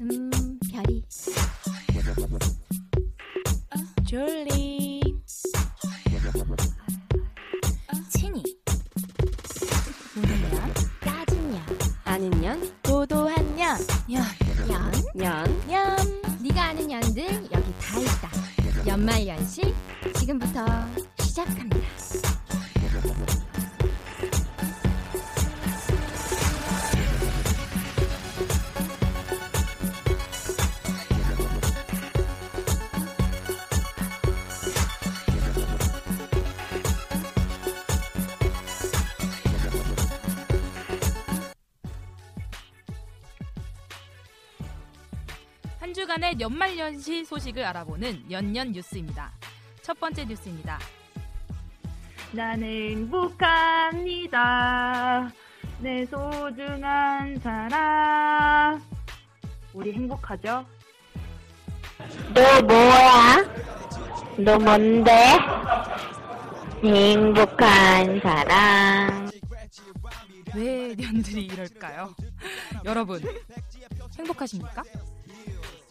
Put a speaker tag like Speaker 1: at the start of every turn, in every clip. Speaker 1: 음 별이 졸리 친이 우는 따진 년 아는 년 도도한 년연연
Speaker 2: 냠! 네가 아는 연들 여기 다 있다. 연말 연시 지금부터 시작합니다.
Speaker 3: 한 주간의 연말연시 소식을 알아보는 연년 뉴스입니다. 첫 번째 뉴스입니다.
Speaker 4: 난 행복합니다. 내 소중한 사람. 우리 행복하죠?
Speaker 5: 너 뭐야? 너 뭔데? 행복한 사람.
Speaker 3: 왜 년들이 이럴까요? 여러분, 행복하십니까?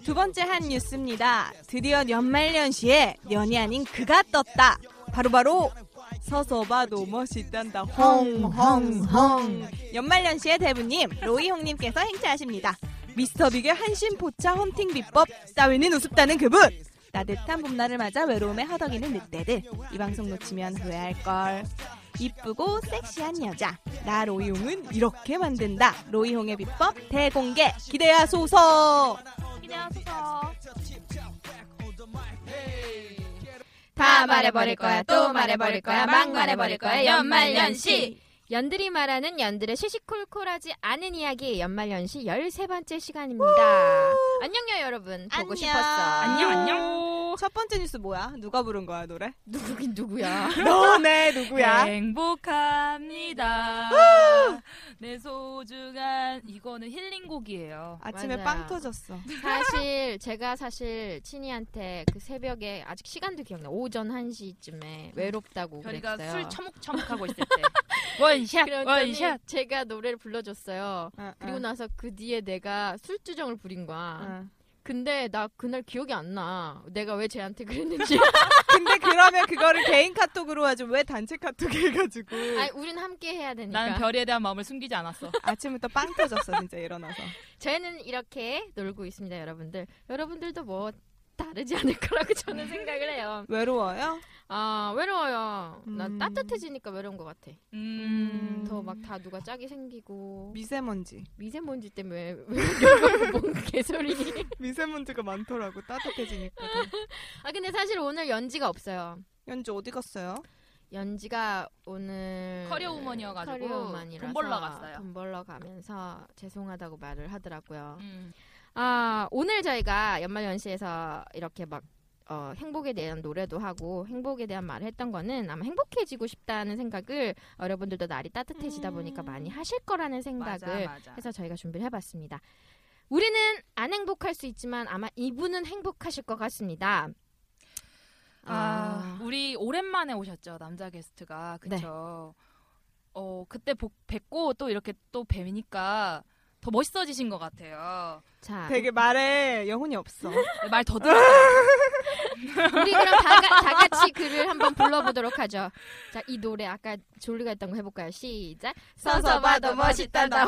Speaker 6: 두 번째 한 뉴스입니다. 드디어 연말연시에 년이 아닌 그가 떴다. 바로바로 서서 봐도 멋있단다. 헝헝헝. 연말연시의 대부님 로이 홍님께서 행차하십니다. 미스터 빅의 한신 포차 헌팅 비법 따위는 우습다는 그분. 따뜻한 봄날을 맞아 외로움에 허덕이는 늑대들. 이 방송 놓치면 후회할 걸. 이쁘고 섹시한 여자. 나 로이홍은 이렇게 만든다. 로이홍의 비법 대공개 기대하소서.
Speaker 2: 다 말해버릴 거야, 또 말해버릴 거야, 막 말해버릴 거야, 연말연시!
Speaker 1: 연들이 말하는 연들의 시시콜콜하지 않은 이야기 연말연시 13번째 시간입니다. 안녕요 여러분. 보고
Speaker 6: 안녕.
Speaker 1: 싶었어.
Speaker 3: 안녕, 안녕.
Speaker 6: 첫 번째 뉴스 뭐야? 누가 부른 거야 노래?
Speaker 1: 누구긴 누구야.
Speaker 6: 너네 누구야?
Speaker 3: 행복합니다. 내 소중한 이거는 힐링곡이에요.
Speaker 6: 아침에
Speaker 1: 맞아요.
Speaker 6: 빵 터졌어.
Speaker 1: 사실 제가 사실 친이한테 그 새벽에 아직 시간도 기억나. 오전 1시쯤에 외롭다고
Speaker 3: 별이가
Speaker 1: 그랬어요.
Speaker 3: 술 처묵처묵하고 있을 때 원샷,
Speaker 1: 그랬더니
Speaker 3: 원샷. 아.
Speaker 1: 제가 노래를 불러줬어요.
Speaker 6: 어,
Speaker 1: 그리고
Speaker 6: 어,
Speaker 1: 나서 그 뒤에 내가 술주정을 부린 거야.
Speaker 6: 어.
Speaker 1: 근데 나 그날 기억이 안 나. 내가 왜 쟤한테 그랬는지.
Speaker 6: 근데 그러면 그거를 개인 카톡으로 하지 왜 단체 카톡 해가지고
Speaker 1: 아니, 우린 함께 해야 되니까.
Speaker 3: 나는 별이에 대한 마음을 숨기지 않았어.
Speaker 6: 아침부터 빵 터졌어 진짜 일어나서.
Speaker 1: 저희는 이렇게 놀고 있습니다, 여러분들. 여러분들도 뭐 다르지 않을 거라고 저는 생각을 해요.
Speaker 6: 외로워요?
Speaker 1: 아, 외로워요. 난
Speaker 6: 음.
Speaker 1: 따뜻해지니까 외로운 것 같아.
Speaker 3: 음,
Speaker 1: 더 막 다 누가 짝이 생기고
Speaker 6: 미세먼지.
Speaker 1: 미세먼지 때문에 외로운 개소리.
Speaker 6: 미세먼지가 많더라고 따뜻해지니까.
Speaker 1: 아 근데 사실 오늘 연지가 없어요.
Speaker 6: 연주 어디 갔어요?
Speaker 1: 연지가 오늘
Speaker 3: 커리어우먼이어가지고
Speaker 1: 커리어우먼이라서
Speaker 3: 돈 벌러 갔어요.
Speaker 1: 돈 벌러 가면서 죄송하다고 말을 하더라고요.
Speaker 3: 음.
Speaker 1: 아 오늘 저희가 연말연시에서 이렇게 막 어, 행복에 대한 노래도 하고 행복에 대한 말을 했던 거는 아마 행복해지고 싶다는 생각을 어, 여러분들도 날이 따뜻해지다 보니까 많이 하실 거라는 생각을
Speaker 3: 음. 맞아, 맞아.
Speaker 1: 해서 저희가 준비를 해봤습니다. 우리는 안 행복할 수 있지만 아마 이분은 행복하실 것 같습니다.
Speaker 3: 아,
Speaker 1: 아,
Speaker 3: 우리 오랜만에 오셨죠 남자 게스트가 그쵸? 어 그때 보- 뵙고 또 이렇게 또 뵈니까 더 멋있어지신 것 같아요. 네,
Speaker 1: 자,
Speaker 6: 되게 말에 영혼이 없어.
Speaker 3: 말 더 들어.
Speaker 1: 우리 그럼 다, 가- 다 같이 글을 한번 불러보도록 하죠. 자, 이 노래 아까 졸리가 했던 거 해볼까요? 시작.
Speaker 6: 서서 봐도 멋있단다,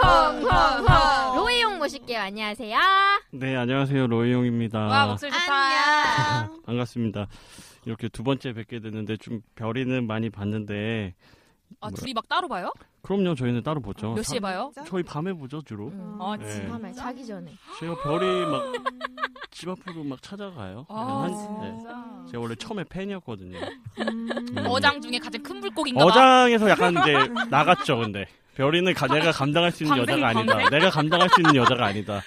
Speaker 1: 홍홍홍. 로이용 모실게요. 안녕하세요.
Speaker 7: 아.
Speaker 8: 네, 안녕하세요. 로이용입니다.
Speaker 3: 와 목소리 좋다.
Speaker 6: 안녕.
Speaker 8: 반갑습니다. 이렇게 두 번째 뵙게 됐는데 좀 별이는 많이 봤는데
Speaker 3: 아
Speaker 8: 뭐라-
Speaker 3: 둘이 막 따로 봐요?
Speaker 8: 그럼요 저희는 따로 보죠.
Speaker 3: 몇 시에
Speaker 8: 밤-
Speaker 3: 봐요?
Speaker 8: 저희 밤에 보죠 주로.
Speaker 6: 음.
Speaker 3: 아
Speaker 8: 네.
Speaker 3: 진짜?
Speaker 1: 밤에 음, 어, 자기 전에.
Speaker 8: 제가 별이 막 집 앞으로 막 찾아가요.
Speaker 3: 아,
Speaker 8: 네, 네. 제가 원래 처음에 팬이었거든요. 음.
Speaker 3: 어장 중에 가장 큰 물고기인가 봐.
Speaker 8: 어장에서 약간 이제 나갔죠 근데 별이는 가- 내가 감당할 수 있는
Speaker 3: 방생,
Speaker 8: 여자가 아니다.
Speaker 3: 방생.
Speaker 8: 내가 감당할 수 있는 여자가 아니다.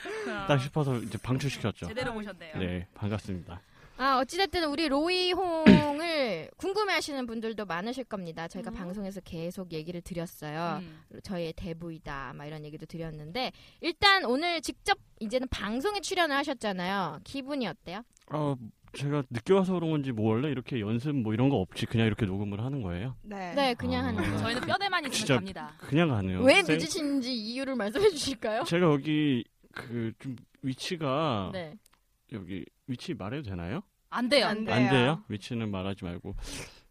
Speaker 8: 딱 싶어서 이제 방출시켰죠.
Speaker 3: 제대로 보셨네요.
Speaker 8: 네 반갑습니다.
Speaker 1: 아 어찌됐든 우리 로이홍을 궁금해하시는 분들도 많으실 겁니다. 저희가 방송에서 계속 얘기를 드렸어요.
Speaker 3: 음.
Speaker 1: 저희의 대부이다 막 이런 얘기도 드렸는데 일단 오늘 직접 이제는 방송에 출연을 하셨잖아요. 기분이 어때요?
Speaker 8: 어, 제가 늦게 와서 그런 건지 뭐 원래 이렇게 연습 뭐 이런 거 없이 그냥 이렇게 녹음을 하는 거예요.
Speaker 6: 네.
Speaker 1: 네, 그냥
Speaker 8: 아.
Speaker 1: 하는 거예요.
Speaker 3: 저희는 뼈대만
Speaker 8: 진짜
Speaker 3: 있으면 갑니다.
Speaker 8: 그냥 가네요.
Speaker 1: 왜
Speaker 8: 쌤,
Speaker 1: 늦으신지 이유를 말씀해 주실까요?
Speaker 8: 제가 여기 그 좀 위치가
Speaker 1: 네.
Speaker 8: 여기 위치 말해도 되나요?
Speaker 3: 안 돼요.
Speaker 6: 안
Speaker 1: 네,
Speaker 6: 돼요.
Speaker 1: 아.
Speaker 8: 안 돼요? 위치는 말하지 말고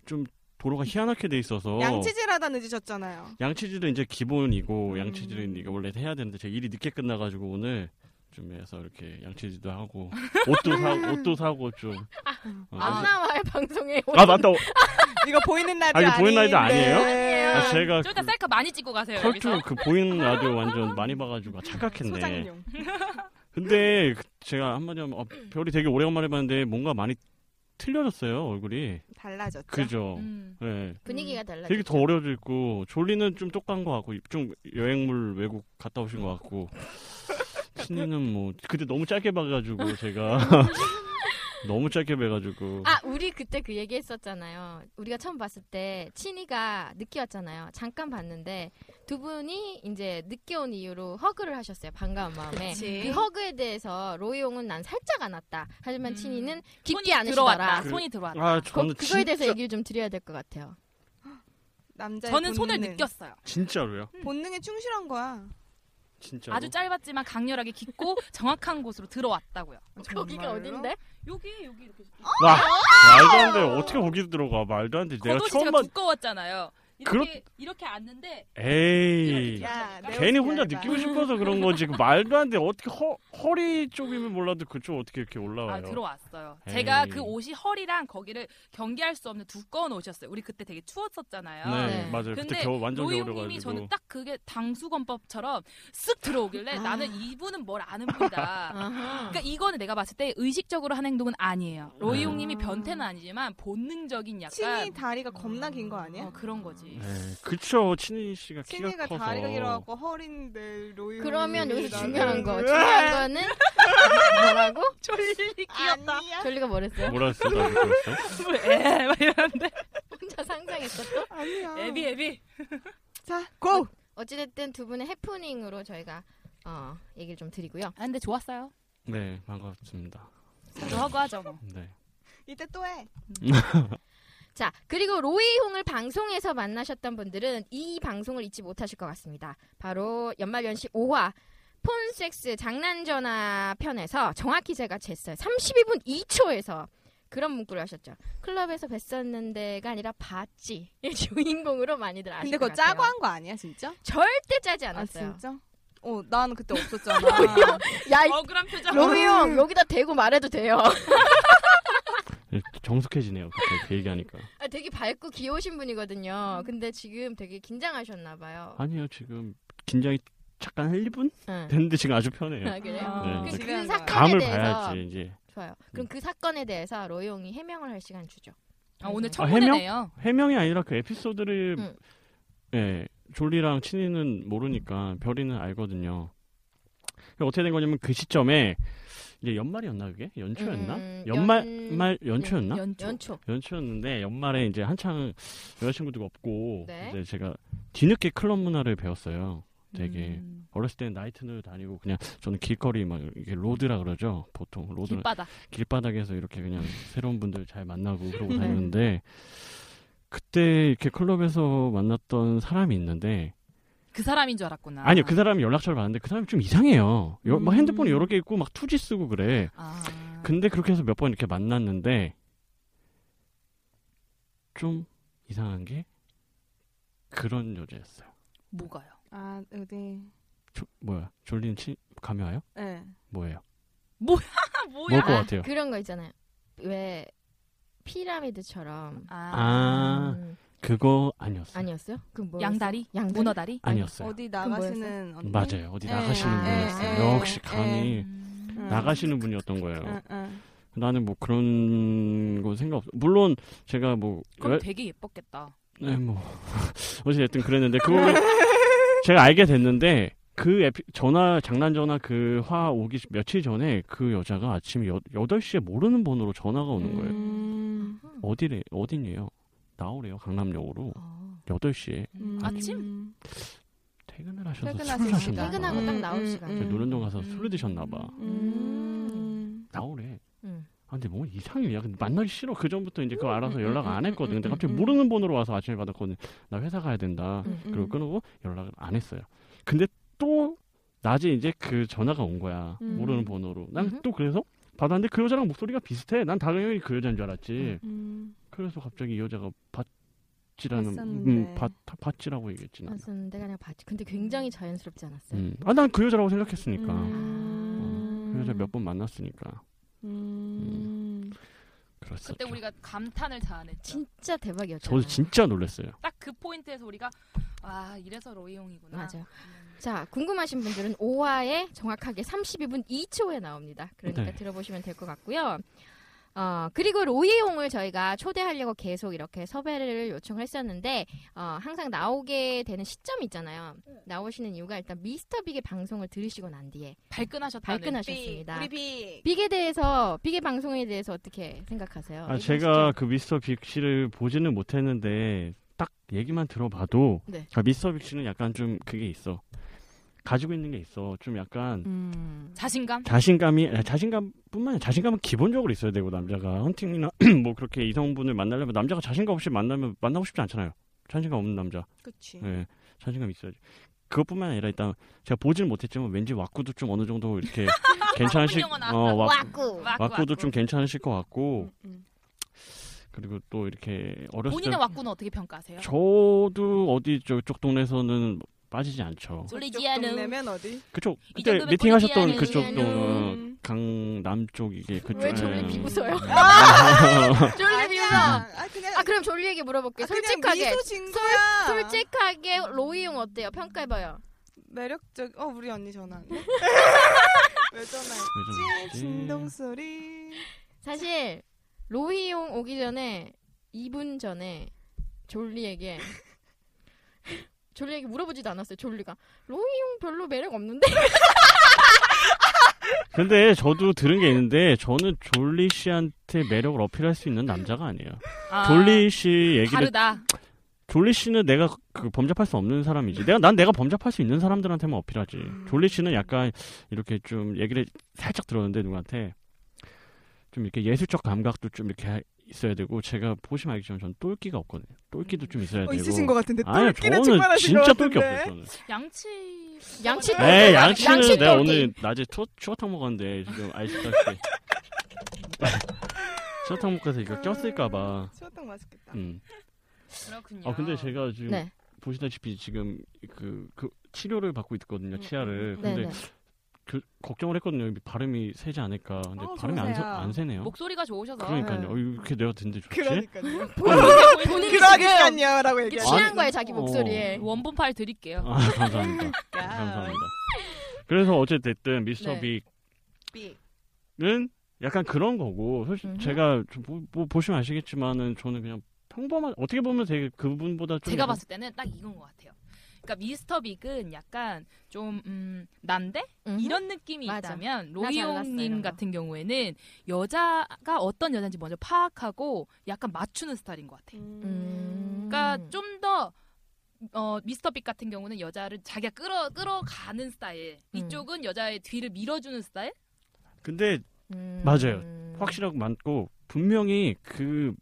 Speaker 8: 좀 도로가 희한하게 돼 있어서
Speaker 6: 양치질하다 늦으셨잖아요.
Speaker 8: 양치질은 이제 기본이고
Speaker 3: 음.
Speaker 8: 양치질은 이거 원래 해야 되는데 제 일이 늦게 끝나가지고 오늘 좀 해서 이렇게 양치질도 하고 옷도 사 옷도 사고 좀
Speaker 3: 아.
Speaker 8: 어,
Speaker 1: 안 나와요 방송에.
Speaker 8: 아 맞다
Speaker 6: 이거 보이는 라디오
Speaker 8: 아니, 보이는 라디오
Speaker 6: 아닌데.
Speaker 1: 네.
Speaker 8: 아, 제가
Speaker 3: 좀 이따
Speaker 8: 그-
Speaker 3: 셀카 많이 찍고 가세요.
Speaker 8: 컬투
Speaker 3: 여기서. 아.
Speaker 8: 그 보이는 라디오 완전 많이 봐가지고 아, 착각했네.
Speaker 6: 소장용.
Speaker 8: 근데 그- 제가 한마디 하면 어, 별이 되게 오래간만에 봤는데 뭔가 많이 틀려졌어요 얼굴이.
Speaker 6: 달라졌죠.
Speaker 8: 그죠.
Speaker 3: 음.
Speaker 8: 네.
Speaker 1: 분위기가 달라요.
Speaker 8: 되게 더 어려져 있고 졸리는 좀 똑같은 것 같고 좀 여행물 외국 갔다 오신 것 같고 신이는 뭐 근데 너무 짧게 봐가지고 제가 너무 짧게 봐가지고
Speaker 1: 아, 우리 그때 그 얘기 했었잖아요. 우리가 처음 봤을 때, 친이가 늦게 왔잖아요. 잠깐 봤는데, 두 분이 이제 늦게 온 이유로 허그를 하셨어요. 반가운 마음에.
Speaker 6: 그치.
Speaker 1: 그 허그에 대해서 로이용은 난 살짝 안았다. 하지만
Speaker 3: 음.
Speaker 1: 친이는
Speaker 3: 손이
Speaker 1: 깊게 안으시더라.
Speaker 3: 들어왔다. 손이 들어왔다.
Speaker 8: 아,
Speaker 1: 그,
Speaker 8: 저는
Speaker 1: 그거에 대해서
Speaker 8: 진짜-
Speaker 1: 얘기를 좀 드려야 될 것 같아요.
Speaker 6: 남자.
Speaker 3: 저는 손을 느꼈어요.
Speaker 8: 진짜로요
Speaker 6: 본능에 충실한 거야.
Speaker 8: 진짜로
Speaker 3: 아주 짧았지만 강렬하게 깊고 정확한 곳으로 들어왔다고요. 어?
Speaker 1: 거기가
Speaker 6: 아, 정말로?
Speaker 1: 어딘데?
Speaker 3: 여기 여기 이렇게
Speaker 8: 와, 말도 안 돼. 어떻게 거기로 들어가? 말도 안 돼. 내가
Speaker 3: 겉옷이 제가
Speaker 8: 처음 봤.
Speaker 3: 두꺼웠잖아요. 이렇게
Speaker 8: 그렇-
Speaker 3: 이렇게 앉는데
Speaker 8: 에이.
Speaker 6: 야, 내
Speaker 8: 괜히
Speaker 6: 옷이
Speaker 8: 혼자
Speaker 6: 얇아.
Speaker 8: 느끼고 싶어서 그런 거지. 그 말도 안 돼. 어떻게 허, 허리 쪽이면 몰라도 그쪽 어떻게 이렇게
Speaker 3: 아,
Speaker 8: 올라와요?
Speaker 3: 들어왔어요.
Speaker 8: 에이.
Speaker 3: 제가 그 옷이 허리랑 거기를 경계할 수 없는 두꺼운 옷이었어요. 우리 그때 되게 추웠었잖아요.
Speaker 8: 네,
Speaker 1: 네.
Speaker 8: 맞아요.
Speaker 3: 근데
Speaker 8: 그때 겨우 완전
Speaker 3: 로이용님이
Speaker 8: 겨울여가지고.
Speaker 3: 저는 딱 그게 당수건법처럼 쓱 들어오길래
Speaker 1: 아.
Speaker 3: 나는 이분은 뭘 아는 분이다.
Speaker 1: 아하.
Speaker 3: 그러니까 이거는 내가 봤을 때 의식적으로 한 행동은 아니에요.
Speaker 8: 네.
Speaker 3: 로이용님이
Speaker 6: 아.
Speaker 3: 변태는 아니지만 본능적인
Speaker 6: 친이
Speaker 3: 약간
Speaker 6: 다리가 겁나 긴 거 아니야?
Speaker 3: 어, 그런 거지.
Speaker 8: 네, 그쵸. 친희 씨가 키가
Speaker 6: 친이가
Speaker 8: 커서.
Speaker 6: 다리가 길어갖고 허리인데 로이.
Speaker 1: 그러면
Speaker 6: 언니
Speaker 1: 여기서
Speaker 6: 나는-
Speaker 1: 중요한 거. 중요한 거는 뭐라고?
Speaker 3: 졸리 귀엽다.
Speaker 6: 아니야.
Speaker 1: 졸리가 뭐랬어요?
Speaker 8: 뭐라 했어? 나 이거 했어?
Speaker 3: 에, 막 이러는데.
Speaker 1: 혼자 상상했어 또?
Speaker 6: 아니야.
Speaker 3: 애비 애비.
Speaker 6: 자, 고.
Speaker 1: 어찌됐든 두 분의 해프닝으로 저희가 어, 얘기를 좀 드리고요.
Speaker 3: 아, 근데 좋았어요.
Speaker 8: 네, 반갑습니다.
Speaker 3: 저하고 하죠 뭐.
Speaker 8: 네.
Speaker 6: 이때 또 해.
Speaker 1: 자, 그리고 로이홍을 방송에서 만나셨던 분들은 이 방송을 잊지 못하실 것 같습니다. 바로 연말연시 5화 폰섹스 장난전화 편에서 정확히 제가 쟀어요. 32분 2초에서 그런 문구를 하셨죠. 클럽에서 뵀었는데가 아니라 봤지. 이 주인공으로 많이들 아실
Speaker 6: 근데
Speaker 1: 것
Speaker 6: 그거
Speaker 1: 같아요.
Speaker 6: 짜고 한 거 아니야, 진짜?
Speaker 1: 절대 짜지
Speaker 6: 아,
Speaker 1: 않았어요.
Speaker 6: 진짜? 어, 난 그때 없었잖아.
Speaker 1: 야, 이
Speaker 3: 억울한 표정.
Speaker 1: 로이홍 여기다 대고 말해도 돼요.
Speaker 8: 정숙해지네요. 그때 그 얘기하니까.
Speaker 1: 아, 되게 밝고 귀여우신 분이거든요. 근데 지금 되게 긴장하셨나 봐요.
Speaker 8: 아니요, 지금 긴장이 잠깐 한 1분
Speaker 1: 응.
Speaker 8: 됐는데 지금 아주 편해요.
Speaker 1: 아, 그래요?
Speaker 8: 네.
Speaker 1: 그럼
Speaker 6: 지금
Speaker 1: 그 사건에
Speaker 8: 감을
Speaker 1: 대해서
Speaker 8: 봐야지 음. 이제.
Speaker 1: 좋아요. 그럼 그 사건에 대해서 로이용이 해명을 할 시간 주죠.
Speaker 3: 아, 오늘
Speaker 8: 아,
Speaker 3: 첫
Speaker 8: 해명?
Speaker 3: 번이네요. 음.
Speaker 8: 해명이 아니라 그 에피소드를
Speaker 1: 음.
Speaker 8: 예 졸리랑 친이는 모르니까 별이는 알거든요. 그러니까 어떻게 된 거냐면 그 시점에 이제 연말이었나 그게 연초였나
Speaker 1: 음,
Speaker 8: 연말
Speaker 1: 연-
Speaker 8: 말 연초였나
Speaker 3: 네, 연초.
Speaker 1: 연초.
Speaker 8: 연초였는데 연말에 이제 한창 여자친구도 없고
Speaker 1: 네.
Speaker 8: 이제 제가 뒤늦게 클럽 문화를 배웠어요. 되게
Speaker 3: 음,
Speaker 8: 어렸을 때는 나이트를 다니고 그냥 저는 길거리 막 이게 로드라 그러죠 보통 로드
Speaker 3: 길바닥.
Speaker 8: 길바닥에서 이렇게 그냥 새로운 분들 잘 만나고 그러고 다녔는데 그때 이렇게 클럽에서 만났던 사람이 있는데
Speaker 3: 그 사람인 줄 알았구나.
Speaker 8: 아니요 그 사람이 연락처를 받았는데 그 사람이 좀 이상해요 여- 막
Speaker 3: 음.
Speaker 8: 핸드폰이 여러 개 있고 막 투지 쓰고 그래
Speaker 3: 아.
Speaker 8: 근데 그렇게 해서 몇 번 이렇게 만났는데 좀 이상한 게 그런 여자였어요
Speaker 3: 뭐가요?
Speaker 6: 아, 어디.
Speaker 8: 조- 뭐야 졸린 치 감이 와요
Speaker 6: 예. 네.
Speaker 8: 뭐예요
Speaker 3: 뭐야?
Speaker 8: 뭘 것 같아요
Speaker 1: 그런 거 있잖아요. 왜 피라미드처럼. 음,
Speaker 8: 아, 그거 아니었어요.
Speaker 1: 아니었어요? 그 뭐?
Speaker 3: 양다리?
Speaker 1: 양다리?
Speaker 3: 문어다리?
Speaker 8: 아니었어요.
Speaker 6: 어디
Speaker 1: 그럼 뭐였어요?
Speaker 6: 나가시는 언니?
Speaker 8: 네. 맞아요. 네, 어디
Speaker 6: 예,
Speaker 8: 나가시는
Speaker 6: 아,
Speaker 8: 분이었어요.
Speaker 6: 예,
Speaker 8: 역시
Speaker 6: 예,
Speaker 8: 감히
Speaker 6: 음.
Speaker 8: 나가시는 분이었던 거예요.
Speaker 1: 음.
Speaker 6: 응, 응.
Speaker 8: 나는 뭐 그런 거 생각 없어. 물론 제가 뭐
Speaker 3: 그럼
Speaker 8: 왜-
Speaker 3: 되게 예뻤겠다.
Speaker 8: 네, 뭐 어찌됐든 그랬는데 그걸 제가 알게 됐는데 그 에피, 전화 장난 전화 그 화 오기 며칠 전에 그 여자가 아침 여, 8시에 모르는 번호로 전화가 오는 거예요.
Speaker 6: 음.
Speaker 8: 어디래? 어디니에요? 나오래요. 강남역으로.
Speaker 1: 어.
Speaker 8: 8시에
Speaker 6: 음.
Speaker 3: 아침?
Speaker 8: 퇴근을 하셔서
Speaker 1: 퇴근하시는
Speaker 8: 술을 하셨나
Speaker 1: 시간.
Speaker 8: 봐.
Speaker 1: 퇴근하고 딱 나올
Speaker 8: 음,
Speaker 1: 시간.
Speaker 8: 음, 음. 노련동 가서 술을 드셨나 봐.
Speaker 6: 음.
Speaker 8: 나오래.
Speaker 1: 음.
Speaker 8: 아, 근데 뭔 이상해요. 근데 만나기 싫어. 그 전부터 이제 그거 알아서 연락 안 했거든.
Speaker 1: 음,
Speaker 8: 근데 갑자기
Speaker 1: 음.
Speaker 8: 모르는 번호로 와서 아침에 받았거든. 나 회사 가야 된다.
Speaker 1: 음,
Speaker 6: 음.
Speaker 8: 그리고 끊고 연락을 안 했어요. 근데 또 낮에 이제 그 전화가 온 거야.
Speaker 6: 음.
Speaker 8: 모르는 번호로. 난
Speaker 1: 음.
Speaker 8: 또 그래서 받았는데 그 여자랑 목소리가 비슷해. 난 당연히 그 여자인 줄 알았지.
Speaker 6: 음.
Speaker 8: 그래서 갑자기 이 여자가 받지라는
Speaker 6: 했었는데.
Speaker 8: 음, 받 받지라고 얘기했지 난.
Speaker 1: 맞았는데 음. 아, 내가 그냥 봤지. 근데 굉장히 자연스럽지 않았어요.
Speaker 8: 음. 아, 난 그 여자라고 생각했으니까.
Speaker 6: 음.
Speaker 8: 그 여자 몇 번 만났으니까.
Speaker 6: 음.
Speaker 8: 그랬었죠.
Speaker 3: 그때 우리가 감탄을 다 안 했죠.
Speaker 1: 진짜 대박이었죠.
Speaker 8: 저도 진짜 놀랐어요.
Speaker 3: 딱 그 포인트에서 우리가 아 이래서 로이용이구나.
Speaker 1: 맞아요. 자, 궁금하신 분들은 5화에 정확하게 32분 2초에 나옵니다. 그러니까
Speaker 8: 네.
Speaker 1: 들어보시면 될 것 같고요. 어, 그리고 로이용을 저희가 초대하려고 계속 이렇게 섭외를 요청을 했었는데, 어, 항상 나오게 되는 시점이 있잖아요. 나오시는 이유가 일단 미스터 빅의 방송을 들으시고 난 뒤에
Speaker 3: 발끈하셨다는.
Speaker 1: 발끈하셨습니다.
Speaker 6: 우리 비.
Speaker 1: 빅에 대해서, 빅의 방송에 대해서 어떻게 생각하세요?
Speaker 8: 아,
Speaker 1: 얘기하시죠.
Speaker 8: 제가 그 미스터 빅 씨를 보지는 못했는데 딱 얘기만 들어봐도
Speaker 1: 네.
Speaker 8: 아, 미스터 빅 씨는 약간 좀 그게 있어. 가지고 있는 게 있어. 좀 약간
Speaker 6: 음.
Speaker 3: 자신감?
Speaker 8: 자신감이 아, 자신감뿐만 아니라 자신감은 기본적으로 있어야 되고 남자가 헌팅이나 뭐 그렇게 이성분을 만나려면 남자가 자신감 없이 만나면 만나고 싶지 않잖아요. 자신감 없는 남자.
Speaker 6: 그치.
Speaker 8: 예, 자신감 있어야지. 그것뿐만 아니라 일단 제가 보지는 못했지만 왠지 왁구도 좀 어느 정도 이렇게 괜찮으실
Speaker 3: 영어나.
Speaker 8: 어, 왁,
Speaker 1: 와꾸!
Speaker 3: 왁구,
Speaker 8: 왁구도 좀 괜찮으실 것 같고
Speaker 6: 음, 음.
Speaker 8: 그리고 또 이렇게 어렸을 때
Speaker 3: 본인의 왁구는 어떻게 평가하세요?
Speaker 8: 저도 어디 저쪽 동네에서는 빠지지 않죠.
Speaker 6: 저쪽 동네면 어디?
Speaker 8: 그쪽
Speaker 3: 이
Speaker 8: 그때
Speaker 3: 정도면
Speaker 8: 미팅하셨던
Speaker 3: 꼴리기하는 음.
Speaker 8: 그쪽
Speaker 1: 의견은-
Speaker 8: 동 강남 쪽 이게 그쪽
Speaker 1: 왜 졸리
Speaker 8: 예.
Speaker 1: 비웃어요? 네.
Speaker 3: 아!
Speaker 1: 졸리 비웃어!
Speaker 6: 아니야. 아 그냥
Speaker 1: 아, 그럼 졸리에게 물어볼게.
Speaker 6: 아, 그냥
Speaker 1: 솔직하게.
Speaker 6: 미소 진 거야.
Speaker 1: 솔직하게 로이용 어때요? 평가해봐요.
Speaker 6: 매력적. 어 우리 언니 전화. 안 해? 왜 전화했지?
Speaker 8: 왜 저러지?
Speaker 6: 진동 소리.
Speaker 8: 네,
Speaker 1: 사실 로이용 오기 전에 2분 전에 졸리에게 졸리에게 물어보지도 않았어요. 졸리가 로이용 별로 매력 없는데.
Speaker 8: 근데 저도 들은 게 있는데 저는 졸리 씨한테 매력을 어필할 수 있는 남자가 아니에요.
Speaker 3: 아,
Speaker 8: 졸리 씨 얘기를
Speaker 3: 다르다.
Speaker 8: 졸리 씨는 내가 그 범접할 수 없는 사람이지. 내가 난 내가 범접할 수 있는 사람들한테만 어필하지.
Speaker 6: 음.
Speaker 8: 졸리 씨는 약간 이렇게 좀 얘기를 살짝 들었는데 누구한테 좀 이렇게 예술적 감각도 좀 이렇게 하- 있어야 되고 제가 보시면 알겠지만 저는 똘끼가 없거든요. 똘끼도 좀 있어야
Speaker 6: 어
Speaker 8: 되고.
Speaker 6: 있으신 것 같은데.
Speaker 8: 아니
Speaker 6: 똘끼는
Speaker 8: 저는
Speaker 6: 직관하신 것
Speaker 8: 진짜 똘끼
Speaker 6: 같은데.
Speaker 8: 없어요. 저는.
Speaker 3: 양치.
Speaker 1: 양치
Speaker 8: 에이 네, 양치는
Speaker 1: 양치
Speaker 8: 내가
Speaker 1: 똘끼.
Speaker 8: 오늘 낮에 투, 추어탕 먹었는데 지금 아이스다시 추어탕 먹고서 이거 꼈을까봐.
Speaker 6: 추어탕 아, 맛있겠다.
Speaker 8: 음.
Speaker 3: 그렇군요.
Speaker 8: 아 근데 제가 지금
Speaker 1: 네.
Speaker 8: 보시다시피 지금 그, 그 치료를 받고 있거든요 치아를 근데
Speaker 1: 음. 네네.
Speaker 8: 그, 걱정을 했거든요 발음이 새지 않을까 근데
Speaker 6: 어,
Speaker 8: 발음이 안, 새-
Speaker 6: 좋으세요.
Speaker 8: 안 새네요
Speaker 3: 목소리가 좋으셔서.
Speaker 8: 그러니까요 어, 이렇게 내가 듣는데 좋지
Speaker 6: 그러니까요.
Speaker 1: 음.
Speaker 3: 본인
Speaker 6: 그러니까요라고 얘기하
Speaker 8: 아,
Speaker 1: 친한 거예요 자기
Speaker 8: 어.
Speaker 1: 목소리에.
Speaker 3: 원본 파일 드릴게요.
Speaker 8: 아 감사합니다 감사합니다 그래서 어쨌든 미스터
Speaker 1: 네.
Speaker 8: 빅은 약간 그런 거고 솔직히
Speaker 1: 음흠.
Speaker 8: 제가 좀 보, 뭐 보시면 아시겠지만은 저는 그냥 평범한 어떻게 보면 되게 그분보다 좀
Speaker 3: 제가
Speaker 8: 약간-
Speaker 3: 봤을 때는 딱 이건 것 같아요. 그러니까 미스터 빅은 약간 좀 음, 남대
Speaker 1: 음.
Speaker 3: 이런 느낌이
Speaker 1: 맞아.
Speaker 3: 있다면
Speaker 1: 나 잘났어, 이런
Speaker 3: 로이용님
Speaker 1: 거.
Speaker 3: 같은 경우에는 여자가 어떤 여자인지 먼저 파악하고 약간 맞추는 스타일인 것 같아요.
Speaker 1: 음.
Speaker 3: 그러니까 좀 더 어, 미스터 빅 같은 경우는 여자를 자기가 끌어 끌어가는 스타일.
Speaker 1: 음.
Speaker 3: 이쪽은 여자의 뒤를 밀어주는 스타일.
Speaker 8: 근데
Speaker 1: 음.
Speaker 8: 맞아요. 확실하고 많고 분명히 그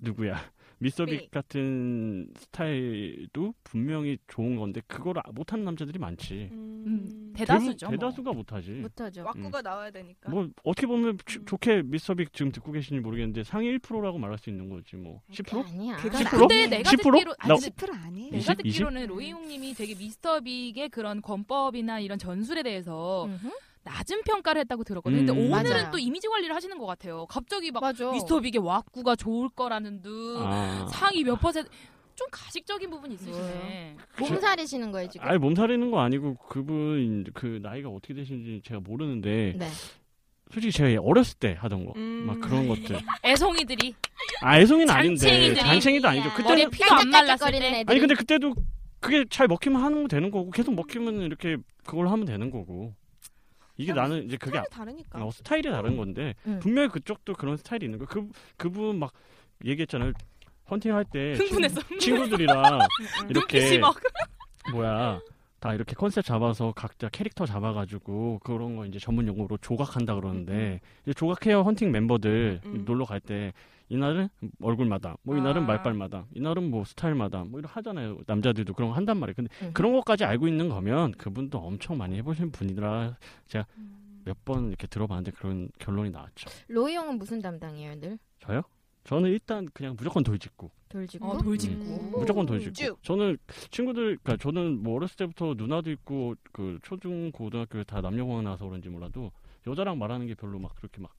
Speaker 8: 누구야 미스터빅
Speaker 6: 빅.
Speaker 8: 같은 스타일도 분명히 좋은 건데 그걸 아- 못하는 남자들이 많지.
Speaker 3: 음,
Speaker 8: 대부분-
Speaker 3: 대다수죠. 뭐.
Speaker 8: 대다수가 못하지.
Speaker 1: 못하죠.
Speaker 6: 왁구가 나와야 되니까.
Speaker 8: 뭐 어떻게 보면 주-
Speaker 6: 그러니까. 음.
Speaker 8: 좋게 미스터빅 지금 듣고 계신지 모르겠는데 상위 1%라고 말할 수 있는 거지 뭐 10%?
Speaker 1: 아니야.
Speaker 6: 그건
Speaker 8: 십
Speaker 6: 아니야.
Speaker 8: 프로?
Speaker 3: 근데 내가
Speaker 8: 10%?
Speaker 3: 듣기로 아니,
Speaker 8: 나-
Speaker 3: 근데
Speaker 6: 10%그 아니에요.
Speaker 3: 내가
Speaker 8: 20?
Speaker 3: 듣기로는 로이용님이 되게 미스터 빅의 그런 권법이나 이런 전술에 대해서
Speaker 1: 음흠.
Speaker 3: 낮은 평가를 했다고 들었거든요. 근데
Speaker 8: 음.
Speaker 3: 오늘은
Speaker 1: 맞아요.
Speaker 3: 또 이미지 관리를 하시는 것 같아요. 갑자기 막
Speaker 1: 맞아.
Speaker 3: 미스터빅의 왁구가 좋을 거라는 듯
Speaker 8: 아.
Speaker 3: 상위 몇 퍼센트 좀 가식적인 부분이 있으시네.
Speaker 1: 몸살이시는 거예요 지금?
Speaker 8: 아예 몸살이는 거 아니고 그분 이제 그 나이가 어떻게 되시는지 제가 모르는데
Speaker 1: 네.
Speaker 8: 솔직히 제가 어렸을 때 하던 거 막
Speaker 6: 음.
Speaker 8: 그런 것들
Speaker 3: 애송이들이
Speaker 8: 아 애송이는 아닌데
Speaker 3: 잔챙이들이.
Speaker 8: 잔챙이도 아니죠
Speaker 3: 네, 머리에
Speaker 8: 그때는
Speaker 3: 피도 안 말랐을
Speaker 1: 깔짝거리는
Speaker 3: 때.
Speaker 1: 애들이
Speaker 8: 아니 근데 그때도 그게 잘 먹히면 하는 되는 거고 계속 먹히면 이렇게 그걸 하면 되는 거고 이게
Speaker 6: 그냥
Speaker 8: 나는 이제 그게
Speaker 6: 스타일이 다르니까.
Speaker 8: 어, 스타일이 다른 건데
Speaker 1: 음.
Speaker 8: 분명히 그쪽도 그런 스타일이 있는 거야. 그 그분 막 얘기했잖아요. 헌팅할 때
Speaker 3: 흥분했어.
Speaker 8: 친- 친구들이랑 예, 이렇게 음.
Speaker 3: 눈빛이 막
Speaker 8: 뭐야 다 이렇게 컨셉 잡아서 각자 캐릭터 잡아가지고 그런 거 이제 전문 용어로 조각한다 그러는데 이제 조각해요 헌팅 멤버들
Speaker 6: 음.
Speaker 8: 놀러 갈 때 이날은 얼굴마다 뭐 이날은
Speaker 3: 아.
Speaker 8: 말빨마다 이날은 뭐 스타일마다 뭐 이런 하잖아요 남자들도 그런 거 한단 말이에요 근데
Speaker 1: 음.
Speaker 8: 그런 것까지 알고 있는 거면 그분도 엄청 많이 해보신 분이라 제가 몇 번 이렇게 들어봤는데 그런 결론이 나왔죠
Speaker 1: 로이 형은 무슨 담당이에요 늘?
Speaker 8: 저요 저는 일단 그냥 무조건 돌직구
Speaker 1: 돌직구?
Speaker 3: 어, 돌직구.
Speaker 1: 음.
Speaker 8: 무조건 돌직구.
Speaker 6: 쭉.
Speaker 8: 저는 친구들, 그러니까 저는 뭐 어렸을 때부터 누나도 있고 그 초중 고등학교 다 남녀공학 나와서 그런지 몰라도 여자랑 말하는 게 별로 막 그렇게 막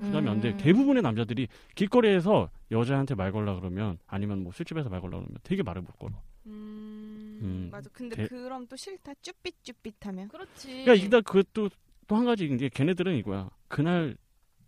Speaker 8: 부담이 안 돼.
Speaker 1: 음.
Speaker 8: 대부분의 남자들이 길거리에서 여자한테 말 걸라 그러면 아니면 뭐 술집에서 말 걸라 그러면 되게 말을 못 걸어.
Speaker 6: 음,
Speaker 8: 음.
Speaker 6: 맞아. 근데
Speaker 8: 대-
Speaker 6: 그럼 또 싫다. 쭈삣쭈삣하면.
Speaker 3: 그렇지.
Speaker 8: 그러니까 일단 그것도 또 한 가지 이게 걔네들은 이거야. 그날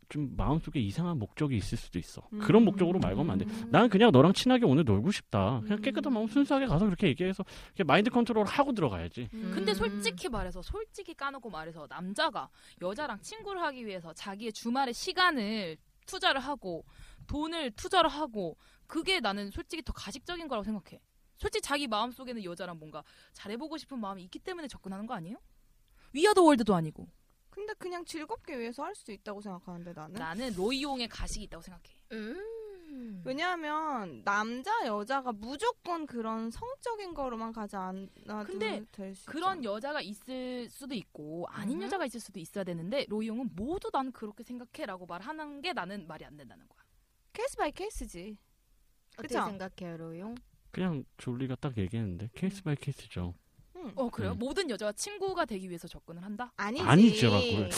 Speaker 8: 좀 마음속에 이상한 목적이 있을 수도 있어.
Speaker 6: 음.
Speaker 8: 그런 목적으로 말 걸면 안 돼. 난 그냥 너랑 친하게 오늘 놀고 싶다. 그냥 깨끗한 마음 순수하게 가서 그렇게 얘기해서 그냥 마인드 컨트롤 하고 들어가야지.
Speaker 3: 음. 근데 솔직히 말해서 솔직히 까놓고 말해서 남자가 여자랑 친구를 하기 위해서 자기의 주말의 시간을 투자를 하고 돈을 투자를 하고 그게 나는 솔직히 더 가식적인 거라고 생각해. 솔직히 자기 마음속에는 여자랑 뭔가 잘해보고 싶은 마음이 있기 때문에 접근하는 거 아니에요? 위아더 월드도 아니고
Speaker 6: 근데 그냥 즐겁게 위해서 할 수 있다고 생각하는데 나는.
Speaker 3: 나는 로이용의 가식이 있다고 생각해.
Speaker 1: 음.
Speaker 6: 왜냐하면 남자 여자가 무조건 그런 성적인 거로만 가지 않아도
Speaker 3: 근데
Speaker 6: 될수
Speaker 3: 그런 여자가 있을 수도 있고 아닌
Speaker 1: 음.
Speaker 3: 여자가 있을 수도 있어야 되는데 로이용은 모두 난 그렇게 생각해라고 말하는 게 나는 말이 안 된다는 거야.
Speaker 6: 케이스 바이 케이스지.
Speaker 1: 어떻게
Speaker 6: 그쵸?
Speaker 1: 생각해요 로이 형?
Speaker 8: 그냥 졸리가 딱 얘기했는데 케이스 바이 케이스죠.
Speaker 6: 응.
Speaker 3: 어 그래요?
Speaker 8: 음.
Speaker 3: 모든 여자가 친구가 되기 위해서 접근을 한다?
Speaker 6: 아니지.
Speaker 8: 아니지라고요.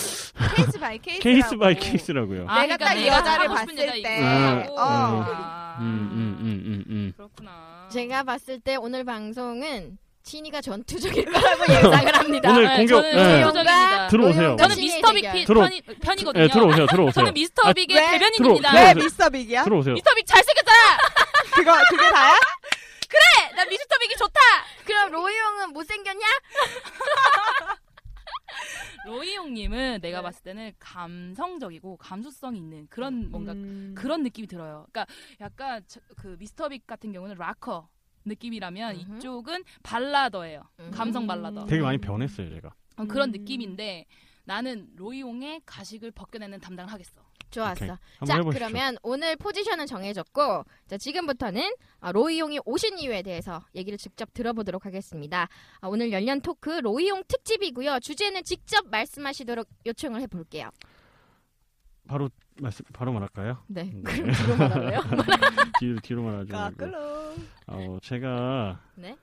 Speaker 6: 케이스 바이 케이스.
Speaker 8: 케이스 바이 케이스라고요.
Speaker 6: 아,
Speaker 3: 그러니까
Speaker 6: 내가 딱 여자를 봤을 때. 어.
Speaker 8: 아,
Speaker 3: 아,
Speaker 8: 음, 음, 음, 음, 음.
Speaker 3: 그렇구나.
Speaker 1: 제가 봤을 때 오늘 방송은 진이가 전투적일 거라고 예상을 합니다.
Speaker 8: 오늘
Speaker 3: 네,
Speaker 8: 공격
Speaker 3: 저는
Speaker 8: 네.
Speaker 3: 공격-
Speaker 1: 로이형과
Speaker 8: 들어오세요.
Speaker 1: 로이형과
Speaker 3: 저는
Speaker 8: 저는
Speaker 1: 진이의
Speaker 3: 미스터 빅
Speaker 1: 대결.
Speaker 3: 피,
Speaker 8: 들어-
Speaker 3: 편이, 편이거든요.
Speaker 8: 네, 들어오세요, 들어오세요. 아,
Speaker 3: 저는 미스터 빅의
Speaker 6: 왜?
Speaker 3: 대변인입니다.
Speaker 8: 들어- 들어-
Speaker 6: 왜 미스터 빅이야? 음.
Speaker 8: 들어오세요.
Speaker 3: 미스터 빅 잘생겼잖아.
Speaker 6: 그거 그게 다야?
Speaker 3: 나 미스터 빅이 좋다.
Speaker 1: 그럼 로이 형은 못생겼냐?
Speaker 3: 로이 형님은 내가 봤을 때는 감성적이고 감수성이 있는 그런 뭔가
Speaker 6: 네. 음.
Speaker 3: 그런 느낌이 들어요. 그러니까 약간 저- 그 미스터 빅 같은 경우는 락커 느낌이라면
Speaker 1: 음흠.
Speaker 3: 이쪽은 발라더예요. 감성 발라더.
Speaker 8: 되게 많이 변했어요, 제가.
Speaker 3: 어, 그런
Speaker 6: 음.
Speaker 3: 느낌인데 나는 로이용의 가식을 벗겨내는 담당을 하겠어.
Speaker 1: 좋았어.
Speaker 8: 오케이.
Speaker 1: 자
Speaker 8: 한번 해보시죠.
Speaker 1: 그러면 오늘 포지션은 정해졌고 자 지금부터는 아, 로이용이 오신 이유에 대해서 얘기를 직접 들어보도록 하겠습니다. 아, 오늘 열년 토크 로이용 특집이고요. 주제는 직접 말씀하시도록 요청을 해볼게요.
Speaker 8: 바로 말씀 바로 말할까요?
Speaker 1: 네.
Speaker 8: 네.
Speaker 1: 그럼 뒤로 말하고요.
Speaker 8: 뒤로 뒤로 말하죠. 말고.
Speaker 6: 아, 까끌로.
Speaker 8: 어, 제가
Speaker 1: 네.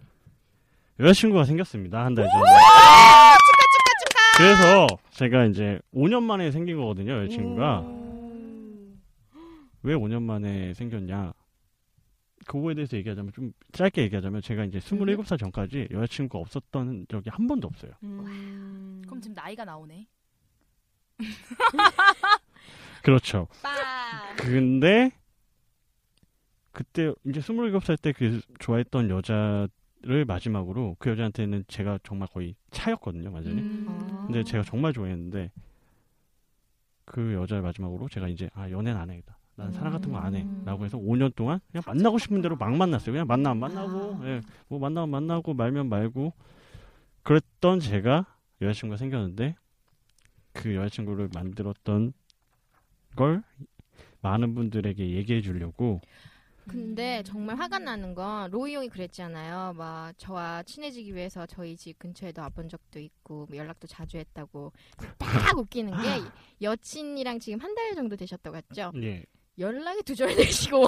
Speaker 8: 여자친구가 생겼습니다. 한 달 전에. 그래서 제가 이제 5년 만에 생긴 거거든요, 여자친구가.
Speaker 6: 음.
Speaker 8: 왜 5년 만에 생겼냐? 그거에 대해서 얘기하자면 좀 짧게 얘기하자면 제가 이제 27살 전까지 여자친구가 없었던 적이 한 번도 없어요.
Speaker 6: 음.
Speaker 3: 그럼 지금 나이가 나오네.
Speaker 8: 그렇죠.
Speaker 6: 빠.
Speaker 8: 근데 그때 이제 27살 때 그 좋아했던 여자를 마지막으로 그 여자한테는 제가 정말 거의 차였거든요, 완전히.
Speaker 6: 음.
Speaker 1: 네,
Speaker 8: 근데 네, 제가 정말 좋아했는데 그 여자를 마지막으로 제가 이제 아 연애는 안 해야겠다. 난 사랑 같은 거 안
Speaker 1: 음.
Speaker 8: 해라고 해서 5년 동안 그냥 만나고 싶은 대로 막 만났어요. 그냥 만나면 만나고,
Speaker 1: 아.
Speaker 8: 예, 뭐 만나면 만나고 말면 말고 그랬던 제가 여자친구가 생겼는데 그 여자친구를 만들었던 걸 많은 분들에게 얘기해 주려고
Speaker 1: 근데 정말 화가 나는 건 로이 형이 그랬잖아요. 막 저와 친해지기 위해서 저희 집 근처에도 와본 적도 있고 뭐 연락도 자주 했다고 딱 웃기는 게 여친이랑 지금 한 달 정도 되셨다고 했죠.
Speaker 8: 예
Speaker 1: 연락이 두절되시고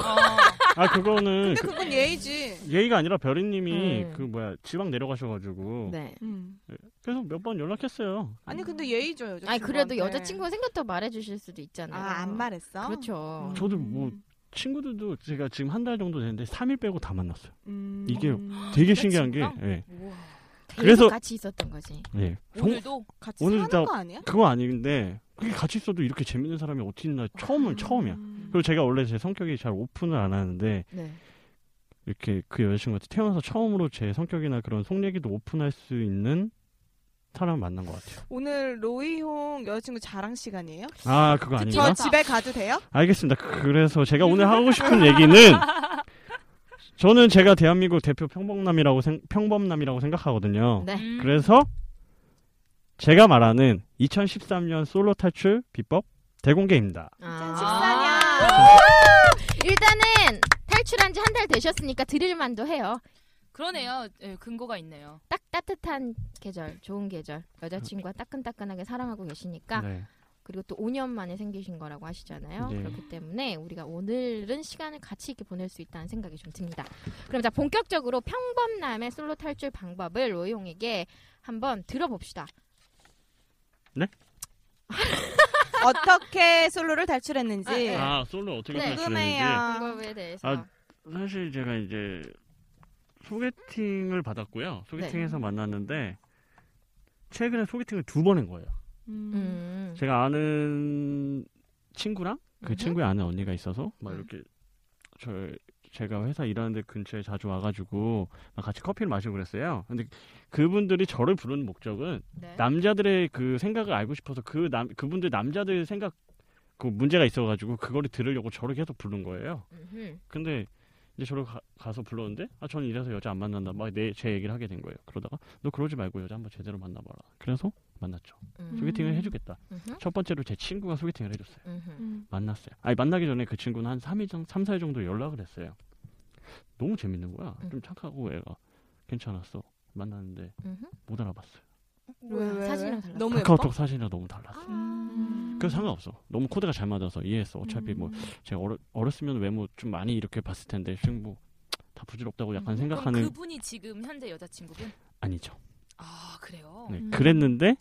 Speaker 8: 아 그거는 그-
Speaker 6: 그건 예의지.
Speaker 8: 예의가 아니라 별이님이
Speaker 1: 음.
Speaker 8: 그 뭐야 지방 내려가셔가지고
Speaker 1: 네.
Speaker 6: 음.
Speaker 8: 그래서 몇 번 연락했어요.
Speaker 6: 아니 근데 예의죠 여자.
Speaker 1: 아니 그래도 여자친구가 생겼다고 말해주실 수도 있잖아요.
Speaker 6: 아안 말했어. 음.
Speaker 1: 그렇죠.
Speaker 8: 저도 뭐 친구들도 제가 지금 한 달 정도 됐는데 3일 빼고 다 만났어요.
Speaker 6: 음.
Speaker 8: 이게 되게 신기한 게
Speaker 3: 아, 여자친구랑?
Speaker 8: 예.
Speaker 3: 우와.
Speaker 1: 계속
Speaker 8: 그래서-
Speaker 1: 같이 있었던 거지.
Speaker 8: 예. 정-
Speaker 3: 오늘도
Speaker 6: 같이
Speaker 8: 오늘
Speaker 6: 사는
Speaker 8: 다
Speaker 6: 거 아니야?
Speaker 8: 그거 아닌데 그게 같이 있어도 이렇게 재밌는 사람이 어디 있나
Speaker 3: 아.
Speaker 8: 처음은 처음이야. 그리고 제가 원래 제 성격이 잘 오픈을 안 하는데
Speaker 1: 네.
Speaker 8: 이렇게 그 여자친구한테 태어나서 처음으로 제 성격이나 그런 속 얘기도 오픈할 수 있는 사람 을 만난 것 같아요.
Speaker 6: 오늘 로이홍 여자친구 자랑 시간이에요?
Speaker 8: 아 그거 아닌가?
Speaker 6: 저 집에 가도 돼요?
Speaker 8: 알겠습니다. 그래서 제가 오늘 하고 싶은 얘기는 저는 제가 대한민국 대표 평범남이라고 생, 평범남이라고 생각하거든요.
Speaker 1: 네.
Speaker 3: 음.
Speaker 8: 그래서 제가 말하는 2013년 솔로 탈출 비법 대공개입니다.
Speaker 1: 아.
Speaker 6: 아.
Speaker 1: 일단은 탈출한 지 한 달 되셨으니까 드릴만도 해요.
Speaker 3: 그러네요. 예, 근거가 있네요.
Speaker 1: 딱 따뜻한 계절, 좋은 계절. 여자친구와 따끈따끈하게 사랑하고 계시니까
Speaker 8: 네.
Speaker 1: 그리고 또 5년 만에 생기신 거라고 하시잖아요.
Speaker 8: 네.
Speaker 1: 그렇기 때문에 우리가 오늘은 시간을 같이 이렇게 보낼 수 있다는 생각이 좀 듭니다. 그럼 자 본격적으로 평범남의 솔로 탈출 방법을 로이홍에게 한번 들어봅시다.
Speaker 6: 어떻게 솔로를 탈출했는지
Speaker 1: 아, 네.
Speaker 8: 아 솔로 어떻게
Speaker 1: 네.
Speaker 8: 탈출했는지
Speaker 6: 궁금해요.
Speaker 1: 방법에 대해서
Speaker 8: 아, 사실 제가 이제 소개팅을 받았고요. 소개팅에서 만났는데 최근에 소개팅을 두 번 한 거예요.
Speaker 6: 음.
Speaker 1: 음.
Speaker 8: 제가 아는 친구랑 그
Speaker 1: 음흠.
Speaker 8: 친구의 아는 언니가 있어서 막
Speaker 1: 음.
Speaker 8: 이렇게 저 제가 회사 일하는데 근처에 자주 와가지고 막 같이 커피를 마시고 그랬어요. 근데 그분들이 저를 부르는 목적은
Speaker 1: 네.
Speaker 8: 남자들의 그 생각을 알고 싶어서 그 남 그분들 남자들 생각 그 문제가 있어가지고 그거를 들으려고 저를 계속 부른 거예요.
Speaker 1: 음흠.
Speaker 8: 근데 이제 저를 가, 서 불렀는데 아 저는 이래서 여자 안 만난다 막 내 제 얘기를 하게 된 거예요. 그러다가 너 그러지 말고 여자 한번 제대로 만나봐라. 그래서 만났죠.
Speaker 1: 음.
Speaker 8: 소개팅을 해주겠다.
Speaker 1: 음흠.
Speaker 8: 첫 번째로 제 친구가 소개팅을 해줬어요.
Speaker 1: 음흠.
Speaker 8: 만났어요. 아니 만나기 전에 그 친구는 한 3일 정, 3, 4일 정도 연락을 했어요. 너무 재밌는 거야.
Speaker 1: 음.
Speaker 8: 좀 착하고 애가 괜찮았어. 만났는데
Speaker 1: 음흠.
Speaker 8: 못 알아봤어요.
Speaker 6: 왜, 왜, 왜?
Speaker 1: 사진이랑 달라.
Speaker 6: 너무 뭐 예뻐?
Speaker 8: 카카오톡 사진이랑 너무 달랐어. 요 그래서 상관없어. 너무 코드가 잘 맞아서 이해했어. 어차피 뭐 제가 어렸, 어렸으면 외모 좀 많이 이렇게 봤을 텐데 지금 뭐 다 부질없다고 약간
Speaker 3: 음. 그럼
Speaker 8: 생각하는
Speaker 3: 그분이 지금 현재 여자친구분?
Speaker 8: 아니죠.
Speaker 3: 아 그래요.
Speaker 8: 네,
Speaker 6: 음.
Speaker 8: 그랬는데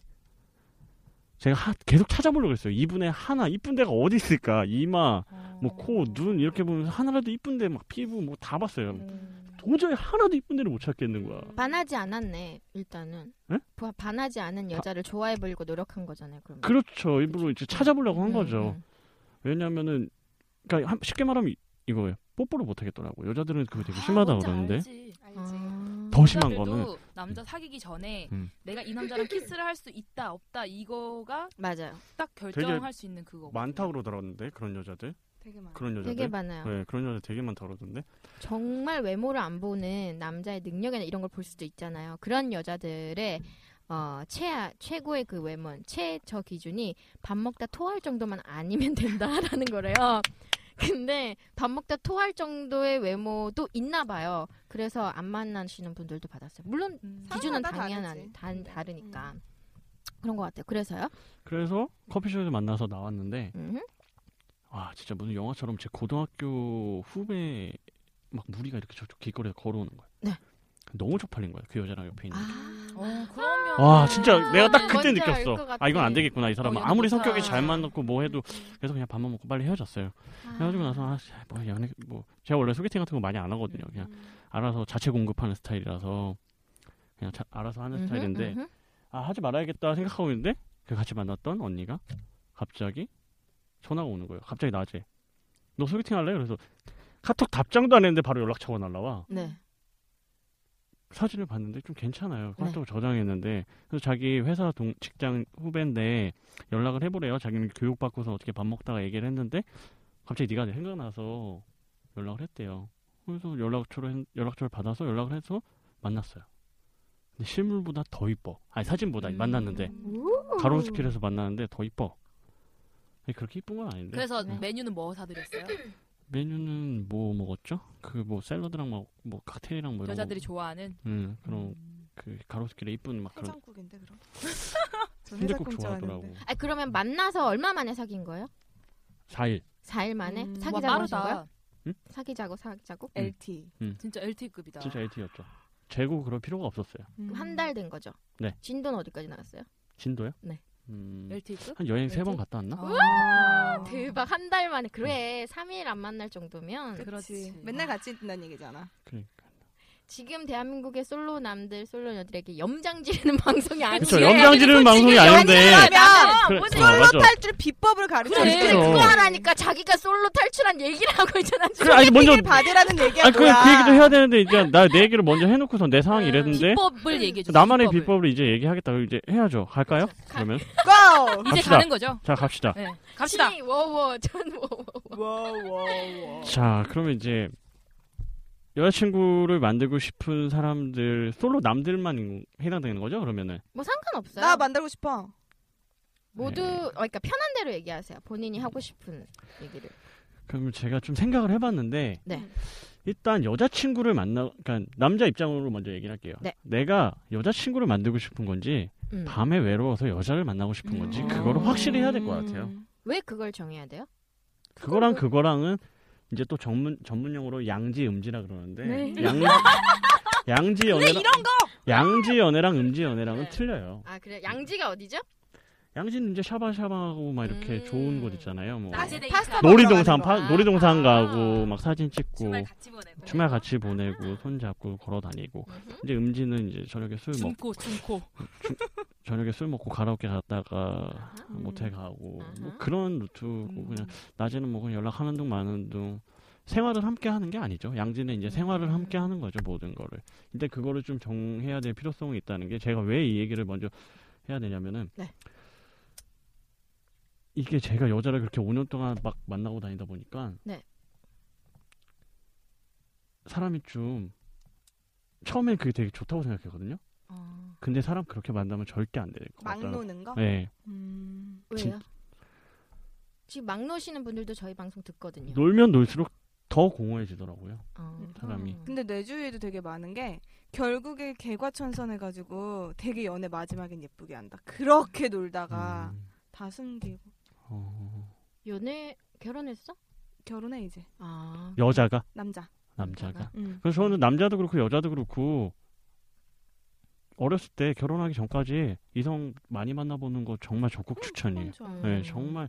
Speaker 8: 제가 하- 계속 찾아보려고 했어요. 이분의 하나 이쁜 데가 어디 있을까? 이마, 뭐 코, 눈 이렇게 보면서 하나라도 이쁜 데막 피부 뭐 다 봤어요.
Speaker 1: 음.
Speaker 8: 도저히 하나도 이쁜 데를 못 찾겠는 거야.
Speaker 1: 반하지 않았네 일단은
Speaker 8: 에?
Speaker 1: 바- 반하지 않은 여자를 좋아해 보이고 노력한 거잖아요 그러면
Speaker 8: 그렇죠. 일부러 이제 찾아보려고 한
Speaker 1: 음,
Speaker 8: 거죠.
Speaker 1: 음.
Speaker 8: 왜냐면은 그러니까 한- 쉽게 말하면 이- 이거예요. 뽀뽀를 못 하겠더라고. 여자들은 그게 되게
Speaker 3: 아,
Speaker 8: 심하다
Speaker 3: 뭔지
Speaker 8: 그러는데
Speaker 3: 알지.
Speaker 1: 아.
Speaker 8: 더 심한
Speaker 3: 남자들도
Speaker 8: 거는
Speaker 3: 남자 사귀기 전에
Speaker 8: 음.
Speaker 3: 내가 이 남자랑 키스를 할 수 있다 없다 이거가
Speaker 1: 맞아요
Speaker 3: 딱 결정할 수 있는 그거
Speaker 8: 많다 고 그러더라는데 그런 여자들
Speaker 6: 되게 많아.
Speaker 8: 그런 여자들
Speaker 1: 되게 많아요
Speaker 8: 네, 그런 여자 되게 많다 그러던데
Speaker 1: 정말 외모를 안 보는 남자의 능력이나 이런 걸 볼 수도 있잖아요 그런 여자들의 어, 최, 최고의 그 외모 최저 기준이 밥 먹다 토할 정도만 아니면 된다라는 거래요 근데 밥 먹다 토할 정도의 외모도 있나 봐요 그래서 안 만나시는 분들도 받았어요 물론
Speaker 3: 음.
Speaker 1: 기준은
Speaker 6: 사람마다
Speaker 1: 당연 한
Speaker 6: 다르지. 음.
Speaker 1: 단 다르니까 그런 것 같아요. 그래서요.
Speaker 8: 그래서 커피숍에서 만나서 나왔는데
Speaker 1: 음.
Speaker 8: 와 진짜 무슨 영화처럼 제 고등학교 후배 막 무리가 이렇게 저쪽 길거리에 걸어오는 거야
Speaker 1: 네.
Speaker 8: 너무 쪽팔린 거야 그 여자랑 옆에 있는
Speaker 1: 아,
Speaker 3: 어, 그러면
Speaker 8: 와 진짜
Speaker 1: 아,
Speaker 8: 내가 딱
Speaker 1: 뭔지
Speaker 8: 그때
Speaker 1: 알
Speaker 8: 느꼈어
Speaker 1: 것 같아.
Speaker 8: 아 이건 안 되겠구나 이 사람은
Speaker 3: 어,
Speaker 8: 아무리
Speaker 3: 연극이다.
Speaker 8: 성격이 잘 맞고 뭐 해도 그래서 그냥 밥만 먹고 빨리 헤어졌어요
Speaker 1: 아.
Speaker 8: 헤어지고 나서 아뭐 연애 뭐 제가 원래 소개팅 같은 거 많이 안 하거든요
Speaker 1: 음.
Speaker 8: 그냥 알아서 자체 공급하는 스타일이라서 그냥 자- 알아서 하는
Speaker 1: 음흠,
Speaker 8: 스타일인데
Speaker 1: 음흠.
Speaker 8: 아 하지 말아야겠다 생각하고 있는데 그 같이 만났던 언니가 갑자기 전화가 오는 거예요. 갑자기 낮에 너 소개팅 할래? 그래서 카톡 답장도 안 했는데 바로 연락처가 날라와
Speaker 1: 네.
Speaker 8: 사진을 봤는데 좀 괜찮아요.
Speaker 1: 네.
Speaker 8: 카톡 저장했는데 그래서 자기 회사 동 직장 후배인데 연락을 해보래요. 자기는 교육 받고서 어떻게 밥 먹다가 얘기를 했는데 갑자기 네가 생각나서 연락을 했대요. 그래서 연락처를 했- 연락처를 받아서 연락을 해서 만났어요. 근데 실물보다 더 이뻐. 아니 사진보다
Speaker 3: 음.
Speaker 8: 만났는데 가로수길에서 만나는데 더 이뻐. 아니, 그렇게 이쁜 건 아닌데.
Speaker 3: 그래서
Speaker 8: 네.
Speaker 3: 메뉴는 뭐 사드렸어요?
Speaker 8: 메뉴는 뭐 먹었죠? 그 뭐 샐러드랑 막, 뭐 칵테일이랑 뭐 이런
Speaker 3: 여자들이 좋아하는
Speaker 8: 거. 응, 그런 그 가로수길에 이쁜 막 그런
Speaker 6: 해장국인데 그럼. 저
Speaker 8: 순댓국
Speaker 6: 해장국 좋아하는데.
Speaker 8: 좋아하더라고.
Speaker 1: 아 그러면 만나서 얼마 만에 사귄 거예요?
Speaker 8: 4일.
Speaker 1: 4일 만에
Speaker 3: 음, 와,
Speaker 1: 사귀자고 하신
Speaker 3: 빠르다.
Speaker 1: 거야?
Speaker 8: 응?
Speaker 1: 사귀자고 사귀자고?
Speaker 6: LT.
Speaker 8: 음.
Speaker 3: 진짜 LT급이다.
Speaker 8: 진짜 LT였죠. 재고 그럴 필요가 없었어요.
Speaker 6: 음.
Speaker 1: 한 달 된 거죠?
Speaker 8: 네.
Speaker 1: 진도는 어디까지 나갔어요?
Speaker 8: 진도요?
Speaker 1: 네.
Speaker 8: 음,
Speaker 3: LT급? 아.
Speaker 8: 한 여행 세
Speaker 1: LT?
Speaker 8: 번 갔다 왔나?
Speaker 1: 우와 아, 대박 한 달 만에
Speaker 8: 음.
Speaker 1: 그래 3일 안 만날 정도면
Speaker 3: 그렇지.
Speaker 6: 맨날 같이 있다는 얘기잖아.
Speaker 8: 그러니까.
Speaker 1: 지금 대한민국의 솔로 남들 솔로 여들에게 염장 지르는 방송이 아니에요.
Speaker 8: 그쵸, 염장 지르는 방송이 아닌데.
Speaker 1: 아,
Speaker 8: 그래,
Speaker 1: 뭐지?
Speaker 8: 어, 맞아.
Speaker 6: 솔로 탈출 비법을 가르쳐
Speaker 1: 그래,
Speaker 6: 주는
Speaker 1: 그거 하라니까 자기가 솔로 탈출한 얘기를 하고 있잖아.
Speaker 8: 그래, 아니 먼저
Speaker 6: 받으라는 얘기야
Speaker 8: 아, 그, 그
Speaker 6: 뭐야.
Speaker 8: 얘기도 해야 되는데 이제 나 내 얘기를 먼저 해놓고선 내 상황이 이랬는데
Speaker 3: 음,
Speaker 8: 그
Speaker 3: 비법을 얘기해 주세요.
Speaker 8: 나만의 비법을 이제 얘기하겠다. 그럼 이제 해야죠. 갈까요? 그러면
Speaker 6: 고!
Speaker 3: 이제
Speaker 8: 갑시다.
Speaker 3: 가는 거죠.
Speaker 8: 자 갑시다.
Speaker 3: 네. 갑시다.
Speaker 1: 워워 전 워워.
Speaker 8: 자 그러면 이제 여자친구를 만들고 싶은 사람들 솔로 남들만 해당되는 거죠? 그러면은
Speaker 1: 뭐 상관없어요.
Speaker 6: 나 만들고 싶어.
Speaker 1: 모두
Speaker 8: 네. 음.
Speaker 1: 어, 그러니까 편한 대로 얘기하세요. 본인이 하고 싶은 얘기를.
Speaker 8: 그럼 제가 좀 생각을 해봤는데
Speaker 1: 네.
Speaker 8: 일단 여자친구를 만나 그러니까 남자 입장으로 먼저 얘기를 할게요.
Speaker 1: 네.
Speaker 8: 내가 여자친구를 만들고 싶은 건지
Speaker 1: 음.
Speaker 8: 밤에 외로워서 여자를 만나고 싶은 건지
Speaker 1: 음.
Speaker 8: 그거를 확실히 해야 될 것 같아요.
Speaker 6: 음.
Speaker 1: 왜 그걸 정해야 돼요? 어.
Speaker 8: 그거랑 그거랑은 이제 또 전문 전문 용어로 양지 음지라 그러는데
Speaker 1: 네.
Speaker 8: 양 양지 연애랑 양지 연애랑 음지 연애랑은
Speaker 1: 네.
Speaker 8: 틀려요.
Speaker 1: 아 그래 양지가 어디죠?
Speaker 8: 양지는 이제 샤바샤바하고 막 이렇게
Speaker 1: 음.
Speaker 8: 좋은 곳 있잖아요. 뭐
Speaker 3: 낮에 데이트
Speaker 6: 파스타
Speaker 3: 하고
Speaker 8: 놀이동산
Speaker 6: 먹으러 가는
Speaker 8: 파, 놀이동산
Speaker 1: 아.
Speaker 8: 가고 막 사진 찍고
Speaker 3: 주말 같이 보내고.
Speaker 8: 주말 같이 보내고 손 잡고 걸어 다니고 이제 음지는 이제 저녁에 술 먹,
Speaker 3: 중코 중코.
Speaker 8: 저녁에 술 먹고 가라오케 갔다가
Speaker 1: 아하.
Speaker 8: 모텔 가고 뭐
Speaker 1: 아하.
Speaker 8: 그런 루트고 그냥 낮에는 뭐 그냥 연락하는 둥 마는 둥 생활을 함께 하는 게 아니죠. 양지는
Speaker 1: 음.
Speaker 8: 이제 생활을 함께 하는 거죠 모든 거를. 근데 그거를 좀 정해야 될 필요성이 있다는 게 제가 왜 이 얘기를 먼저 해야 되냐면은
Speaker 1: 네.
Speaker 8: 이게 제가 여자를 그렇게 5년 동안 막 만나고 다니다 보니까
Speaker 1: 네.
Speaker 8: 사람이 좀 처음엔 그게 되게 좋다고 생각했거든요.
Speaker 1: 어,
Speaker 8: 근데 사람 그렇게 만나면 절대 안 될 것
Speaker 6: 막
Speaker 8: 같다.
Speaker 6: 노는 거?
Speaker 8: 네.
Speaker 6: 음.
Speaker 1: 왜요? 지금 막 노시는 분들도 저희 방송 듣거든요.
Speaker 8: 놀면 놀수록 더 공허해지더라고요.
Speaker 1: 어.
Speaker 8: 사람이.
Speaker 6: 근데 내 주위에도 되게 많은 게 결국에 개과천선해가지고 되게 연애 마지막엔 예쁘게 한다. 그렇게 놀다가
Speaker 1: 아.
Speaker 8: 음,
Speaker 6: 다 숨기고
Speaker 8: 어,
Speaker 1: 연애 결혼했어?
Speaker 6: 결혼해 이제
Speaker 1: 아
Speaker 8: 여자가
Speaker 6: 남자.
Speaker 8: 남자가.
Speaker 6: 음.
Speaker 8: 그래서 저는 남자도 그렇고 여자도 그렇고 어렸을 때 결혼하기 전까지 이성 많이 만나보는 거 정말 적극 추천이에요.
Speaker 6: 좋아.
Speaker 1: 음.
Speaker 8: 네, 정말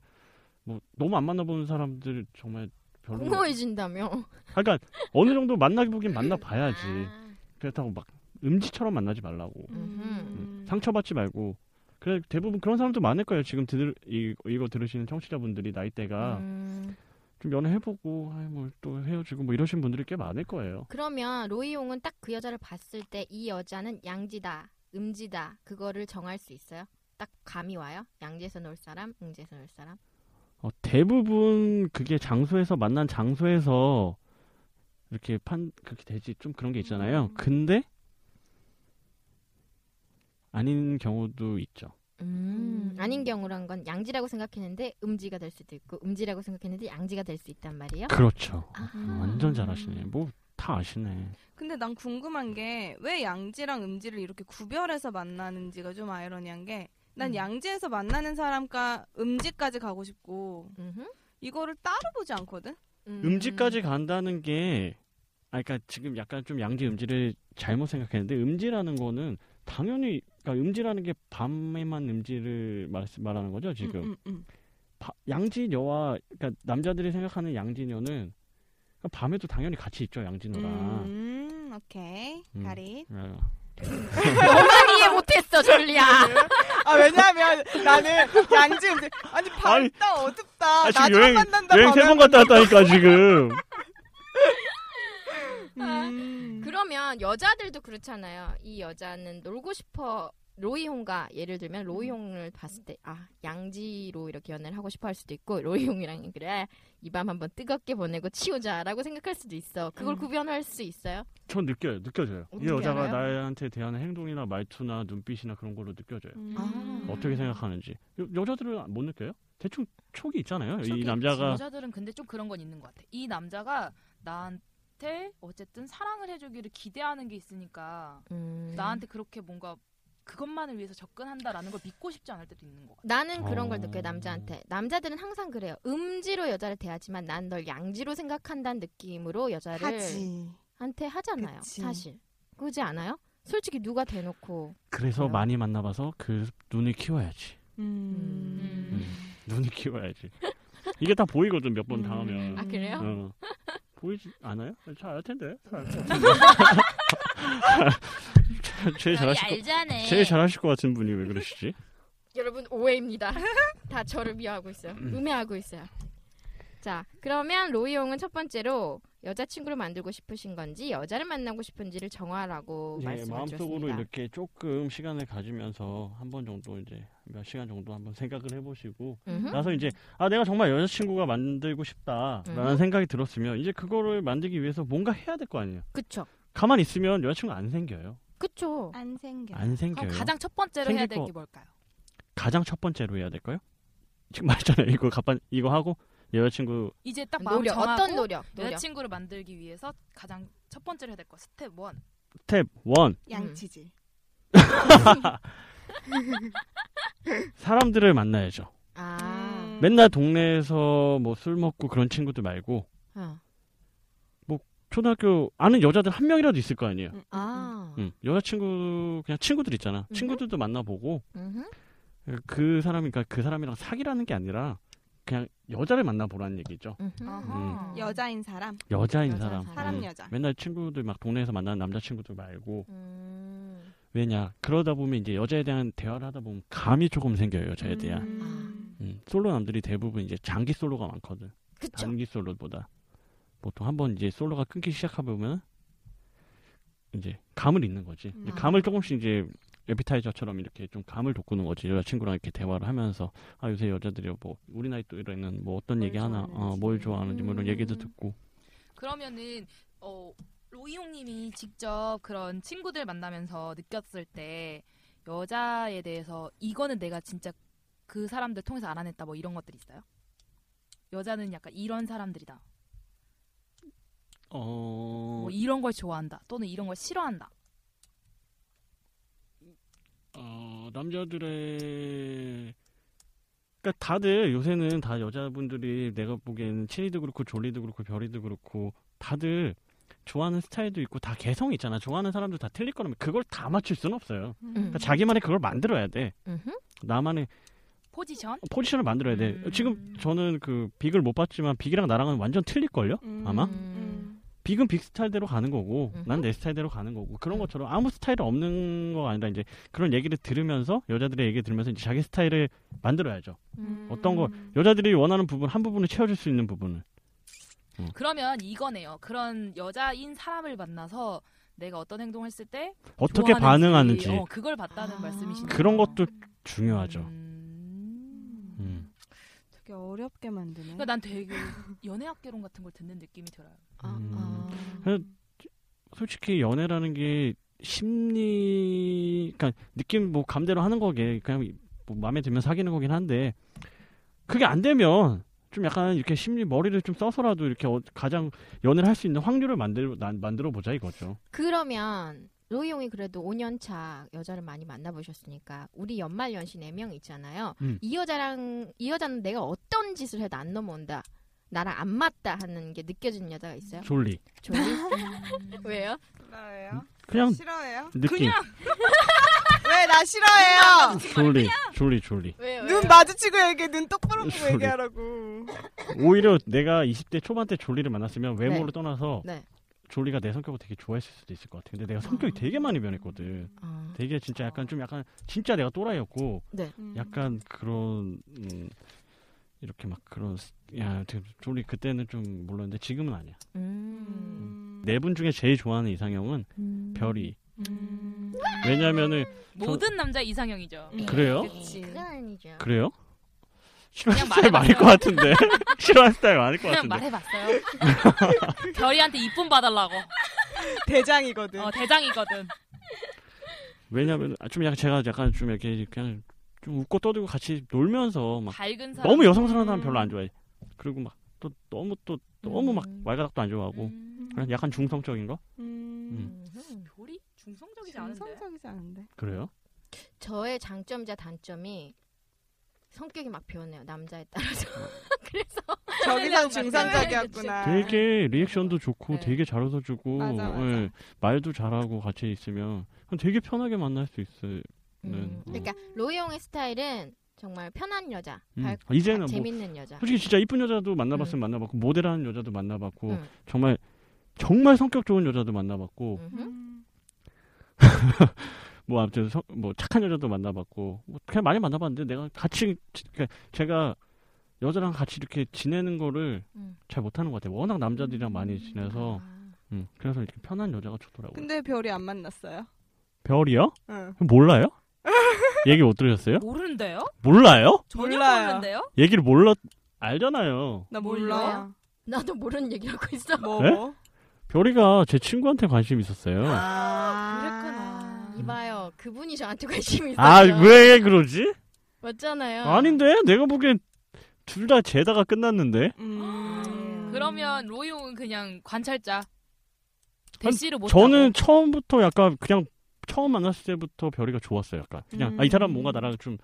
Speaker 8: 뭐 너무 안 만나보는 사람들 정말 별로.
Speaker 1: 공허해진다며.
Speaker 8: 그러니까 어느 정도 만나보긴 만나봐야지.
Speaker 1: 아,
Speaker 8: 그렇다고 막 음지처럼 만나지 말라고.
Speaker 1: 음.
Speaker 8: 상처받지 말고. 그래 대부분 그런 사람도 많을 거예요. 지금 들 이, 이거 들으시는 청취자분들이 나이대가
Speaker 1: 음.
Speaker 8: 좀 연애해보고 아뭐또 헤어지고 뭐 이러신 분들이 꽤 많을 거예요.
Speaker 1: 그러면 로이용은 딱 그 여자를 봤을 때 이 여자는 양지다, 음지다 그거를 정할 수 있어요? 딱 감이 와요? 양지에서 놀 사람, 음지에서 놀 사람.
Speaker 8: 어, 대부분 그게 장소에서 만난 장소에서 이렇게 판 그렇게 되지 좀 그런 게 있잖아요. 근데 아닌 경우도 있죠.
Speaker 1: 음. 아닌 경우란 건 양지라고 생각했는데 음지가 될 수도 있고 음지라고 생각했는데 양지가 될 수 있단 말이에요.
Speaker 8: 그렇죠.
Speaker 1: 아.
Speaker 8: 완전 잘하시네. 뭐 다 아시네.
Speaker 6: 근데 난 궁금한 게 왜 양지랑 음지를 이렇게 구별해서 만나는지가 좀 아이러니한 게 난
Speaker 1: 음.
Speaker 6: 양지에서 만나는 사람과 음지까지 가고 싶고
Speaker 1: 음흠.
Speaker 6: 이거를 따로 보지 않거든.
Speaker 8: 음지까지 간다는 게, 아, 그러니까 지금 약간 좀 양지 음지를 잘못 생각했는데 음지라는 거는 당연히, 그러니까 음지라는 게 밤에만 음지를 말, 말하는 거죠 지금.
Speaker 6: 음, 음,
Speaker 8: 바- 양지녀와 그러니까 남자들이 생각하는 양지녀는 그러니까 밤에도 당연히 같이 있죠
Speaker 6: 음.
Speaker 8: 양지녀랑.
Speaker 6: 음, 오케이.
Speaker 8: 음.
Speaker 6: 가리.
Speaker 8: 어,
Speaker 3: 음.
Speaker 1: 너만 이해 못했어, 졸리야.
Speaker 6: 아 왜냐하면 나는 양지 음지 아니
Speaker 8: 아니,
Speaker 6: 밝다 어둡다
Speaker 8: 아, 지금
Speaker 6: 나중에
Speaker 8: 여행-
Speaker 6: 만난다
Speaker 8: 여행 세 번 갔다 왔다니까 지금.
Speaker 6: 음.
Speaker 1: 그러면 여자들도 그렇잖아요. 이 여자는 놀고 싶어. 로이홍과 예를
Speaker 6: 음.
Speaker 1: 들면 로이홍을 봤을 때 아 양지로 이렇게 연애를 하고 싶어 할 수도 있고 로이홍이랑 그래 이 밤 한번 뜨겁게 보내고 치우자라고 생각할 수도 있어 그걸
Speaker 6: 음.
Speaker 1: 구별할 수 있어요
Speaker 8: 전 느껴요, 느껴져요. 이
Speaker 1: 어떻게
Speaker 8: 여자가
Speaker 1: 알아요?
Speaker 8: 나한테 대하는 행동이나 말투나 눈빛이나 그런 걸로 느껴져요.
Speaker 3: 음.
Speaker 1: 아.
Speaker 8: 어떻게 생각하는지 여, 여자들은 못 느껴요? 대충 촉이 있잖아요.
Speaker 3: 촉이
Speaker 8: 이
Speaker 3: 있지.
Speaker 8: 남자가
Speaker 3: 여자들은 근데 좀 그런 건 있는 것 같아. 이 남자가
Speaker 6: 음.
Speaker 3: 네. 나한테 어쨌든 사랑을 해주기를 기대하는 게 있으니까 나한테 그렇게 뭔가 그것만을 위해서 접근한다라는 걸 믿고 싶지 않을 때도 있는 것 같아요.
Speaker 1: 나는 그런 걸
Speaker 3: 어.
Speaker 1: 느껴요 남자한테 남자들은 항상 그래요 음지로 여자를 대하지만 난 널 양지로 생각한다는 느낌으로 여자를
Speaker 6: 하지.
Speaker 1: 한테 하잖아요
Speaker 6: 그치.
Speaker 1: 사실 그러지 않아요? 솔직히 누가 대놓고
Speaker 8: 그래서 많이 만나봐서 그 눈을 키워야지.
Speaker 1: 음.
Speaker 8: 눈을 키워야지. 이게 다 보이거든 몇 번
Speaker 6: 음.
Speaker 8: 당하면.
Speaker 1: 아, 그래요?
Speaker 8: 어. 보이지 않아요? 잘 알 텐데. 잘알 텐데. 제일 잘하실 거-
Speaker 1: 알자네.
Speaker 8: 제일 잘하실 것 같은 분이 왜 그러시지?
Speaker 1: 여러분 오해입니다. 다 저를 미워하고 있어요. 음해하고 있어요. 자, 그러면 로이용은 첫 번째로 여자친구를 만들고 싶으신 건지 여자를 만나고 싶은지를 정하라고
Speaker 8: 예,
Speaker 1: 어, 말씀을
Speaker 8: 마음속으로
Speaker 1: 주셨습니다.
Speaker 8: 이렇게 조금 시간을 가지면서 한 번 정도 이제 몇 시간 정도 한번 생각을 해보시고
Speaker 1: 음흠.
Speaker 8: 나서 이제 아 내가 정말 여자친구가 만들고 싶다라는
Speaker 1: 음흠.
Speaker 8: 생각이 들었으면 이제 그거를 만들기 위해서 뭔가 해야 될 거 아니에요.
Speaker 1: 그쵸.
Speaker 8: 가만히 있으면 여자친구 안 생겨요.
Speaker 1: 그쵸.
Speaker 6: 안 생겨.
Speaker 1: 어,
Speaker 8: 안 생겨요.
Speaker 3: 그럼 가장 첫 번째로 해야
Speaker 8: 생길
Speaker 3: 될 게
Speaker 8: 거-
Speaker 3: 뭘까요?
Speaker 8: 가장 첫 번째로 해야 될까요? 지금 말했잖아요. 이거 갑반 이거 하고 여자친구
Speaker 3: 이제 딱 마음
Speaker 1: 노력,
Speaker 3: 정하고
Speaker 1: 어떤 노력, 노력.
Speaker 3: 여자친구를 만들기 위해서 가장 첫 번째로 해야 될 거 스텝 1
Speaker 8: 스텝 원
Speaker 6: 양치질.
Speaker 8: 사람들을 만나야죠.
Speaker 6: 음.
Speaker 1: 아.
Speaker 8: 맨날 동네에서 뭐 술 먹고 그런 친구들 말고
Speaker 3: 음.
Speaker 1: 어.
Speaker 8: 뭐 초등학교 아는 여자들 한 명이라도 있을 거 아니에요.
Speaker 1: 아.
Speaker 8: 음, 여자친구 그냥 친구들 있잖아.
Speaker 1: 음흠.
Speaker 8: 친구들도 만나보고
Speaker 1: 음흠.
Speaker 8: 그 사람이니까 그 사람이랑 사귀라는 게 아니라 그냥 여자를 만나보라는 얘기죠.
Speaker 1: 음.
Speaker 8: 음.
Speaker 6: 아하. 음. 여자인 사람.
Speaker 8: 여자인 사람.
Speaker 6: 사람
Speaker 8: 음,
Speaker 6: 여자.
Speaker 8: 맨날 친구들 막 동네에서 만나는 남자친구들 말고.
Speaker 1: 음.
Speaker 8: 음. 왜냐 그러다 보면 이제 여자에 대한 대화를 하다 보면 감이 조금 생겨요 여자에 대한. 음, 솔로 남들이 대부분 이제 장기 솔로가 많거든.
Speaker 1: 음.
Speaker 8: 단기 솔로보다 보통 한 번 이제 솔로가 끊기 시작하면 이제 감을 잇는 거지. 이제
Speaker 1: 음.
Speaker 8: 감을 조금씩 이제 에피타이저처럼 이렇게 좀 감을 돋구는 거지. 여자친구랑 이렇게 대화를 하면서 아 요새 여자들이 뭐 우리 나이 또 이러는 뭐 어떤 얘기 하나 어, 뭘 좋아하는지 뭐 이런 얘기도 듣고
Speaker 3: 그러면은 어, 로이용님이 직접 그런 친구들 만나면서 느꼈을 때 여자에 대해서 이거는 내가 진짜 그 사람들 통해서 알아냈다 뭐 이런 것들 있어요? 여자는 약간 이런 사람들이다.
Speaker 8: 어
Speaker 3: 뭐 이런 걸 좋아한다. 또는 이런 걸 싫어한다.
Speaker 8: 어, 남자들의 그러니까 다들 요새는 다 여자분들이 내가 보기에는 친이도 그렇고 졸리도 그렇고 별이도 그렇고 다들 좋아하는 스타일도 있고 다 개성이 있잖아. 좋아하는 사람들 다 틀릴 거라면 그걸 다 맞출 수는 없어요.
Speaker 1: 음.
Speaker 8: 그러니까 자기만의 그걸 만들어야 돼.
Speaker 1: 음흠.
Speaker 8: 나만의
Speaker 3: 포지션?
Speaker 8: 포지션을 만들어야 돼.
Speaker 1: 음.
Speaker 8: 지금 저는 그 빅을 못 봤지만 빅이랑 나랑은 완전 틀릴걸요?
Speaker 6: 음.
Speaker 1: 음.
Speaker 8: 아마?
Speaker 3: 음.
Speaker 8: 빅은 빅 스타일대로 가는 거고 난 내 스타일대로 가는 거고
Speaker 3: 음.
Speaker 8: 그런 것처럼 아무 스타일 없는 거 아니라 이제 그런 얘기를 들으면서 여자들의 얘기 를 들으면서 이제 자기 스타일을 만들어야죠.
Speaker 3: 음.
Speaker 8: 어떤 거 여자들이 원하는 부분 한 부분을 채워줄 수 있는 부분을
Speaker 3: 그러면 이거네요. 그런 여자인 사람을 만나서 내가 어떤 행동을 했을 때
Speaker 8: 어떻게
Speaker 3: 좋아하는지,
Speaker 8: 반응하는지.
Speaker 3: 어, 그걸
Speaker 6: 아.
Speaker 3: 봤다는 말씀이시네요.
Speaker 8: 그런 것도 중요하죠. 음.
Speaker 6: 되게 어렵게 만드네.
Speaker 3: 그러니까 난 되게 연애학개론 같은 걸 듣는 느낌이 들어요.
Speaker 1: 아,
Speaker 8: 그래서 솔직히 연애라는 게 심리, 그러니까 느낌 뭐 감대로 하는 거게 그냥 뭐 마음에 들면 사귀는 거긴 한데 그게 안 되면 좀 약간 이렇게 심리 머리를 좀 써서라도 이렇게 어- 가장 연애를 할 수 있는 확률을 만들 난- 만들어 보자 이거죠.
Speaker 1: 그러면 로이용이 그래도 5년 차 여자를 많이 만나보셨으니까 우리 연말 연시 4명 있잖아요.
Speaker 8: 음.
Speaker 1: 이 여자랑 이 여자는 내가 어떤 짓을 해도 안 넘어온다. 나랑 안 맞다 하는 게 느껴지는 여자가 있어요?
Speaker 8: 졸리.
Speaker 1: 졸리? 왜요?
Speaker 6: 싫어해요?
Speaker 8: 음, 그냥
Speaker 6: 싫어해요?
Speaker 8: 느낌.
Speaker 6: 왜 나 싫어해요?
Speaker 8: 졸리, 졸리, 졸리.
Speaker 6: 눈 마주치고 얘기해. 눈 똑바로 보고
Speaker 8: 어, 소리.
Speaker 6: 얘기하라고.
Speaker 8: 오히려 내가 20대 초반 때 졸리를 만났으면 외모를
Speaker 6: 네.
Speaker 8: 떠나서
Speaker 6: 네.
Speaker 8: 졸리가 내 성격을 되게 좋아했을 수도 있을 것 같아. 근데 내가 성격이 되게 많이 변했거든.
Speaker 1: 어,
Speaker 8: 되게 진짜 약간 좀 약간 진짜 내가 또라이였고
Speaker 1: 네.
Speaker 3: 음.
Speaker 8: 약간 그런 음, 이렇게 막 그런 스- 야 되게 졸리 그때는 좀 몰랐는데 지금은 아니야.
Speaker 1: 음.
Speaker 3: 음.
Speaker 8: 네 분 중에 제일 좋아하는 이상형은 별이.
Speaker 3: 음.
Speaker 8: 왜냐면은 저- 음.
Speaker 3: 모든 남자 이상형이죠.
Speaker 8: 그래요?
Speaker 3: 그치.
Speaker 1: 그건 아니죠.
Speaker 8: 그래요? 싫어하는
Speaker 3: 그냥
Speaker 8: 스타일 많을 것
Speaker 3: 말해봤어요.
Speaker 8: 같은데 싫어하는 스타일 많을 것
Speaker 3: 그냥
Speaker 8: 같은데.
Speaker 3: 말해봤어요. 별이한테 이쁨 봐달라고.
Speaker 6: 대장이거든.
Speaker 3: 어, 대장이거든.
Speaker 8: 왜냐면 아, 좀 약간 제가 약간 좀 이렇게 그냥 좀 웃고 떠들고 같이 놀면서 막
Speaker 3: 밝은 사람.
Speaker 8: 너무 여성스러운 사람 별로 안 좋아해. 그리고 막 또 너무 또 너무 막
Speaker 3: 음.
Speaker 8: 말가닥도 안 좋아하고 그냥 약간 중성적인 거
Speaker 6: 음.
Speaker 3: 별이 중성적이지 않은데.
Speaker 6: 성적이지 않은데.
Speaker 8: 그래요?
Speaker 1: 저의 장점이자 단점이 성격이 막 변해요 남자에 따라서 그래서
Speaker 6: 저기상 중상적이었구나.
Speaker 8: 되게 리액션도 좋고 되게 잘 웃어주고
Speaker 6: 아. 네. 맞아, 맞아.
Speaker 8: 예, 말도 잘하고 같이 있으면 그냥 되게 편하게 만날 수 있어요.
Speaker 6: 음,
Speaker 8: 는
Speaker 1: 그러니까 로이 형의 스타일은 정말 편한 여자,
Speaker 8: 음.
Speaker 1: 밝,
Speaker 8: 아, 이제는
Speaker 1: 아,
Speaker 8: 뭐
Speaker 1: 재밌는 여자.
Speaker 8: 솔직히 진짜 이쁜 여자도
Speaker 6: 음.
Speaker 8: 만나봤으면 만나봤고 모델하는 여자도 만나봤고
Speaker 1: 음.
Speaker 8: 정말 정말 성격 좋은 여자도 만나봤고
Speaker 6: 음.
Speaker 8: 뭐 아무튼 성- 뭐 착한 여자도 만나봤고 뭐 그냥 많이 만나봤는데 내가 같이 지- 그러니까 제가 여자랑 같이 이렇게 지내는 거를
Speaker 6: 음.
Speaker 8: 잘 못하는 것 같아요. 워낙 남자들이랑 많이 지내서
Speaker 1: 아,
Speaker 8: 음, 그래서 이렇게 편한 여자가 좋더라고요.
Speaker 6: 아. 근데 별이 안 만났어요.
Speaker 8: 별이요?
Speaker 6: 응.
Speaker 8: 몰라요? 얘기 못 들으셨어요?
Speaker 3: 모르는데요?
Speaker 8: 몰라요?
Speaker 3: 전혀
Speaker 6: 몰라요.
Speaker 3: 모르는데요?
Speaker 8: 얘기를 몰라 알잖아요.
Speaker 6: 나 몰라.
Speaker 1: 나도 모르는 얘기를 하고 있어.
Speaker 6: 뭐?
Speaker 8: 네? 별이가 제 친구한테 관심 이 있었어요.
Speaker 6: 아,
Speaker 1: 그랬구나. 아. 이봐요, 그분이 저한테 관심이 있어요.
Speaker 8: 아 왜 그러지?
Speaker 1: 맞잖아요.
Speaker 8: 아닌데 내가 보기엔 둘 다 제다가 끝났는데.
Speaker 6: 음.
Speaker 3: 아, 음. 그러면 로이용은 그냥 관찰자. 대시를 못.
Speaker 8: 저는 처음부터 약간 그냥 처음 만났을 때부터 별이가 좋았어요. 약간 그냥 아, 이 사람 뭔가 나랑 좀
Speaker 1: 음.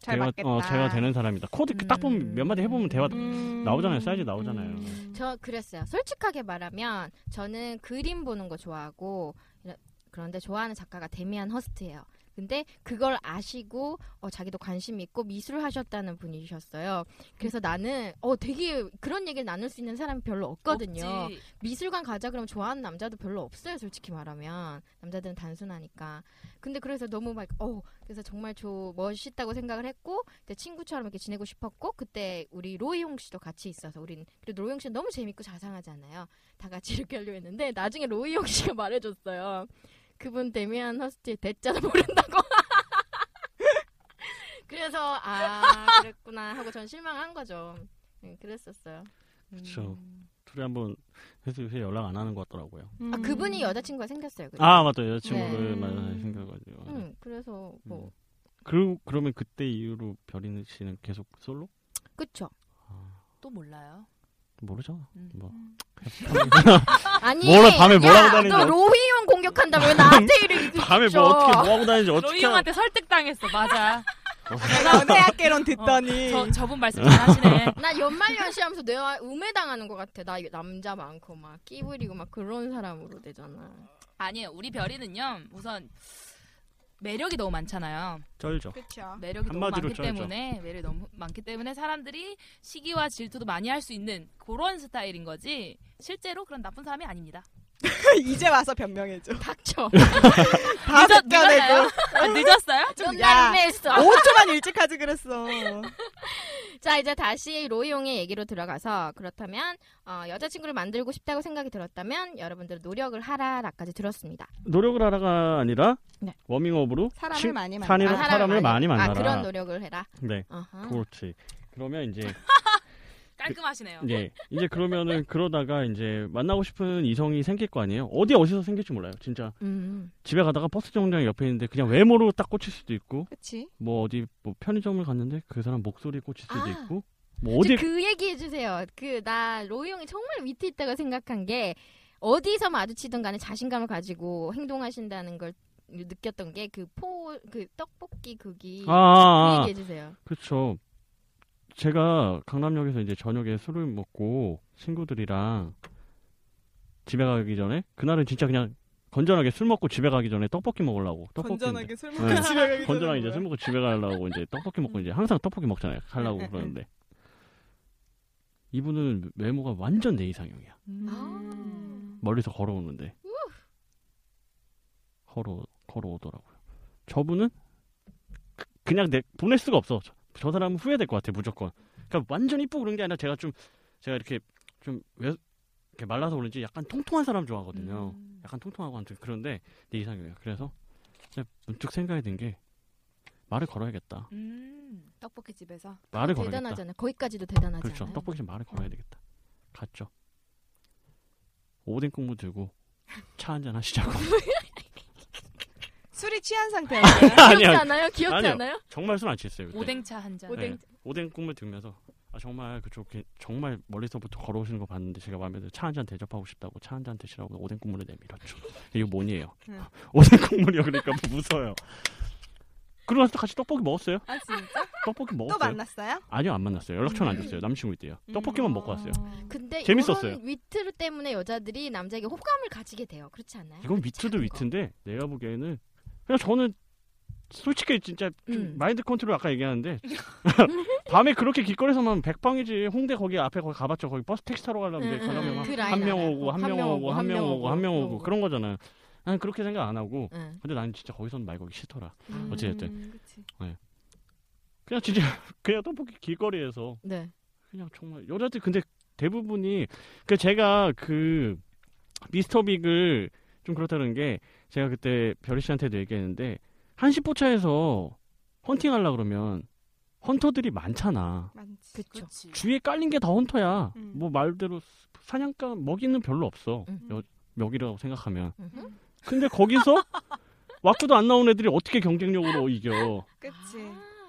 Speaker 1: 잘
Speaker 8: 대화
Speaker 1: 맞겠다. 음.
Speaker 8: 어, 제가 되는 사람이다. 코드 그 딱 보면 몇 마디 해보면 대화
Speaker 6: 음.
Speaker 8: 나오잖아요. 사이즈 나오잖아요.
Speaker 1: 저 그랬어요. 솔직하게 말하면 저는 그림 보는 거 좋아하고 이런- 그런데 좋아하는 작가가 데미안 허스트예요. 근데 그걸 아시고 어, 자기도 관심 있고 미술 하셨다는 분이셨어요. 그래서 나는 어 되게 그런 얘기를 나눌 수 있는 사람이 별로 없거든요.
Speaker 3: 없지.
Speaker 1: 미술관 가자 그러면 좋아하는 남자도 별로 없어요. 솔직히 말하면 남자들은 단순하니까. 근데 그래서 너무 막 어 그래서 정말 저 멋있다고 생각을 했고 이제 친구처럼 이렇게 지내고 싶었고 그때 우리 로이용 씨도 같이 있어서 우린 그리고 로이용 씨는 너무 재밌고 자상하잖아요. 다 같이 이렇게 하려고 했는데 나중에 로이용 씨가 말해줬어요. 그분 데미안 허스트의 대자도 모른다고. 그래서 아 그랬구나 하고 전 실망한 거죠. 네, 그랬었어요. 음.
Speaker 8: 그렇죠. 둘이 한번 해서 요새 연락 안 하는 것 같더라고요.
Speaker 6: 음.
Speaker 1: 아 그분이 여자친구가 생겼어요. 그죠?
Speaker 8: 아 맞다 여자친구를
Speaker 1: 네. 음.
Speaker 8: 만나 생겨가지고.
Speaker 1: 응, 그래서
Speaker 8: 음.
Speaker 1: 뭐
Speaker 8: 그리고 그러면 그때 이후로 별이는 씨는 계속 솔로?
Speaker 1: 그쵸.
Speaker 3: 또 몰라요. 음.
Speaker 8: 모르잖아. 뭐.
Speaker 1: 아니
Speaker 8: 뭐라 밤에 뭐라고
Speaker 1: 야,
Speaker 8: 다니냐?
Speaker 1: 너 로이형 공격한다 왜 나한테 이래?
Speaker 8: 밤에 뭐 어떻게 뭐 하고 다니는지 어떻게 알아?
Speaker 3: 로이용한테 설득당했어. 맞아. 어.
Speaker 6: 내가 은혜학개론 듣더니
Speaker 3: 저 저분 말씀 잘하시네.
Speaker 1: 나 연말연시하면서 내가 우매당하는 것 같아. 나 남자 많고 막 끼부리고 막 그런 사람으로 되잖아.
Speaker 3: 아니에요. 우리 별이는요. 우선 매력이 너무 많잖아요.
Speaker 8: 쩔죠.
Speaker 6: 그렇죠.
Speaker 3: 매력이 너무
Speaker 8: 한마디로
Speaker 3: 많기
Speaker 8: 쩔죠.
Speaker 3: 때문에 매력이 너무 많기 때문에 사람들이 시기와 질투도 많이 할 수 있는 그런 스타일인 거지. 실제로 그런 나쁜 사람이 아닙니다.
Speaker 6: 이제 와서 변명해줘.
Speaker 1: 닥쳐.
Speaker 6: 다
Speaker 3: 늦었나요?
Speaker 6: 벗겨내고
Speaker 3: 아, 늦었어요?
Speaker 1: 넌
Speaker 6: 야.
Speaker 1: 나름 했어.
Speaker 6: 5초만 일찍 하지 그랬어.
Speaker 1: 자 이제 다시 로이용의 얘기로 들어가서 그렇다면 어, 여자친구를 만들고 싶다고 생각이 들었다면 여러분들 노력을 하라라까지 들었습니다.
Speaker 8: 노력을 하라가 아니라
Speaker 1: 네.
Speaker 8: 워밍업으로
Speaker 6: 사람을
Speaker 8: 친-
Speaker 6: 많이 만나.
Speaker 8: 사람을,
Speaker 1: 아,
Speaker 8: 사람을 많이 만나라.
Speaker 1: 아 그런 노력을 해라.
Speaker 8: 네,
Speaker 1: 어허.
Speaker 8: 그렇지. 그러면 이제
Speaker 3: 깔끔하시네요.
Speaker 8: 예, 이제 그러면은 그러다가 이제 만나고 싶은 이성이 생길 거 아니에요. 어디 어디서 생길지 몰라요. 진짜
Speaker 1: 음.
Speaker 8: 집에 가다가 버스 정류장 옆에 있는데 그냥 외모로 딱 꽂힐 수도 있고
Speaker 6: 그렇지.
Speaker 8: 뭐 어디 뭐 편의점을 갔는데 그 사람 목소리에 꽂힐 수도
Speaker 1: 아.
Speaker 8: 있고 뭐 어디
Speaker 1: 그 얘기해 주세요. 그 나 로이용이 정말 위트 있다고 생각한 게 어디서 마주치든 간에 자신감을 가지고 행동하신다는 걸 느꼈던 게 그 포 그 떡볶이 그기
Speaker 8: 아, 아, 아.
Speaker 1: 그 얘기해 주세요.
Speaker 8: 그렇죠. 제가 강남역에서 이제 저녁에 술을 먹고 친구들이랑 집에 가기 전에 그날은 진짜 그냥 건전하게 술 먹고 집에 가기 전에 떡볶이 먹으려고 떡볶이
Speaker 6: 건전하게
Speaker 8: 이제-
Speaker 6: 술
Speaker 8: 네.
Speaker 6: 먹고 집에 가기
Speaker 8: 건전하게
Speaker 6: 전에
Speaker 8: 이제
Speaker 6: 뭐야.
Speaker 8: 술 먹고 집에 가려고 이제 떡볶이 먹고 이제 항상 떡볶이 먹잖아요. 가려고
Speaker 6: 응, 응,
Speaker 8: 그러는데 이분은 외모가 완전 내 이상형이야.
Speaker 6: 음.
Speaker 1: 아,
Speaker 8: 멀리서 걸어오는데 걸어 걸어오더라고요. 저분은 그- 그냥 내 보낼 수가 없어. 저, 저 사람은 후회될 것 같아 무조건. 그러니까 완전 이쁘고 그런 게 아니라 제가 좀 제가 이렇게 좀 왜 이렇게 말라서 그런지 약간 통통한 사람 좋아하거든요.
Speaker 1: 음.
Speaker 8: 약간 통통하고 아무튼 그런데 내 이상형이야. 그래서 그냥 문득 생각이 든 게 말을 걸어야겠다.
Speaker 3: 음, 떡볶이 집에서.
Speaker 8: 말을 걸어야겠다.
Speaker 1: 대단하잖아요. 거기까지도 대단하지
Speaker 8: 그렇죠.
Speaker 1: 않아요? 네.
Speaker 8: 떡볶이 좀 말을 걸어야 되겠다. 갔죠. 오뎅 국물 들고 차 한잔 하시자고.
Speaker 6: 술이 취한 상태였어요.
Speaker 8: 아니요.
Speaker 1: 귀엽지 않아요? 귀엽지
Speaker 8: 아니요.
Speaker 1: 않아요?
Speaker 8: 정말 술 안 취했어요. 그때.
Speaker 3: 오뎅차 한 잔.
Speaker 8: 네. 오뎅 국물 들면서 아 정말 그쪽 게- 정말 멀리서부터 걸어오시는 거 봤는데 제가 마음에 들어 차 한 잔 대접하고 싶다고 차 한 잔 드시라고 오뎅 국물을 내밀었죠. 이거 뭐니에요?
Speaker 6: 응.
Speaker 8: 오뎅 국물이요. 그러니까 무서워요. 그러고 나서 같이 떡볶이 먹었어요.
Speaker 6: 아 진짜?
Speaker 8: 떡볶이 먹었어요.
Speaker 6: 또 만났어요?
Speaker 8: 아니요 안 만났어요. 연락처는 안 줬어요. 남친구 있대요. 떡볶이만 먹고 왔어요.
Speaker 1: 근데
Speaker 8: 재밌었어요.
Speaker 1: 이런 위트 때문에 여자들이 남자에게 호감을 가지게 돼요. 그렇지 않나요?
Speaker 8: 이건 위트도 위트인데 내가 보기에는 그냥 저는 솔직히 진짜 좀 마인드 컨트롤 아까 얘기하는데 밤에 그렇게 길거리에서만 백방이지 홍대 거기 앞에 거기 가봤죠 거기 버스 택시 타러 가려면
Speaker 1: 응,
Speaker 8: 이제
Speaker 1: 응, 응.
Speaker 8: 가려면
Speaker 1: 그 라인
Speaker 8: 한 명
Speaker 1: 알아요.
Speaker 8: 오고 어, 한 명 오고 한 명 오고 한 명 오고 그런 거잖아요. 난 그렇게 생각 안 하고
Speaker 1: 응.
Speaker 8: 근데 난 진짜 거기서는 말 거기 싫더라.
Speaker 1: 음,
Speaker 8: 어찌됐든 네. 그냥 진짜 그냥 떡볶이 길거리에서
Speaker 1: 네.
Speaker 8: 그냥 정말 여자들 근데 대부분이 그 제가 그 미스터 빅을 좀 그렇다는 게 제가 그때 별이 씨한테도 얘기했는데 한시포차에서 헌팅하려 그러면 헌터들이 많잖아.
Speaker 1: 그쵸.
Speaker 8: 주위에 깔린 게 다 헌터야. 뭐 말대로 사냥감 먹이는 별로 없어. 여, 먹이라고 생각하면. 근데 거기서 와꾸도 안 나온 애들이 어떻게 경쟁력으로 이겨?
Speaker 6: 그치.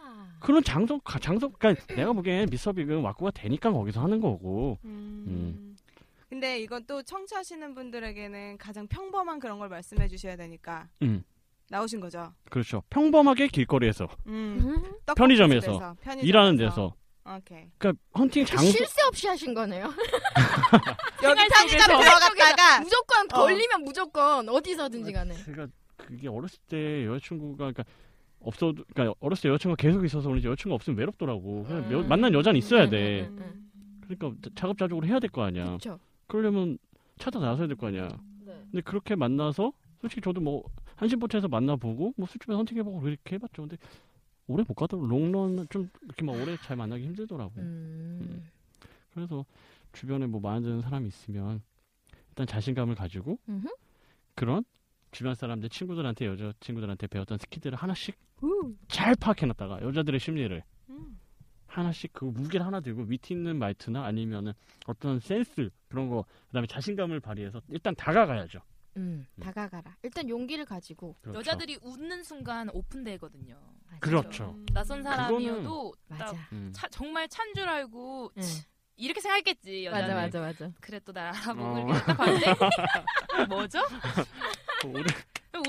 Speaker 8: 아.
Speaker 1: 아.
Speaker 8: 그런 장소 가- 장소 그러니까 내가 보기엔 미스터빅은 와꾸가 되니까 거기서 하는 거고. 음.
Speaker 6: 근데 이건 또 청취하시는 분들에게는 가장 평범한 그런 걸 말씀해 주셔야 되니까
Speaker 8: 음.
Speaker 6: 나오신 거죠.
Speaker 8: 그렇죠. 평범하게 길거리에서
Speaker 6: 음. 떡볶이 집에서,
Speaker 8: 편의점에서
Speaker 1: 네,
Speaker 6: 편의점에서.
Speaker 8: 일하는 데서.
Speaker 6: 오케이.
Speaker 8: 그러니까 헌팅
Speaker 1: 그
Speaker 8: 장소
Speaker 1: 쉴 새 없이 하신 거네요.
Speaker 6: 여기
Speaker 1: 생활
Speaker 6: 편의점
Speaker 1: 속에서.
Speaker 3: 아.
Speaker 6: 들어갔다가
Speaker 8: 음.
Speaker 1: 무조건
Speaker 6: 어.
Speaker 1: 걸리면 무조건 어디서든지 간에.
Speaker 8: 제가 그게 어렸을 때 여자친구가 그러니까 없어도 그러니까 어렸을 때 여자친구가 계속 있어서 그런지 여자친구가 없으면 외롭더라고. 그냥
Speaker 1: 음.
Speaker 8: 여- 만난 여자는 있어야 돼. 어. 그러니까 자급자족으로 해야 될 거 아니야.
Speaker 1: 네, 음. 그쵸. 네.
Speaker 8: 러려면 찾아 나서야 될 거 아니야. 근데 그렇게 만나서 솔직히 저도 뭐 한신포차에서 만나보고 뭐 술집에서 선택해보고 그렇게 해봤죠. 근데 오래 못 가더라고. 롱런 좀 이렇게 막 오래 잘 만나기 힘들더라고. 음. 그래서 주변에 뭐 마음에 드는 사람이 있으면 일단 자신감을 가지고
Speaker 1: 음흠.
Speaker 8: 그런 주변 사람들 친구들한테 여자 친구들한테 배웠던 스킬들을 하나씩 잘 파악해놨다가 여자들의 심리를 하나씩 그 무게를 하나 들고 밑에 있는 말투나 아니면은 어떤 센스 그런 거 그다음에 자신감을 발휘해서 일단 다가가야죠.
Speaker 1: 음, 다가가라. 일단 용기를 가지고.
Speaker 8: 그렇죠.
Speaker 3: 여자들이 웃는 순간 오픈되거든요.
Speaker 8: 그렇죠.
Speaker 3: 낯선 사람이어도 딱
Speaker 1: 맞아.
Speaker 8: 음.
Speaker 3: 차- 정말 찬 줄 알고 치, 이렇게 생각했겠지
Speaker 1: 맞아,
Speaker 3: 여자는.
Speaker 1: 맞아, 맞아.
Speaker 3: 그래 또 날 알아보고
Speaker 8: 어.
Speaker 3: 이렇게 딱 봤는데 뭐죠?
Speaker 8: 그 오래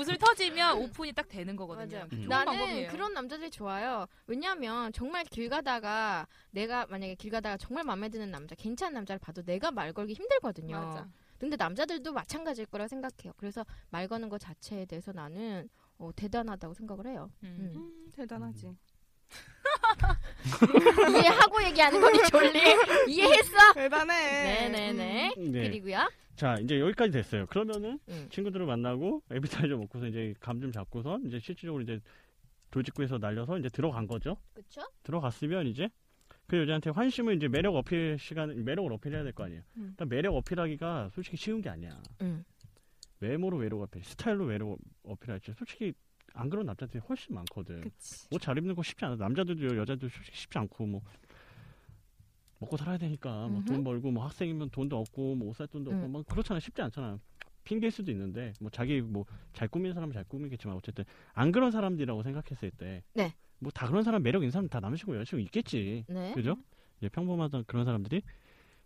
Speaker 3: 웃을 터지면 오픈이 딱 되는 거거든요.
Speaker 8: 음.
Speaker 1: 맞아요.
Speaker 3: 좋은
Speaker 1: 나는
Speaker 3: 방법이에요.
Speaker 1: 그런 남자들이 좋아요. 왜냐하면 정말 길 가다가 내가 만약에 길 가다가 정말 마음에 드는 남자, 괜찮은 남자를 봐도 내가 말 걸기 힘들거든요.
Speaker 3: 맞아.
Speaker 1: 근데 남자들도 마찬가지일 거라 생각해요. 그래서 말 거는 거 자체에 대해서 나는 어, 대단하다고 생각을 해요. 음.
Speaker 6: 음, 대단하지.
Speaker 1: 이해하고 얘기하는 거니 졸리 이해했어?
Speaker 6: 대단해.
Speaker 1: 네네네.
Speaker 8: 음. 네.
Speaker 1: 그리고요.
Speaker 8: 자 이제 여기까지 됐어요. 그러면은
Speaker 1: 음.
Speaker 8: 친구들을 만나고 에비타이저 먹고서 이제 감 좀 잡고서 이제 실질적으로 이제 돌직구에서 날려서 이제 들어간 거죠.
Speaker 1: 그쵸?
Speaker 8: 들어갔으면 이제 그 여자한테 환심을 이제 매력 어필 시간 매력을 어필해야 될 거 아니에요.
Speaker 1: 음.
Speaker 8: 일단 매력 어필하기가 솔직히 쉬운 게 아니야.
Speaker 1: 음.
Speaker 8: 외모로 매력 어필, 스타일로 매력 어필할지 솔직히 안 그런 남자들이 훨씬 많거든. 옷 잘 입는 거 쉽지 않아. 남자들도 여자들도 솔직히 쉽지 않고 뭐 먹고 살아야 되니까 뭐
Speaker 1: 음흠.
Speaker 8: 돈 벌고 뭐 학생이면 돈도 없고 뭐 옷 살 돈도 없고
Speaker 1: 음.
Speaker 8: 막 그렇잖아 쉽지 않잖아. 핑계일 수도 있는데 뭐 자기 뭐 잘 꾸미는 사람은 잘 꾸미겠지만 어쨌든 안 그런 사람들이라고 생각했을 때
Speaker 1: 네.
Speaker 8: 뭐 다 그런 사람 매력 있는 사람 다 남자친구 여자친구 있겠지.
Speaker 1: 네.
Speaker 8: 그죠? 이제 평범하던 그런 사람들이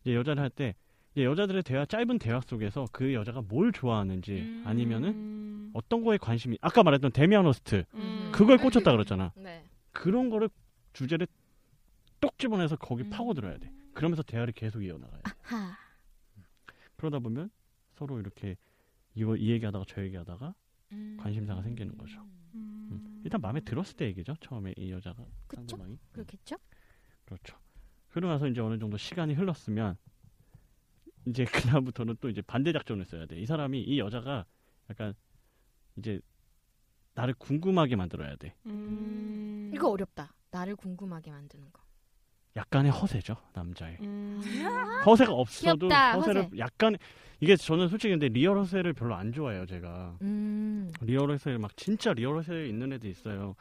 Speaker 8: 이제 여자를 할 때 이제 여자들의 대화 짧은 대화 속에서 그 여자가 뭘 네, 좋아하는지
Speaker 3: 음.
Speaker 8: 아니면은 어떤 거에 관심이 아까 말했던 데미안 호스트
Speaker 3: 음.
Speaker 8: 그걸 꽂혔다 그랬잖아.
Speaker 1: 네.
Speaker 8: 그런 거를 주제를 똑 집어내서 거기 파고들어야 돼. 그러면서 대화를 계속 이어나가야 돼.
Speaker 1: 하.
Speaker 8: 그러다 보면 서로 이렇게 이거 이 얘기하다가 저 얘기하다가
Speaker 3: 음.
Speaker 8: 관심사가 생기는 거죠. 음. 일단 마음에 들었을 때 얘기죠. 처음에 이 여자가 상대방이
Speaker 1: 그렇겠죠?
Speaker 8: 그렇죠. 그러고 나서 이제 어느 정도 시간이 흘렀으면 이제 그다음부터는 또 이제 반대 작전을 써야 돼. 이 사람이 이 여자가 약간 이제 나를 궁금하게 만들어야 돼. 음.
Speaker 6: 음.
Speaker 1: 이거 어렵다. 나를 궁금하게 만드는 거.
Speaker 8: 약간의 허세죠 남자의. 음. 허세가 없어도
Speaker 1: 아, 귀엽다,
Speaker 8: 허세를
Speaker 1: 허세.
Speaker 8: 약간 이게 저는 솔직히 근데 리얼 허세를 별로 안 좋아해요 제가
Speaker 1: 음.
Speaker 8: 리얼 허세 막 진짜 리얼 허세 있는 애들 있어요.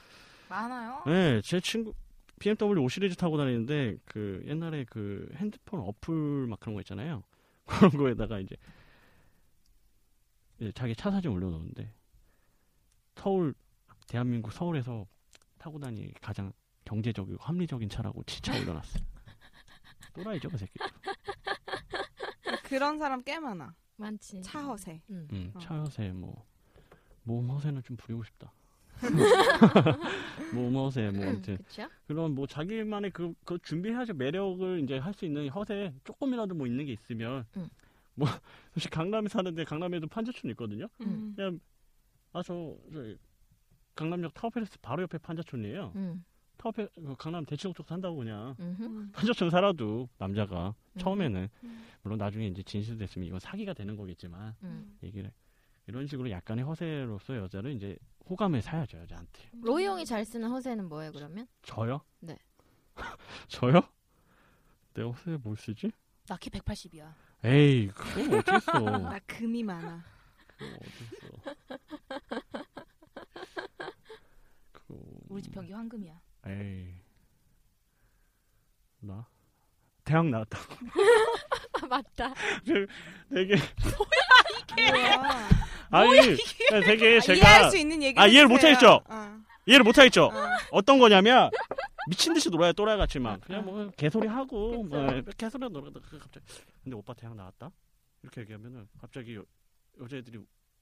Speaker 3: 많아요.
Speaker 8: 네, 제 친구 BMW 5 시리즈 타고 다니는데 그 옛날에 그 핸드폰 어플 막 그런 거 있잖아요. 그런 거에다가 이제, 이제 자기 차 사진 올려놓는데 서울 대한민국 서울에서 타고 다니 가장 경제적이고 합리적인 차라고 진짜 올려놨어요. 또라이죠 그 새끼.
Speaker 6: 그런 사람 꽤 많아.
Speaker 1: 많지.
Speaker 6: 차허세.
Speaker 8: 음, 차여세 뭐 모험 허세는 좀 부리고 싶다. 뭐 뭐세 뭐 아무튼
Speaker 1: 그렇죠?
Speaker 8: 그런 뭐 자기만의 그, 그 준비해야죠 매력을 이제 할 수 있는 허세 조금이라도 뭐 있는 게 있으면
Speaker 1: 응.
Speaker 8: 뭐 사실 강남에 사는데 강남에도 판자촌 있거든요.
Speaker 1: 음.
Speaker 8: 그냥 아저 강남역 타워팰리스 바로 옆에 판자촌이에요.
Speaker 1: 음.
Speaker 8: 타워팰 그 강남 대치동 쪽 산다고 그냥
Speaker 1: 음.
Speaker 8: 판자촌 살아도 남자가
Speaker 1: 음.
Speaker 8: 처음에는 물론 나중에 이제 진실됐으면 이건 사기가 되는 거겠지만
Speaker 1: 음.
Speaker 8: 얘기를 이런 식으로 약간의 허세로서 여자를 이제 호감을 사야죠 여자한테.
Speaker 1: 로이 형이 잘 쓰는 허세는 뭐예요 그러면?
Speaker 8: 저요?
Speaker 1: 네.
Speaker 8: 저요? 내가 허세 뭘 쓰지?
Speaker 3: 나키 180이야.
Speaker 8: 에이 그거 어떻게 써?
Speaker 6: 나 금이 많아.
Speaker 8: 그거 어떻게 써? 그거
Speaker 3: 우리 집 변기 황금이야.
Speaker 8: 에이 나 대학 나왔다.
Speaker 1: 아, 맞다.
Speaker 8: 되게
Speaker 6: 뭐야?
Speaker 8: 아니 되게
Speaker 6: 아,
Speaker 8: 제가
Speaker 6: 이해할 아, 수 있는 얘기.
Speaker 8: 아, 이해를 못하겠죠?
Speaker 6: 어.
Speaker 8: 이해를 못하겠죠.
Speaker 6: 어.
Speaker 8: 어떤 거냐면 미친 듯이 놀아요 또라이 같지만 그냥 뭐 개소리 하고 뭐 개소리 놀아도 그 갑자기 근데 오빠 대학 나왔다 이렇게 얘기하면은 갑자기 여, 여자애들이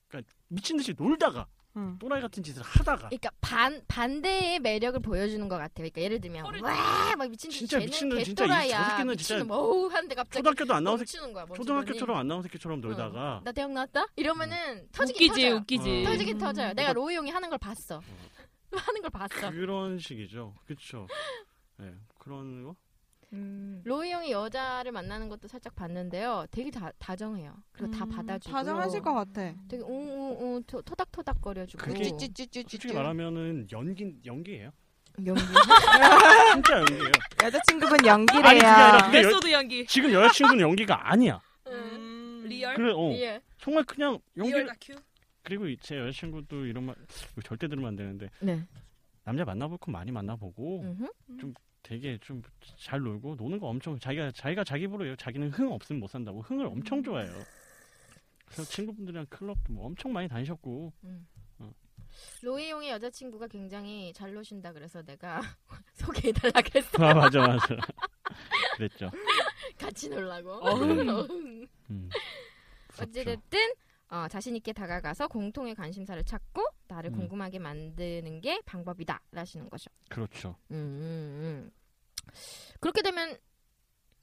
Speaker 8: 그러니까 미친 듯이 놀다가
Speaker 6: 응.
Speaker 8: 또라이 같은 짓을 하다가
Speaker 1: 그러니까 반 반대의 매력을 보여주는 것 같아요. 그러니까 예를 들면 와 막 미친 듯이
Speaker 8: 진짜
Speaker 1: 쟤는
Speaker 8: 미친놈, 진짜 이
Speaker 1: 개또라이야.
Speaker 8: 저새끼는 진짜
Speaker 1: 미친놈 어우 하는데 갑자기
Speaker 8: 초등학교도 안 나온 새끼
Speaker 1: 멈추는 거야. 멈추더니.
Speaker 8: 초등학교처럼 안 나온 음. 새끼처럼 놀다가
Speaker 1: 나 대학 나왔다 이러면은 터지긴
Speaker 3: 웃기지
Speaker 1: 터져요.
Speaker 3: 웃기지.
Speaker 8: 어.
Speaker 1: 터지긴 터져요. 내가
Speaker 8: 어.
Speaker 1: 로이 형이 하는 걸 봤어.
Speaker 8: 음.
Speaker 1: 하는 걸 봤어.
Speaker 8: 그런 식이죠 그쵸 예 그런 거
Speaker 3: 음.
Speaker 1: 로이 형이 여자를 만나는 것도 살짝 봤는데요. 되게 다, 다정해요. 그리고 다
Speaker 3: 음,
Speaker 1: 받아주고.
Speaker 6: 다정하실 것 같아.
Speaker 1: 되게 웅웅웅 토- 토닥토닥거려주고.
Speaker 3: 어.
Speaker 8: 그게 솔직히
Speaker 6: 쭈쭈쭈쭈쭈.
Speaker 8: 말하면은 연기 연기예요
Speaker 1: 연기.
Speaker 8: 진짜 연기예요
Speaker 6: 여자친구분
Speaker 8: 아니 그게 아니라
Speaker 6: 연기래요.
Speaker 8: 근데 여,
Speaker 3: 메소드 연기.
Speaker 8: 지금 여자친구는 연기가 아니야
Speaker 1: 음,
Speaker 3: 리얼.
Speaker 8: 그래 어
Speaker 1: 예.
Speaker 8: 정말 그냥
Speaker 3: 리얼
Speaker 8: 연기를
Speaker 3: 다큐.
Speaker 8: 그리고 이- 제 여자친구도 이런 말 이거 절대 들으면 안 되는데
Speaker 1: 네.
Speaker 8: 남자 만나볼 거 많이 만나보고
Speaker 1: 음흠.
Speaker 8: 되게 좀 잘 놀고 노는 거 엄청 자기가 자기가 자기 부로요 자기는 흥 없으면 못 산다고 흥을 엄청 좋아해요. 그래서 친구분들이랑 클럽도 뭐 엄청 많이 다니셨고
Speaker 1: 로이 형의 여자친구가 굉장히 잘 노신다 그래서 내가 소개해달라 그랬어.
Speaker 8: 아 맞아 맞아 그랬죠.
Speaker 1: 같이 놀라고.
Speaker 8: 어흥.
Speaker 1: 어흥.
Speaker 8: 음. 무섭죠.
Speaker 1: 어찌됐든 어, 자신 있게 다가가서 공통의 관심사를 찾고 나를
Speaker 8: 음.
Speaker 1: 궁금하게 만드는 게 방법이다 라시는 거죠.
Speaker 8: 그렇죠.
Speaker 1: 음, 음, 음. 그렇게 되면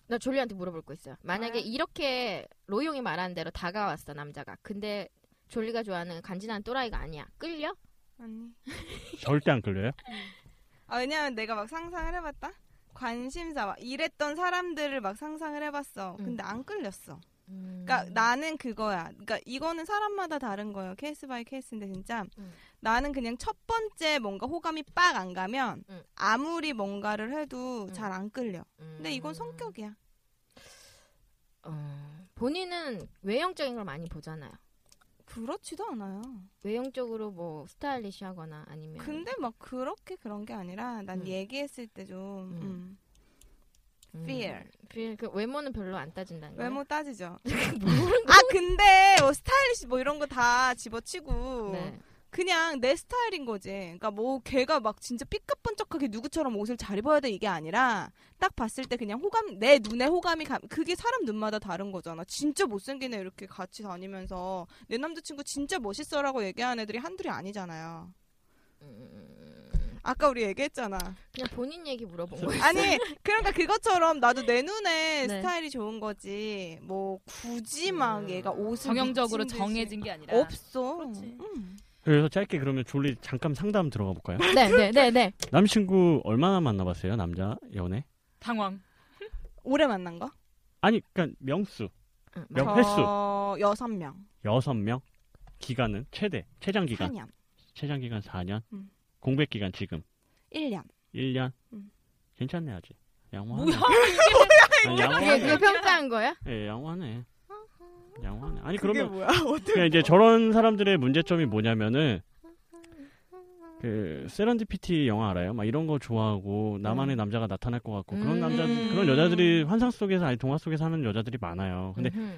Speaker 1: 나 졸리한테 물어볼 거 있어요. 만약에 이렇게 로이용이 말하는 대로 다가왔어 남자가. 근데 졸리가 좋아하는 간지난 또라이가 아니야. 끌려?
Speaker 6: 아니.
Speaker 8: 절대 안 끌려요?
Speaker 6: 아, 왜냐면 내가 막 상상을 해봤다. 관심사 막 일했던 사람들을 막 상상을 해봤어. 근데
Speaker 3: 음.
Speaker 6: 안 끌렸어. 그러니까 나는 그거야. 그러니까 이거는 사람마다 다른 거예요. 케이스 바이 케이스인데 진짜
Speaker 1: 음.
Speaker 6: 나는 그냥 첫 번째 뭔가 호감이 빡 안 가면
Speaker 1: 음.
Speaker 6: 아무리 뭔가를 해도
Speaker 1: 음.
Speaker 6: 잘 안 끌려.
Speaker 1: 음.
Speaker 6: 근데 이건 성격이야.
Speaker 1: 어, 본인은 외형적인 걸 많이 보잖아요.
Speaker 6: 그렇지도 않아요.
Speaker 1: 외형적으로 뭐 스타일리시하거나 아니면
Speaker 6: 근데 막 그렇게 그런 게 아니라 난
Speaker 1: 예. 음.
Speaker 6: 얘기했을 때 좀
Speaker 1: 음.
Speaker 6: 음.
Speaker 1: 음, 네.
Speaker 6: fear.
Speaker 1: fear. 그 외모는 별로 안 따진다는 거예요.
Speaker 6: 외모 따지죠. 아 근데 뭐 스타일리시 뭐 이런 거 다 집어치고
Speaker 1: 네.
Speaker 6: 그냥 내 스타일인 거지. 그러니까 뭐 걔가 막 진짜 삐까뻔쩍하게 누구처럼 옷을 잘 입어야 돼 이게 아니라 딱 봤을 때 그냥 호감 내 눈에 호감이 가, 그게 사람 눈마다 다른 거잖아. 진짜 못생기네 이렇게 같이 다니면서 내 남자친구 진짜 멋있어라고 얘기하는 애들이 한둘이 아니잖아요. 아까 우리 얘기했잖아.
Speaker 1: 그냥 본인 얘기 물어본 거예요.
Speaker 6: 아니 그러니까 그것처럼 나도 내 눈에
Speaker 1: 네.
Speaker 6: 스타일이 좋은 거지. 뭐 굳이 막
Speaker 1: 음.
Speaker 6: 얘가 옷을
Speaker 3: 정형적으로
Speaker 6: 미친 듯이-
Speaker 3: 정해진 게 아니라.
Speaker 6: 없어.
Speaker 3: 그렇지.
Speaker 6: 음.
Speaker 8: 그래서 짧게 그러면 졸리 잠깐 상담 들어가 볼까요?
Speaker 1: 네, 네, 네, 네.
Speaker 8: 남친구 얼마나 만나봤어요? 남자 연애?
Speaker 3: 당황.
Speaker 6: 오래 만난 거?
Speaker 8: 아니 그러니까 명수
Speaker 1: 음,
Speaker 8: 명 횟수
Speaker 6: 저 여섯 명.
Speaker 8: 여섯 명 기간은 최대 최장 기간
Speaker 6: 4년,
Speaker 8: 최장 기간 4년
Speaker 6: 음.
Speaker 8: 공백 기간 지금
Speaker 6: 1년.
Speaker 8: 1년
Speaker 6: 음.
Speaker 8: 괜찮네 아직 양호하네
Speaker 3: 뭐야?
Speaker 8: 아니,
Speaker 1: 그게 그거
Speaker 8: 양호하네
Speaker 1: 평가한 거야?
Speaker 8: 예 양호하네 양호하네 아니
Speaker 6: 그게
Speaker 8: 그러면
Speaker 6: 뭐야? 어떻게?
Speaker 8: 그냥 이제 저런 사람들의 문제점이 뭐냐면은 그 세런디피티 영화 알아요? 막 이런 거 좋아하고 나만의 남자가 나타날 것 같고 그런 남자
Speaker 1: 음.
Speaker 8: 그런 여자들이 환상 속에서 아니 동화 속에 사는 여자들이 많아요. 근데
Speaker 1: 음흠.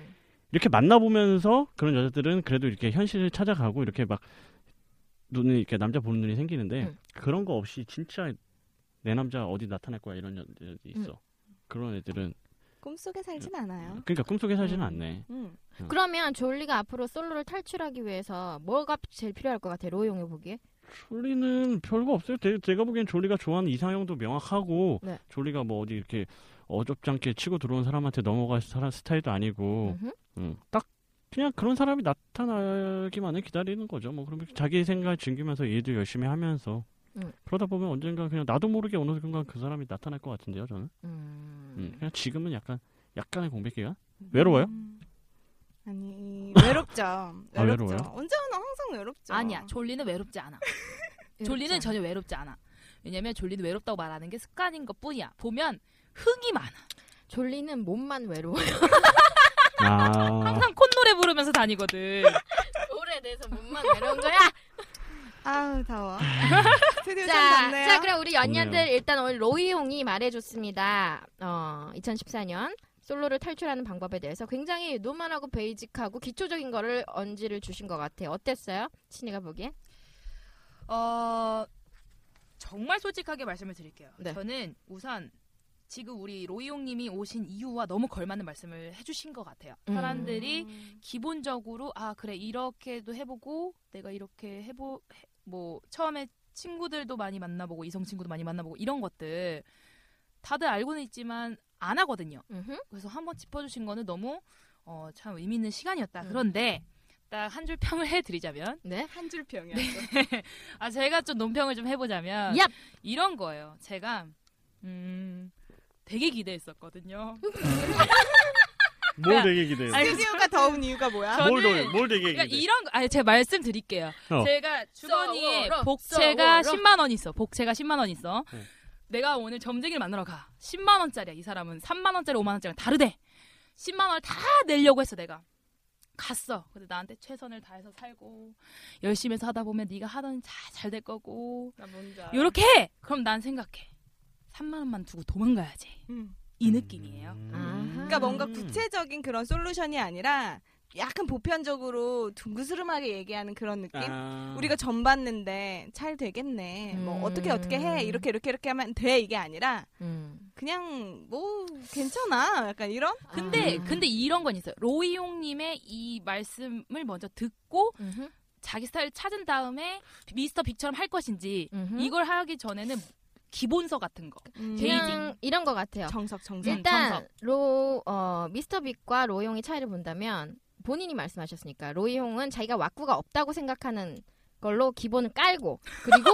Speaker 8: 이렇게 만나보면서 그런 여자들은 그래도 이렇게 현실을 찾아가고 이렇게 막 눈이 이렇게 남자 보는 눈이 생기는데
Speaker 1: 응.
Speaker 8: 그런 거
Speaker 1: 음.
Speaker 8: 없이 진짜 내 남자 어디 나타날 거야 이런 여자들이 있어. 그런 애들은
Speaker 6: 꿈속에 살진 않아요.
Speaker 8: 그러니까 꿈속에 살지는 않네.
Speaker 6: 음.
Speaker 8: 어.
Speaker 1: 그러면 졸리가 앞으로 솔로를 탈출하기 위해서 뭐가 제일 필요할 것 같아? 로이 형이 보기에?
Speaker 8: 졸리는 별거 없어요. 제, 제가 보기엔 졸리가 좋아하는 이상형도 명확하고
Speaker 1: 네.
Speaker 8: 졸리가 뭐 어디 이렇게 어접잖게 치고 들어온 사람한테 넘어갈 사람 스타일도 아니고
Speaker 1: 음흠.
Speaker 8: 음, 딱 그냥 그런 사람이 나타나기만을 기다리는 거죠. 뭐 그러면 자기 생각을 즐기면서 일도 열심히 하면서
Speaker 1: 음.
Speaker 8: 그러다 보면 언젠가 그냥 나도 모르게 어느 순간 그 사람이 나타날 것 같은데요. 저는
Speaker 1: 음.
Speaker 8: 음, 그냥 지금은 약간 약간의 공백기가 외로워요?
Speaker 6: 음. 아니 외롭죠. 외롭죠.
Speaker 8: 외로워요?
Speaker 6: 언제나 항상 외롭죠.
Speaker 3: 아니야, 졸리는 외롭지 않아. 졸리는 전혀 외롭지 않아. 왜냐면 졸리는 외롭다고 말하는 게 습관인 것 뿐이야. 보면 흥이 많아.
Speaker 1: 졸리는 몸만 외로워요.
Speaker 8: 아,
Speaker 3: 항상 콧노래 부르면서 다니거든.
Speaker 1: 노래에 대해서 몸만 외로운 거야?
Speaker 6: 아우 더워. 드디어 좀
Speaker 1: 자,
Speaker 6: 덥네요.
Speaker 1: 자, 그럼 우리 연년들
Speaker 8: 좋네요.
Speaker 1: 일단 오늘 로이 용이 말해줬습니다. 어, 2014년 솔로를 탈출하는 방법에 대해서 굉장히 노멀하고 베이직하고 기초적인 거를 언지를 주신 것 같아요. 어땠어요? 친이가 보기엔?
Speaker 3: 어, 정말 솔직하게 말씀을 드릴게요.
Speaker 1: 네.
Speaker 3: 저는 우선 지금 우리 로이용님이 오신 이유와 너무 걸맞는 말씀을 해주신 것 같아요.
Speaker 1: 음.
Speaker 3: 사람들이 기본적으로 아 그래 이렇게도 해보고 내가 이렇게 해보 해- 뭐 처음에 친구들도 많이 만나보고 이성 친구도 많이 만나보고 이런 것들 다들 알고는 있지만 안 하거든요.
Speaker 1: 음흠.
Speaker 3: 그래서 한번 짚어주신 거는 너무 어, 참 의미 있는 시간이었다.
Speaker 1: 음.
Speaker 3: 그런데 딱 한 줄 평을 해드리자면
Speaker 1: 네.
Speaker 6: 한 줄 평이야.
Speaker 3: 아 제가 좀 논평을 좀 해보자면
Speaker 1: 얍!
Speaker 3: 이런 거예요. 제가 음 되게 기대했었거든요.
Speaker 1: 음.
Speaker 8: 뭘 되게 기대해?
Speaker 3: 아니,
Speaker 6: 스튜디오가 더운 이유가 뭐야?
Speaker 8: 뭘,
Speaker 3: 저는-
Speaker 8: 더- 뭘 되게
Speaker 3: 그러니까
Speaker 8: 기대?
Speaker 3: 이런 거- 아니 제가 말씀드릴게요.
Speaker 8: 어.
Speaker 3: 제가 주머니에
Speaker 1: 써오러,
Speaker 3: 복채가
Speaker 1: 써오러.
Speaker 3: 10만 원 있어. 복채가 10만 원 있어.
Speaker 8: 네.
Speaker 3: 내가 오늘 점쟁이를 만나러 가. 10만 원짜리야. 이 사람은 3만 원짜리, 5만 원짜리 다르대. 10만 원을 다 내려고 했어 내가. 갔어. 근데 나한테 최선을 다해서 살고 열심히 해서 하다 보면 네가 하던 다잘 될 거고
Speaker 6: 나 뭔지 알아.
Speaker 3: 요렇게 해! 그럼 난 생각해. 3만 원만 두고 도망가야지.
Speaker 6: 음.
Speaker 3: 이 느낌이에요.
Speaker 6: 그러니까 뭔가
Speaker 8: 음.
Speaker 6: 구체적인 그런 솔루션이 아니라 약간 보편적으로 둥그스름하게 얘기하는 그런 느낌?
Speaker 8: 아.
Speaker 9: 음.
Speaker 6: 우리가 전 봤는데 잘 되겠네.
Speaker 1: 음.
Speaker 6: 뭐 어떻게 어떻게 해 이렇게 이렇게 이렇게 하면 돼 이게 아니라
Speaker 1: 음.
Speaker 6: 그냥 뭐 괜찮아 약간 이런
Speaker 3: 근데
Speaker 1: 아.
Speaker 3: 근데 이런 건 있어요. 로이용님의 이 말씀을 먼저 듣고
Speaker 1: 음흠.
Speaker 3: 자기 스타일 찾은 다음에 미스터 빅처럼 할 것인지
Speaker 1: 음흠.
Speaker 3: 이걸 하기 전에는 기본서 같은 거.
Speaker 9: 음.
Speaker 1: 그냥
Speaker 3: 베이징.
Speaker 1: 이런 것 같아요.
Speaker 6: 음. 정석 정석.
Speaker 3: 음,
Speaker 1: 일단
Speaker 3: 정석.
Speaker 1: 로 어, 미스터 빅과 로이용의 차이를 본다면 본인이 말씀하셨으니까 로이용은 자기가 왁구가 없다고 생각하는 걸로 기본을 깔고 그리고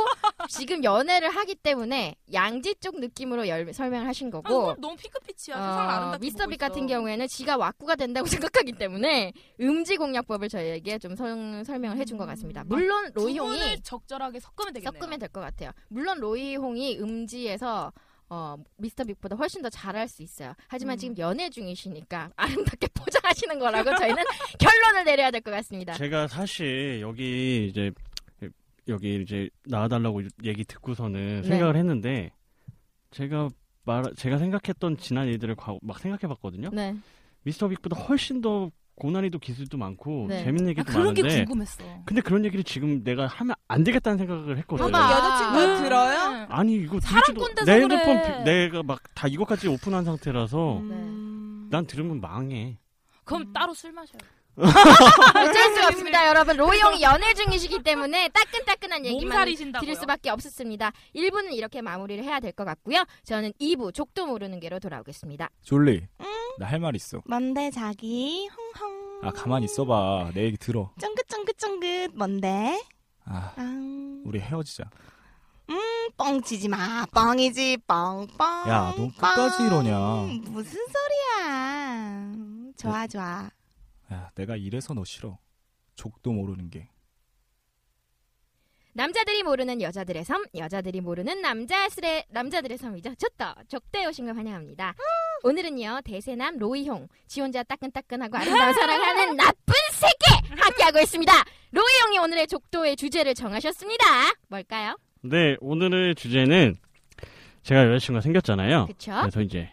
Speaker 1: 지금 연애를 하기 때문에 양지 쪽 느낌으로 열- 설명을 하신
Speaker 3: 아,
Speaker 1: 거고
Speaker 3: 그건 너무 핑크빛이야.
Speaker 1: 어,
Speaker 3: 세상 아름답게
Speaker 1: 미스터
Speaker 3: 보고
Speaker 1: 빅
Speaker 3: 있어.
Speaker 1: 같은 경우에는 지가 왁구가 된다고 생각하기 때문에 음지 공략법을 저희에게 좀 설, 설명을 해준 것 같습니다. 물론
Speaker 3: 음. 두
Speaker 1: 로이용이
Speaker 3: 분을 적절하게 섞으면 되겠네요.
Speaker 1: 섞으면 될 것 같아요. 물론 로이홍이 음지에서 어, 미스터 빅보다 훨씬 더 잘할 수 있어요. 하지만
Speaker 3: 음.
Speaker 1: 지금 연애 중이시니까 아름답게 포장하시는 거라고 저희는 결론을 내려야 될 것 같습니다.
Speaker 8: 제가 사실 여기 이제 여기 이제 나와달라고 얘기 듣고서는
Speaker 1: 네.
Speaker 8: 생각을 했는데 제가 말 제가 생각했던 지난 일들을 과- 막 생각해봤거든요.
Speaker 1: 네.
Speaker 8: 미스터 빅보다 훨씬 더 고난이도 기술도 많고
Speaker 1: 네.
Speaker 8: 재밌는
Speaker 3: 아,
Speaker 8: 얘기도
Speaker 3: 그런 게
Speaker 8: 많은데
Speaker 3: 궁금했어.
Speaker 8: 근데 그런 얘기를 지금 내가 하면 안 되겠다는 생각을 했거든요.
Speaker 1: 봐봐.
Speaker 6: 여자친구가 들어요?
Speaker 3: 음.
Speaker 8: 아니 이거
Speaker 3: 사람
Speaker 8: 도대체도
Speaker 3: 꼰대서
Speaker 8: 내 핸드폰
Speaker 3: 그래.
Speaker 8: 비- 내가 막 다 이것까지 오픈한
Speaker 9: 어.
Speaker 8: 상태라서
Speaker 9: 네.
Speaker 6: 음.
Speaker 8: 난 들으면 망해.
Speaker 3: 그럼
Speaker 1: 음.
Speaker 3: 따로 술 마셔요.
Speaker 1: 어쩔 수 없습니다, 여러분. 로이홍이 연애 중이시기 때문에 따끈따끈한 얘기만
Speaker 3: 몸살이신다고요.
Speaker 1: 드릴 수밖에 없었습니다. 1부는 이렇게 마무리를 해야 될 것 같고요. 저는 2부 족도 모르는 게로 돌아오겠습니다.
Speaker 9: 졸리 나 할 말 있어
Speaker 6: 뭔데 자기 헝헝.
Speaker 9: 아 가만히 있어봐 내 얘기 들어
Speaker 6: 쫑긋쫑긋쫑긋 뭔데?
Speaker 9: 아
Speaker 6: 아,
Speaker 9: 우리 헤어지자
Speaker 6: 뻥치지 마 뻥이지 뻥뻥.
Speaker 3: 아,
Speaker 9: 야, 너 끝까지
Speaker 6: 뻥.
Speaker 9: 이러냐.
Speaker 6: 무슨 소리야?
Speaker 9: 네.
Speaker 6: 좋아 좋아.
Speaker 9: 야 내가 이래서 너 싫어 족도 모르는 게
Speaker 1: 남자들이 모르는 여자들의 섬, 여자들이 모르는 남자들의 남자들의 섬이죠. 좋다. 적대 오신 걸 환영합니다. 오늘은요 대세남 로이홍, 지 혼자 따끈따끈하고 아름다운 사랑하는 나쁜 새끼 함께하고 있습니다. 로이홍이 오늘의 족도의 주제를 정하셨습니다. 뭘까요?
Speaker 8: 네 오늘의 주제는 제가 여자친구가 생겼잖아요.
Speaker 1: 그쵸?
Speaker 8: 그래서 이제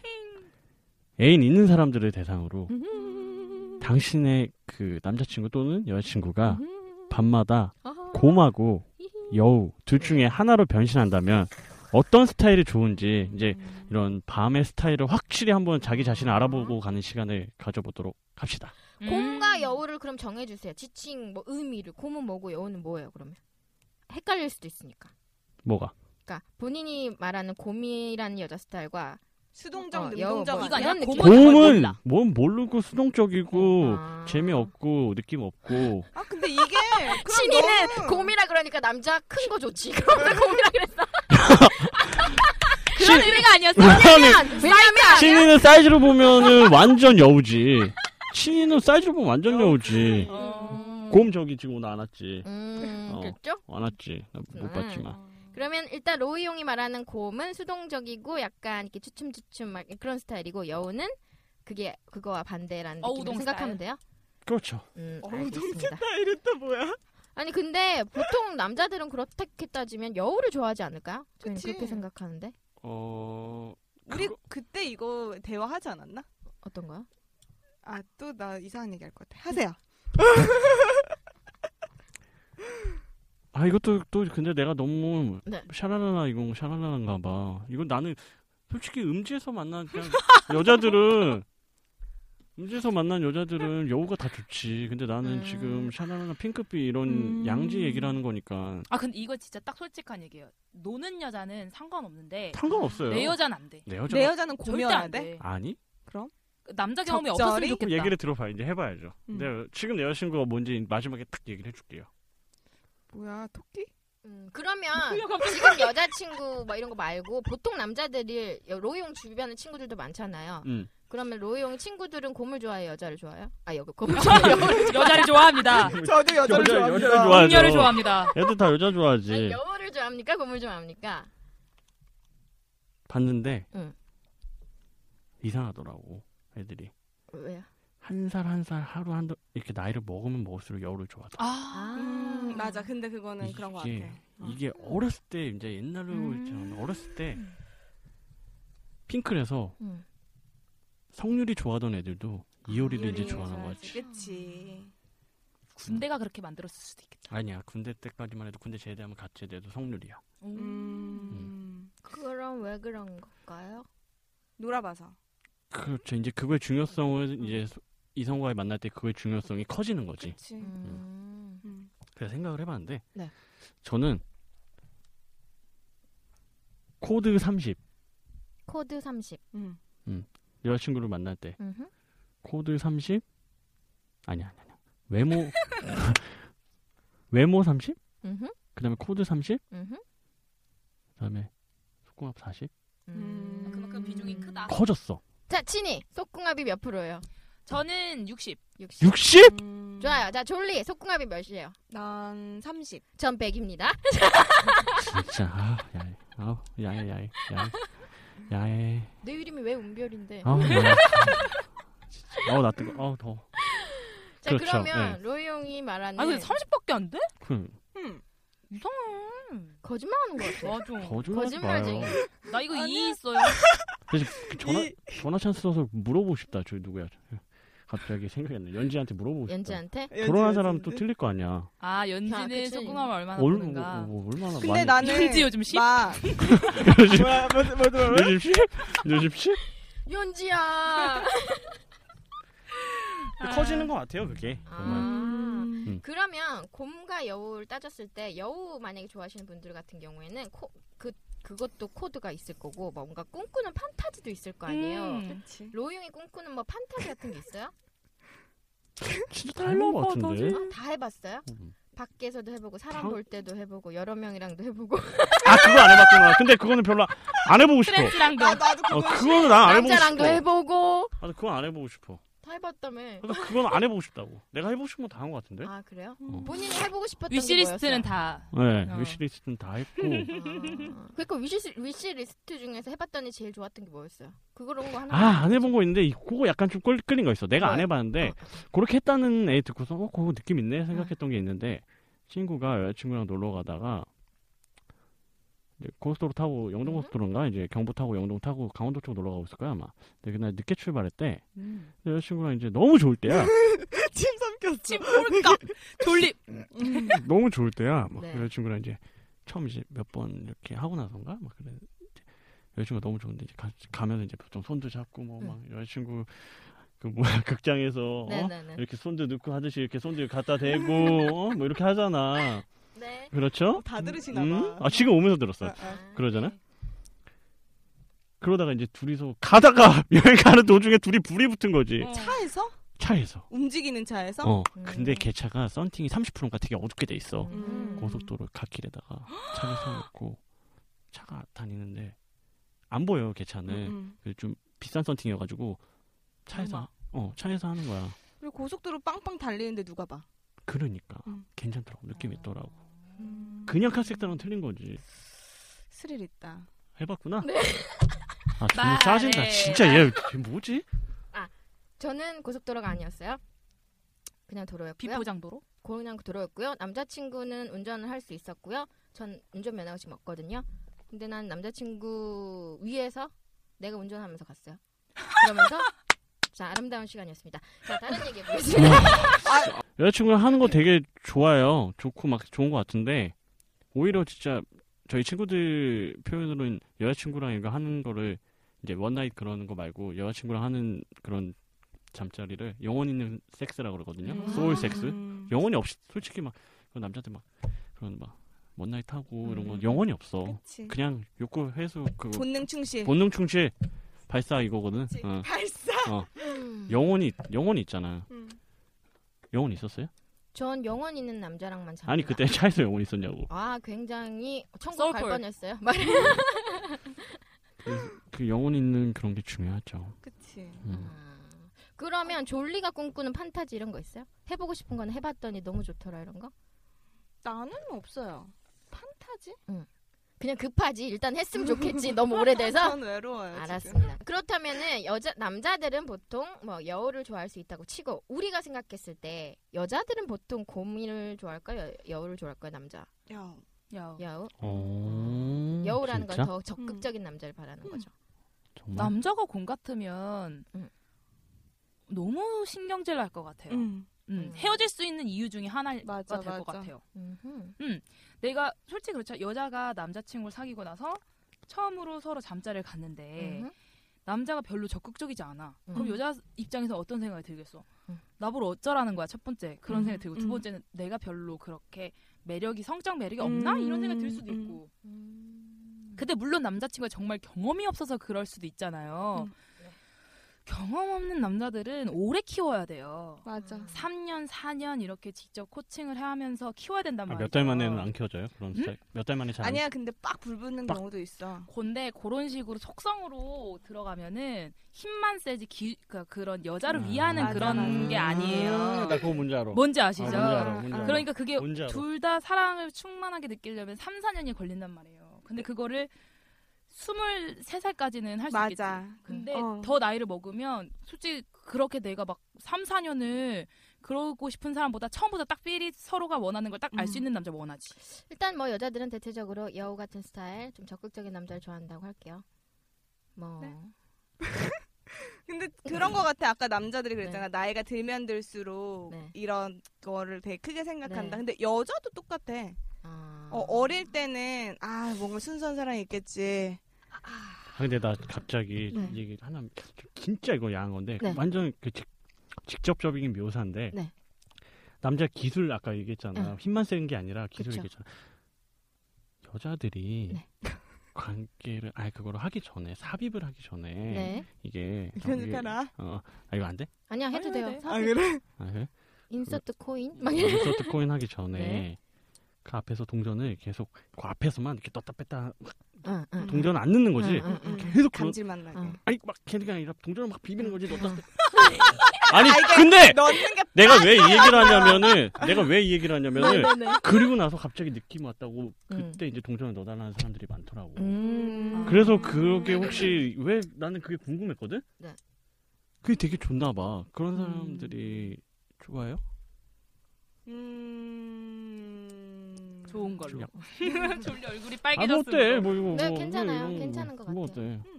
Speaker 8: 애인 있는 사람들을 대상으로
Speaker 3: 음.
Speaker 8: 당신의 그 남자친구 또는 여자친구가
Speaker 3: 음.
Speaker 8: 밤마다
Speaker 1: 어허.
Speaker 8: 네. 곰하고 여우 둘 중에 하나로 변신한다면 어떤 스타일이 좋은지 이제 이런 밤의 스타일을 확실히 한번 자기 자신을 음. 알아보고 가는 시간을 가져보도록 합시다.
Speaker 3: 음.
Speaker 6: 음.
Speaker 1: 곰과 여우를 그럼 정해주세요. 지칭 뭐 의미를 곰은 뭐고 여우는 뭐예요? 그러면 헷갈릴 수도 있으니까.
Speaker 8: 뭐가?
Speaker 1: 그러니까 본인이 말하는 곰이라는 여자 스타일과
Speaker 6: 수동적
Speaker 1: 어, 여우
Speaker 6: 능동적
Speaker 1: 뭐
Speaker 6: 이거
Speaker 1: 이런
Speaker 6: 아니야?
Speaker 1: 느낌.
Speaker 8: 곰은 아. 뭔 모르고 수동적이고
Speaker 1: 아.
Speaker 8: 재미없고 느낌 없고
Speaker 6: 아 근데 이게
Speaker 1: 신이는 곰이라 그러니까 남자 큰 거 좋지. 그러면서 곰이라 그랬어. 그런
Speaker 8: 신-
Speaker 1: 의미가 아니었어.
Speaker 8: 아니,
Speaker 1: 왜냐면 왜냐면
Speaker 8: 신이는 사이즈로 보면은 완전 여우지. 신이는 사이즈로 보면 완전 여우지.
Speaker 3: 어.
Speaker 8: 음. 곰 저기 지금 오늘 안 왔지.
Speaker 1: 음,
Speaker 8: 어,
Speaker 1: 그랬죠?
Speaker 8: 안 왔지. 나못
Speaker 1: 음.
Speaker 8: 봤지만.
Speaker 1: 그러면 일단 로이 용이 말하는 곰은 수동적이고 약간 이렇게 주춤주춤 막 그런 스타일이고 여우는 그게 그거와 반대라는
Speaker 3: 어우동
Speaker 1: 느낌으로 생각하면 돼요.
Speaker 8: 그렇죠.
Speaker 1: 음,
Speaker 6: 어우동체
Speaker 1: 알겠습니다.
Speaker 6: 다 이랬다 뭐야?
Speaker 1: 아니 근데 보통 남자들은 그렇게 따지면 여우를 좋아하지 않을까요? 저는
Speaker 6: 그치.
Speaker 1: 그렇게 생각하는데
Speaker 8: 어
Speaker 6: 우리 그때 이거 대화하지 않았나?
Speaker 1: 어떤 거요?
Speaker 6: 아 또 나 이상한 얘기할 것 같아. 하세요.
Speaker 8: 아 이것도 또 근데 내가 너무
Speaker 1: 네.
Speaker 8: 샤랄라나 이건 샤랄라나인가 봐. 이건 나는 솔직히 음지에서 만난 그냥 여자들은 음지에서 만난 여자들은 여우가 다 좋지. 근데 나는 지금 샤랄라나 핑크빛 이런 양지 얘기를 하는 거니까
Speaker 3: 아 근데 이거 진짜 딱 솔직한 얘기예요. 노는 여자는 상관없는데
Speaker 8: 상관없어요.
Speaker 3: 내 여자는 안 돼.
Speaker 8: 내 여자가- 내 여자는
Speaker 3: 절대 안
Speaker 6: 고민하면 안
Speaker 3: 돼?
Speaker 8: 아니?
Speaker 6: 그럼
Speaker 3: 남자 경험이 없었으면
Speaker 6: 적절히?
Speaker 3: 좋겠다.
Speaker 8: 얘기를 들어봐 이제 해봐야죠.
Speaker 6: 음.
Speaker 8: 내 지금 내 여자친구가 뭔지 마지막에 딱 얘기를 해줄게요.
Speaker 6: 뭐야 토끼?
Speaker 1: 음, 그러면 지금 여자친구 뭐 이런 거 말고 보통 남자들이 여- 로이용 주변에 친구들도 많잖아요.
Speaker 8: 음.
Speaker 1: 그러면 로이용 친구들은 곰을 좋아해요, 여자를 좋아해요? 아 여기 곰을 좋아해요. 여우를
Speaker 3: 여자를 좋아합니다.
Speaker 6: 저도
Speaker 8: 여자-
Speaker 3: 좋아합니다.
Speaker 8: 여자 좋아하죠.
Speaker 3: 동료를 좋아합니다.
Speaker 8: 애들 다 여자 좋아하지.
Speaker 1: 아니, 여우를 좋아합니까? 곰을 좋아합니까?
Speaker 8: 봤는데
Speaker 1: 응.
Speaker 8: 이상하더라고 애들이
Speaker 1: 왜요?
Speaker 8: 한 살 한 살 하루 한 달 이렇게 나이를 먹으면 먹을수록 여우를 좋아하더라고.
Speaker 6: 아, 음, 맞아. 근데 그거는 그런 거 같아.
Speaker 8: 이게 이게 어렸을 때 이제 옛날로 있잖아. 어렸을 때 핑클에서
Speaker 1: 음.
Speaker 8: 성률이 좋아하던 애들도 이효리를 이제 좋아하는 거지.
Speaker 6: 그치.
Speaker 3: 군대가 그렇게 만들었을 수도 있겠다.
Speaker 8: 아니야 군대 때까지만 해도 군대 제대하면 같이 제대도 성률이야.
Speaker 1: 음.
Speaker 6: 음.
Speaker 1: 그럼 왜 그런 걸까요?
Speaker 6: 놀아봐서.
Speaker 8: 그렇죠. 이제 그거의 중요성을 이제 소- 이성과의 만날 때 그거의 중요성이 커지는 거지.
Speaker 6: 그치.
Speaker 1: 음.
Speaker 8: 그래서 생각을 해봤는데
Speaker 1: 네.
Speaker 8: 저는 코드 30
Speaker 1: 코드 30.
Speaker 8: 음, 여자친구를 만날 때
Speaker 1: 음흠.
Speaker 8: 코드 30 아니야 아니야 아니야. 외모 외모 30
Speaker 1: 음흠.
Speaker 8: 그다음에 코드 30
Speaker 1: 음흠.
Speaker 8: 그다음에 속궁합 40
Speaker 3: 그만큼 비중이 크다.
Speaker 8: 커졌어
Speaker 1: 음. 자, 치니 속궁합이 몇 프로예요?
Speaker 3: 저는 60.
Speaker 1: 60.
Speaker 8: 60
Speaker 6: 음.
Speaker 1: 좋아요. 자, 졸리 속궁합이 몇이에요?
Speaker 6: 난 30.
Speaker 1: 전 100입니다.
Speaker 8: 진짜 아 야해 아우 야해 야해 야해 야해
Speaker 1: 내 이름이 왜 운별인데?
Speaker 8: 아우 야해 아우 나 뜨거 아우 더워
Speaker 1: 자,
Speaker 8: 그렇죠,
Speaker 1: 그러면
Speaker 8: 네.
Speaker 1: 로이 형이 말하는
Speaker 3: 아 근데 30밖에 안 돼?
Speaker 8: 그
Speaker 3: 음. 이상해.
Speaker 1: 거짓말하는 거 같아.
Speaker 3: 맞아.
Speaker 8: 거짓말하지
Speaker 1: 거짓말쟁이.
Speaker 8: 마요.
Speaker 3: 나 이거 이 있어요.
Speaker 8: 그래서 그 전화 전화 찬스 써서 물어보고 싶다. 저 누구야? 갑자기 생각이 안 나. 연지한테 물어보고 싶다.
Speaker 1: 연지한테?
Speaker 8: 결혼한 사람 또 틀릴 거 아니야.
Speaker 3: 아
Speaker 1: 아,
Speaker 3: 연지는
Speaker 1: 그치.
Speaker 3: 소금하면 얼마나
Speaker 8: 얼-
Speaker 3: 보는가.
Speaker 8: 뭐- 뭐- 얼마나
Speaker 6: 근데 나는
Speaker 3: 연지 요즘 시?
Speaker 6: 막
Speaker 8: 요즘
Speaker 6: 뭐야, 뭐야, 뭐야, 뭐야?
Speaker 8: 요즘 씨? 요즘 씨?
Speaker 1: 연지야.
Speaker 8: 커지는 것 같아요 그게. 정말. 음.
Speaker 1: 그러면 곰과 여우를 따졌을 때 여우 만약에 좋아하시는 분들 같은 경우에는 코, 그 그것도 코드가 있을 거고 뭐 뭔가 꿈꾸는 판타지도 있을 거 아니에요.
Speaker 3: 음.
Speaker 1: 로이용이 꿈꾸는 뭐 판타지 같은 게 있어요?
Speaker 8: 진짜 닮은 것
Speaker 3: 음?
Speaker 8: 같은데.
Speaker 1: 아, 다 해봤어요? 밖에서도 해보고 사람 볼 때도 해보고 여러 명이랑도 해보고
Speaker 8: 아 그거 안 해봤구나. 근데 그거는 별로 안 해보고 싶어.
Speaker 3: 프렌즈랑도
Speaker 8: 어, 그거는 난안 해보고
Speaker 1: 남자랑도
Speaker 8: 싶어.
Speaker 1: 해보고
Speaker 8: 아, 그건 안 해보고 싶어.
Speaker 1: 다 해봤다며.
Speaker 8: 그래서 그건 안 해보고 싶다고. 내가 해보고 싶은 건 다 한 것 같은데.
Speaker 1: 아 그래요?
Speaker 8: 어.
Speaker 1: 본인이 해보고 싶었던
Speaker 3: 위시리스트는
Speaker 1: 게
Speaker 3: 다.
Speaker 8: 네,
Speaker 3: 어.
Speaker 8: 위시리스트는 다 했고.
Speaker 1: 뭐였어요? 그러니까 위시 위시리스트 중에서 해봤더니 제일 좋았던 게 뭐였어요? 그거런 거 하나.
Speaker 8: 아 안 해본 거 있는데 이- 그거 약간 좀 끌, 끌린 거 있어. 내가 안
Speaker 1: 네.
Speaker 8: 해봤는데 그렇게 했다는 애 듣고서 어 그거 느낌 있네 생각했던 게 있는데 친구가 여자친구랑 놀러 가다가 이제 고속도로 타고 영동고속도로인가 이제 경부 타고 영동 타고 강원도 쪽 놀러 가고 있을 거야 아마. 근데 그날 늦게 출발했대. 근데 여자친구랑 이제 너무 좋을 때야.
Speaker 6: 침 삼켰어.
Speaker 3: 침 볼까? 졸립.
Speaker 8: 너무 좋을 때야. 막
Speaker 1: 네.
Speaker 8: 여자친구랑 이제 처음 이제 몇 번 이렇게 하고 나선가 막 그래 여자친구가 너무 좋은데 이제 가, 가면 이제 보통 손도 잡고 뭐 막 여자친구 그 뭐야 극장에서 어?
Speaker 1: 네네네.
Speaker 8: 이렇게 손도 넣고 하듯이 이렇게 손도 갖다 대고 어? 뭐 이렇게 하잖아.
Speaker 1: 네.
Speaker 8: 그렇죠?
Speaker 6: 다 들으시나 봐.
Speaker 8: 아 지금 오면서 들었어. 요 그러잖아. 그러다가 이제 둘이서 가다가 여행 가는 도중에 둘이 불이 붙은 거지.
Speaker 6: 차에서?
Speaker 8: 차에서.
Speaker 6: 움직이는 차에서?
Speaker 8: 어. 근데 걔 차가 썬팅이 30%인가 되게 어둡게 돼 있어.
Speaker 1: 음.
Speaker 8: 고속도로 갓길에다가 차를 세워놓고 차가 다니는데 안 보여 걔 차는.
Speaker 6: 음, 음.
Speaker 8: 그래서 좀 비싼 썬팅이어가지고 차에서 어 차에서 하는 거야.
Speaker 6: 그리고 고속도로 빵빵 달리는데 누가 봐?
Speaker 8: 그러니까 괜찮더라고 느낌 이 있더라고. 그냥 카색다랑 틀린 거지.
Speaker 6: 스릴 있다.
Speaker 8: 해봤구나.
Speaker 6: 네.
Speaker 8: 아 정말 짜증나.
Speaker 1: 말해.
Speaker 8: 진짜 얘, 걔 뭐지?
Speaker 1: 아, 저는 고속도로가 아니었어요. 그냥 도로였고요.
Speaker 3: 비포장도로?
Speaker 1: 그냥 도로였고요. 남자친구는 운전을 할 수 있었고요. 전 운전면허가 지금 없거든요. 근데 난 남자친구 위에서 내가 운전하면서 갔어요. 그러면서 자 아름다운 시간이었습니다. 자 다른 얘기 해보겠습니다.
Speaker 8: 네. 여자친구가 하는 거 되게 좋아요. 좋고 막 좋은 거 같은데 오히려 진짜 저희 친구들 표현으로는 여자친구랑 이거 하는 거를 이제 원나잇 그러는 거 말고 여자친구랑 하는 그런 잠자리를 영혼 있는 섹스라고 그러거든요.
Speaker 9: 음.
Speaker 8: 소울 섹스. 영혼이 없이 솔직히 막 그런 남자들 막 그런 막 원나잇 하고 이런 거 영혼이 없어.
Speaker 6: 그치.
Speaker 8: 그냥 욕구 해소 그
Speaker 6: 본능 충실.
Speaker 8: 본능 충실 발사 이거거든. 어.
Speaker 6: 발사.
Speaker 8: 어.
Speaker 1: 음.
Speaker 8: 영혼이 영혼이 있잖아. 영혼 있었어요?
Speaker 1: 전 영혼 있는 남자랑만 자.
Speaker 8: 아니 그때 차에서 영혼 있었냐고.
Speaker 1: 아 굉장히 천국 갈
Speaker 3: 썰풀.
Speaker 1: 뻔했어요. 말-
Speaker 8: 그 영혼 있는 그런 게 중요하죠.
Speaker 1: 그치.
Speaker 8: 음.
Speaker 1: 그러면 졸리가 꿈꾸는 판타지 이런 거 있어요? 해보고 싶은 건 해봤더니 너무 좋더라 이런 거?
Speaker 6: 나는 없어요. 판타지?
Speaker 1: 응. 그냥 급하지. 일단 했으면 좋겠지. 너무 오래돼서.
Speaker 6: 전 아, 외로워요. 지금.
Speaker 1: 알았습니다. 그렇다면은 여자 남자들은 보통 뭐 여우를 좋아할 수 있다고 치고 우리가 생각했을 때 여자들은 보통 곰을 좋아할까 여, 여우를 좋아할까 남자?
Speaker 6: 여우.
Speaker 3: 여우.
Speaker 1: 여우.
Speaker 3: 음.
Speaker 8: 어...
Speaker 1: 여우라는
Speaker 8: 진짜?
Speaker 1: 건 더 적극적인 남자를 바라는 거죠.
Speaker 3: 남자가 곰 같으면 너무 신경질 날 것 같아요.
Speaker 6: 음.
Speaker 3: 음, 헤어질 수 있는 이유 중에 하나가 될 것
Speaker 6: 맞아.
Speaker 3: 같아요. 음, 내가 솔직히 그렇죠. 여자가 남자친구를 사귀고 나서 처음으로 서로 잠자리를 갔는데
Speaker 1: 음흠.
Speaker 3: 남자가 별로 적극적이지 않아. 네. 그럼
Speaker 1: 음.
Speaker 3: 여자 입장에서 어떤 생각이 들겠어?
Speaker 1: 음.
Speaker 3: 나보러 어쩌라는 거야 첫 번째 그런
Speaker 1: 음,
Speaker 3: 생각이 들고 두
Speaker 1: 음.
Speaker 3: 번째는 내가 별로 그렇게 매력이 성적 매력이 없나 이런 생각이 들 수도 있고.
Speaker 1: 음. 그,
Speaker 3: 근데 물론 남자친구가 정말 경험이 없어서 그럴 수도 있잖아요. 경험 없는 남자들은 오래 키워야 돼요.
Speaker 6: 맞아.
Speaker 3: 3년, 4년 이렇게 직접 코칭을 하면서 키워야 된단
Speaker 8: 아,
Speaker 3: 말이에요. 음?
Speaker 8: 몇달 만에는 안 키워져요? 그런 스타일. 몇달 만에 잘. 안-
Speaker 6: 아니야 근데 빡 불붙는
Speaker 8: 빡.
Speaker 6: 경우도 있어.
Speaker 3: 근데 그런 식으로 속성으로 들어가면은 힘만 세지 기, 그러니까 그런 여자를 위하는
Speaker 8: 음. 맞아,
Speaker 3: 그런
Speaker 8: 맞아.
Speaker 3: 게 아니에요.
Speaker 8: 아, 나 그거 뭔지 알아.
Speaker 3: 뭔지 아시죠?
Speaker 8: 아, 뭔지 알아, 뭔지 알아.
Speaker 3: 그러니까 그게
Speaker 8: 뭔지 알아.
Speaker 3: 둘 다 사랑을 충만하게 느끼려면 3, 4년이 걸린단 말이에요. 근데 그거를 23살까지는 할 수
Speaker 6: 맞아.
Speaker 3: 있겠지. 근데
Speaker 6: 어.
Speaker 3: 더 나이를 먹으면 솔직히 그렇게 내가 막 3, 4년을 그러고 싶은 사람보다 처음부터 딱 삘이 서로가 원하는 걸 딱
Speaker 1: 음.
Speaker 3: 알 수 있는 남자 원하지.
Speaker 1: 일단 뭐 여자들은 대체적으로 여우 같은 스타일, 좀 적극적인 남자를 좋아한다고 할게요. 뭐
Speaker 3: 네.
Speaker 6: 근데 그런 거 같아. 아까 남자들이
Speaker 3: 네.
Speaker 6: 그랬잖아. 나이가 들면 들수록 이런 거를 되게 크게 생각한다.
Speaker 1: 네.
Speaker 6: 근데 여자도 똑같아. 어, 어릴 때는 아 뭔가 순수한 사랑이 있겠지.
Speaker 8: 아, 근데 나 갑자기
Speaker 6: 네.
Speaker 8: 얘기 하나 진짜 이거 야한 건데
Speaker 6: 네.
Speaker 8: 완전 그 직, 직접적인 묘사인데
Speaker 1: 네.
Speaker 8: 남자 기술 아까 얘기했잖아.
Speaker 1: 응.
Speaker 8: 힘만 쓰는 게 아니라 기술
Speaker 1: 그쵸. 네.
Speaker 8: 얘기했잖아. 여자들이 관계를 아니 그거를 하기 전에 삽입을 하기 전에
Speaker 1: 네.
Speaker 8: 이게
Speaker 1: 편집해라.
Speaker 8: 이게- 어, 아 이거 안 돼?
Speaker 1: 아니야 해도 돼요.
Speaker 6: 아, 그래?
Speaker 8: 아, 그래? 음. 어,
Speaker 1: 인서트 코인? 막 이런.
Speaker 8: 인서트 코인 하기 전에
Speaker 1: 네.
Speaker 8: 그 앞에서 동전을 계속 그 앞에서만 이렇게 떴다 뺐다
Speaker 1: 음.
Speaker 8: 막
Speaker 1: 응, 응.
Speaker 3: 음.
Speaker 8: 동전 안 넣는 거지
Speaker 1: 응, 응, 응.
Speaker 8: 계속 그런-
Speaker 6: 감질만 나게.
Speaker 8: 아니 막 걔네가 아니라 동전을 막 비비는 거지
Speaker 1: 음.
Speaker 8: 넣다 뺐다
Speaker 6: 아,
Speaker 8: 아니
Speaker 6: 이게
Speaker 8: 근데
Speaker 3: 어.
Speaker 6: 넣는 게
Speaker 8: 내가 왜 이 얘기를 하냐면은 내가 왜 이 얘기를 하냐면은
Speaker 6: 네, 네, 네.
Speaker 8: 그리고 나서 갑자기 느낌 왔다고
Speaker 1: 음.
Speaker 8: 그때 이제 동전을 넣어달라는 사람들이 많더라고
Speaker 1: 음.
Speaker 8: 그래서 그게 혹시 왜 나는 그게 궁금했거든
Speaker 1: 네. 음.
Speaker 8: 그게 되게 좋나 봐 그런 사람들이 좋아요
Speaker 6: 음.
Speaker 3: 좋은
Speaker 8: 좀
Speaker 3: 걸로.
Speaker 8: 약-
Speaker 3: 졸려 얼굴이
Speaker 8: 아, 뭐
Speaker 3: 빨개졌어.
Speaker 8: 어때? 뭐 이거
Speaker 1: 네,
Speaker 8: 뭐,
Speaker 1: 괜찮아요.
Speaker 8: 이거
Speaker 1: 괜찮은 것
Speaker 8: 뭐
Speaker 1: 같아요. 음,
Speaker 8: 어때?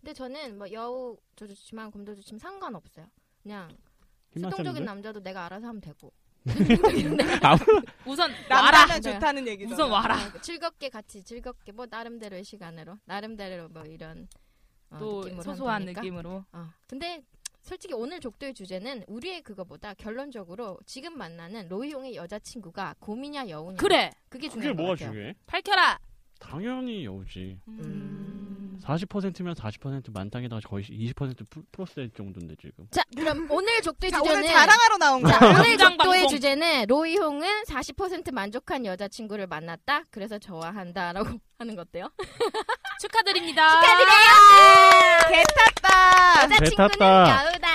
Speaker 1: 근데 저는 뭐 여우 저 좋지만 곰도 좋지만 상관없어요. 그냥
Speaker 8: 힘만
Speaker 1: 수동적인
Speaker 8: 쓰는데?
Speaker 1: 남자도 내가 알아서 하면 되고.
Speaker 8: 아무나
Speaker 1: 우선
Speaker 6: 남자면 좋다는
Speaker 3: 네.
Speaker 6: 얘기죠.
Speaker 1: 즐겁게 같이 즐겁게 뭐 나름대로의 시간으로 나름대로 뭐 이런 어,
Speaker 3: 또
Speaker 1: 느낌으로
Speaker 3: 소소한
Speaker 1: 한다니까.
Speaker 3: 느낌으로.
Speaker 1: 어. 근데 솔직히 오늘 족도의 주제는 우리의 그거보다 결론적으로 지금 만나는 로이용의 여자친구가 고미냐 여우냐
Speaker 3: 그래!
Speaker 1: 그게 중요해
Speaker 8: 그게 뭐가 중요해?
Speaker 3: 밝혀라. 음.
Speaker 8: 당연히 여우지.
Speaker 1: 음.
Speaker 8: 40%면 40% 만땅에다가 거의 20% 프- 플러스 될 정도인데 지금.
Speaker 1: 자 그럼 오늘 족도의
Speaker 6: 음. 자,
Speaker 1: 주제는
Speaker 6: 오늘 자랑하러 나온 거야.
Speaker 1: 자, 오늘
Speaker 6: 당장
Speaker 1: 족도의
Speaker 6: 방송.
Speaker 1: 주제는 로이홍은 40% 만족한 여자친구를 만났다 그래서 좋아한다라고 하는 거 어때요?
Speaker 3: 축하드립니다.
Speaker 1: 축하드려요.
Speaker 6: 개 탔다.
Speaker 1: 여자친구는
Speaker 8: 탔다.
Speaker 1: 여우다.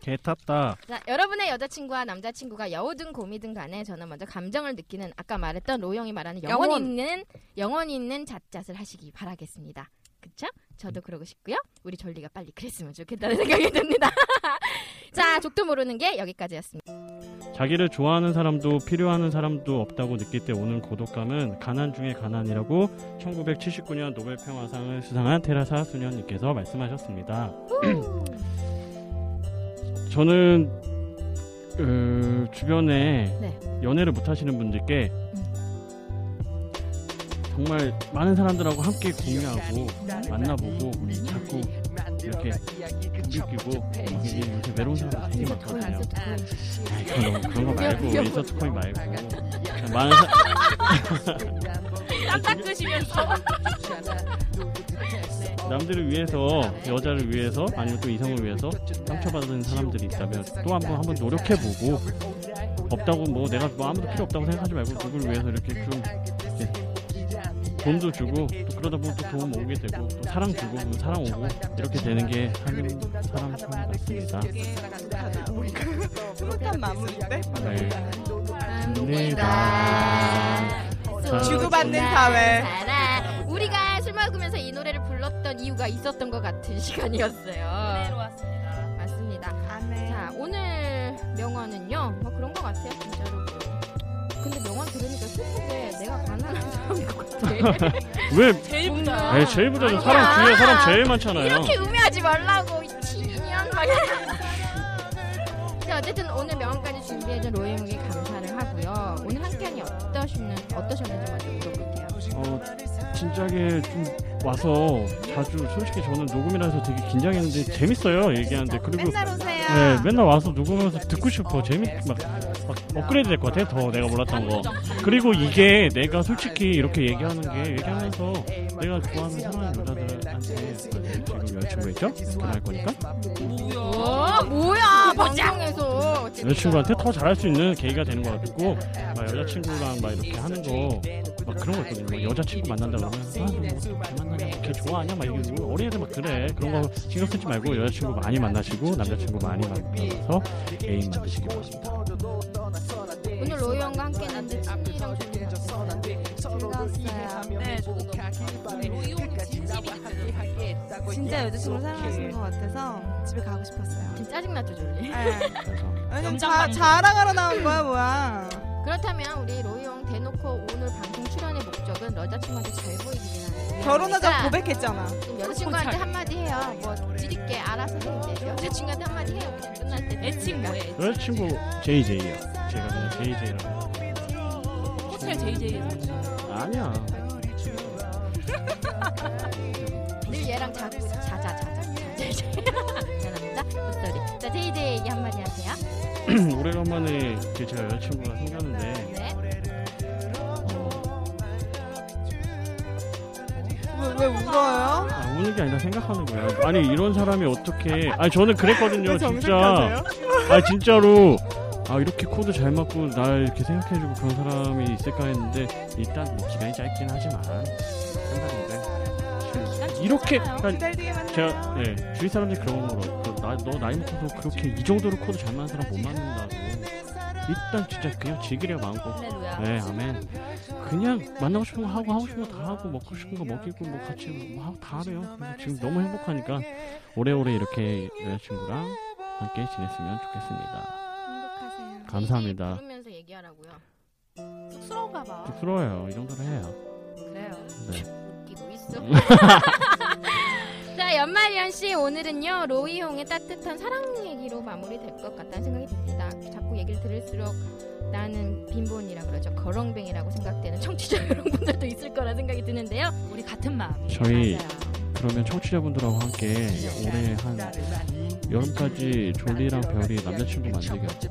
Speaker 8: 개 탔다.
Speaker 1: 자, 여러분의 여자친구와 남자친구가 여우든 곰이든 간에 저는 먼저 감정을 느끼는 아까 말했던 로영이 말하는 영혼,
Speaker 6: 영혼.
Speaker 1: 있는 영혼 있는 잣잣을 하시기 바라겠습니다. 그쵸? 저도 그러고 싶고요. 우리 졸리가 빨리 그랬으면 좋겠다는 생각이 듭니다. 자, 족도 모르는 게 여기까지였습니다.
Speaker 8: 자기를 좋아하는 사람도 필요하는 사람도 없다고 느낄 때 오는 고독감은 가난 중에 가난이라고 1979년 노벨 평화상을 수상한 테라사 수녀님께서 말씀하셨습니다. 저는 어, 주변에
Speaker 1: 네.
Speaker 8: 연애를 못 하시는 분들께 정말 많은 사람들하고 함께 공유하고 만나보고 자꾸 이렇게 부비끼고
Speaker 3: 네.
Speaker 8: 이게 요새 외로운 사람들 되게 많거든요. 아이, 그런 거, 그런 거 말고
Speaker 3: 아, 귀여워.
Speaker 8: 인서트 코인 말고 그냥 많은 사...
Speaker 3: 딱 닦으시면서.
Speaker 8: 남들을 위해서 여자를 위해서 아니면 또 이성을 위해서 상처받은 사람들이 있다면 또 한번 한번 노력해보고 없다고 뭐 내가 뭐 아무도 필요 없다고 생각하지 말고 누굴 위해서 이렇게 좀 이렇게 돈도 주고 또 그러다 보면 또 도움 오게 되고 또 사랑 주고 그럼 사랑 오고 이렇게 되는 게 사는 사람 삶 같습니다.
Speaker 6: 스무탄 마무리인데?
Speaker 8: 네.
Speaker 1: 자,
Speaker 6: 주고받는
Speaker 1: 자,
Speaker 6: 사회.
Speaker 1: 살아. 우리가 술 먹으면서 이 노래를 불렀던 이유가 있었던 것 같은 시간이었어요.
Speaker 3: 왔습니다.
Speaker 1: 맞습니다.
Speaker 6: 네.
Speaker 1: 자, 오늘 명언은요. 뭐 그런 것 같아요, 진짜로. 뭐. 근데 명언 들으니까 슬프게 내가 가난한 사람인 것 같아.
Speaker 8: 왜?
Speaker 1: 제일 부자.
Speaker 8: 에이, 제일 부자죠. 사람 주위에 사람 제일 많잖아요.
Speaker 1: 이렇게 음해하지 말라고, 이 치인년 막. 자, 어쨌든 오늘 명언까지 준비해준 로이용에 감사를 하고요. 오늘 함께하니 어떠셨는, 어떠셨는지 먼저 물어볼게요.
Speaker 8: 어, 진작에 좀 와서 자주 솔직히 저는 녹음이라서 되게 긴장했는데 재밌어요 얘기하는데 그리고
Speaker 6: 맨날 오세요.
Speaker 8: 네, 맨날 와서 녹음하면서 듣고 싶어 재밌 막, 막 업그레이드 될 것 같아 더 내가 몰랐던 거 그리고 이게 내가 솔직히 이렇게 얘기하는 게 얘기하면서 내가 좋아하는 사랑하는 여자들한테 지금 여자친구 있죠 결혼할 거니까
Speaker 6: 어,
Speaker 1: 오, 뭐야, 방송에서. 어쨌든.
Speaker 8: 여자친구한테 더 잘할 수 있는 계기가 되는 것 같고 막 여자친구랑 막 이렇게 하는 거 막 그런 거 있거든요 막 여자친구 만난다 그러면 아, 너걔 만나냐 걔 좋아하냐 막 이게 뭐 어린애들 막 그래 그런 거 신경 쓰지 말고 여자친구 많이 만나시고 남자친구 많이 만나서 애인 만드시기 바랍니다
Speaker 1: 오늘 로이 형과 함께 했는데 친이랑 좋네요. 즐거웠어요.
Speaker 3: 네, 저도
Speaker 6: 진짜 여자친구 사랑하시는 것 같아서 집에 가고 싶었어요.
Speaker 1: 진짜 짜증났죠, 졸리?
Speaker 6: 네. 왜냐면
Speaker 1: 염장
Speaker 6: 자,
Speaker 1: 방법.
Speaker 6: 자랑하러 나온 거야 뭐야.
Speaker 1: 그렇다면 우리 로이 형 대놓고 오늘 방송 출연의 목적은 여자친구한테 잘 보이기는 하는
Speaker 6: 결혼하자 고 고백했잖아.
Speaker 1: 좀 여자친구한테 한마디 해요. 뭐 지릴게 알아서 해 이제 여자친구한테 한마디 해요. 그냥 끝날 때. 애친구.
Speaker 8: 여자친구 JJ요 제가 그냥 JJ라고
Speaker 3: 호텔 JJ.
Speaker 8: 아니야
Speaker 1: 늘 얘랑 자고 자자 자자. 미안합니다. 헛소리. 자 제이제 얘기 한마디 하세요.
Speaker 8: 오래간만에 이렇게 제가 여자친구가 생겼는데
Speaker 1: 네.
Speaker 6: 왜, 왜 울어요?
Speaker 8: 아, 우는 게 아니라 생각하는 거예요. 아니 이런 사람이 어떻게? 아니 저는 그랬거든요,
Speaker 6: 왜
Speaker 8: 진짜.
Speaker 6: 정색하세요?
Speaker 8: 아 진짜로. 아 이렇게 코드 잘 맞고 날 이렇게 생각해주고 그런 사람이 있을까 했는데 일단 뭐 기간이 짧긴 하지만 한 달인데 이렇게 그러니까
Speaker 6: 아, 기다리게 만나.
Speaker 8: 제가 네, 주위 사람들이 그런 거로 나너 나이 먹어서 그렇게 이 정도로 코드 잘 맞는 사람 못 만난다고 일단 진짜 그냥 즐기려 마음껏
Speaker 3: 할렐루야.
Speaker 8: 네 아멘 그냥 만나고 싶은 거 하고 하고 싶은 거 다 하고 먹고 싶은 거 먹이고 뭐 같이 뭐 하고 다 하래요 그래서 지금 너무 행복하니까 오래오래 이렇게 여자친구랑 함께 지냈으면 좋겠습니다
Speaker 1: 행복하세요.
Speaker 8: 아, 감사합니다.
Speaker 1: 부르면서 얘기하라고요.
Speaker 3: 쑥스러운가 봐.
Speaker 8: 쑥스러워요 이 정도로 해요
Speaker 3: 그래요.
Speaker 8: 네.
Speaker 1: 웃기고 있어. 자 연말연 씨 오늘은요 로이홍의 따뜻한 사랑 얘기로 마무리될 것 같다는 생각이 듭니다. 자꾸 얘기를 들을수록
Speaker 10: 나는 빈본이라 그러죠. 거렁뱅이라고 생각되는 청취자 여러분들도 있을 거라 생각이 드는데요.
Speaker 3: 우리 같은 마음.
Speaker 8: 저희 그러면 청취자분들하고 함께 올해 한 여름까지 졸리랑 별이 남자친구 만들기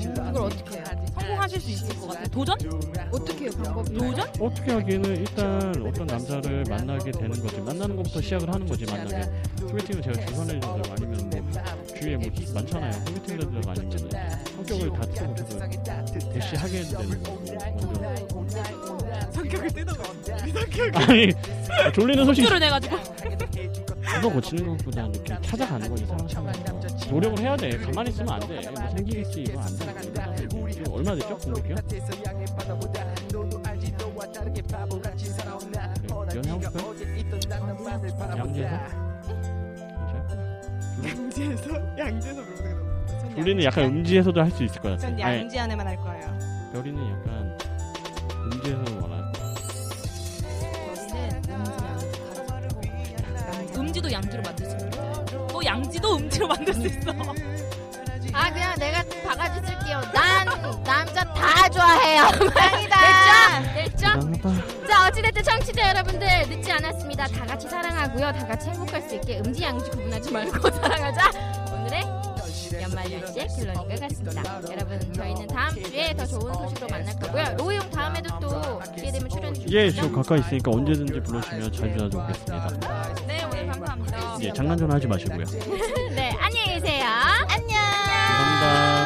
Speaker 3: 이걸 어떻게 해요? 성공하실 수 있을 것 같아요. 도전?
Speaker 10: 어떻게 해요? 방법
Speaker 3: 도전?
Speaker 8: 어떻게 하기에는 일단 어떤 남자를 만나게 되는 거지 만나는 것부터 시작을 하는 거지 만나게 소개팅은 제가 주선해 준다고 아니면 뭐 주위에 뭐 많잖아요 소개팅 된다고 아니면 성격을 다 뜯어고쳐서 그 대시하게 되는 거고 먼저
Speaker 6: 성격을 뜯어버려.
Speaker 8: 아니 졸리는 솔직히
Speaker 3: 해가지고.
Speaker 8: 이거 고치는 것보다 이렇게 찾아가는 거지 사람 찾는 거 노력을 해야 돼 가만히 있으면 안돼뭐 생기겠지 이거 안돼 얼마 됐죠 공백이요? 네, 연애하고 싶어요? 양재에서?
Speaker 6: 양지에서 양지에서 물어보는 거. 전
Speaker 8: 졸리는
Speaker 6: 양-
Speaker 8: 약간 음지에서도 할 수 있을 것 같아
Speaker 6: 전
Speaker 8: 아니
Speaker 6: 양지 안에만 할 거예요.
Speaker 8: 별이는 약간 음지에서 말할 거야
Speaker 3: 음지도 양지로 만들 수 있어. 또 양지도 음지로 만들 수 있어.
Speaker 1: 아 그냥 내가 바가지 쓸게요. 난 남자 다 좋아해요.
Speaker 10: 땅이다.
Speaker 1: 됐죠? 됐죠? 자 어찌됐든 청취자 여러분들 늦지 않았습니다. 다 같이 사랑하고요. 다 같이 행복할 수 있게 음지양지 구분하지 말고 사랑하자. 오늘의 연말연시의 결론인 것 같습니다. 여러분 저희는 다음 주에 더 좋은 소식으로 만날 거고요. 로이용 다음에도 또 기회 되면 출연해 주시죠.
Speaker 8: 예 지금 가까이 있으니까 언제든지 불러주시면 자주 자주 오겠습니다
Speaker 3: 네 오늘 감사합니다.
Speaker 8: 예 장난 좀 하지 마시고요
Speaker 1: 네 안녕히 계세요. 안녕.
Speaker 8: 감사합니다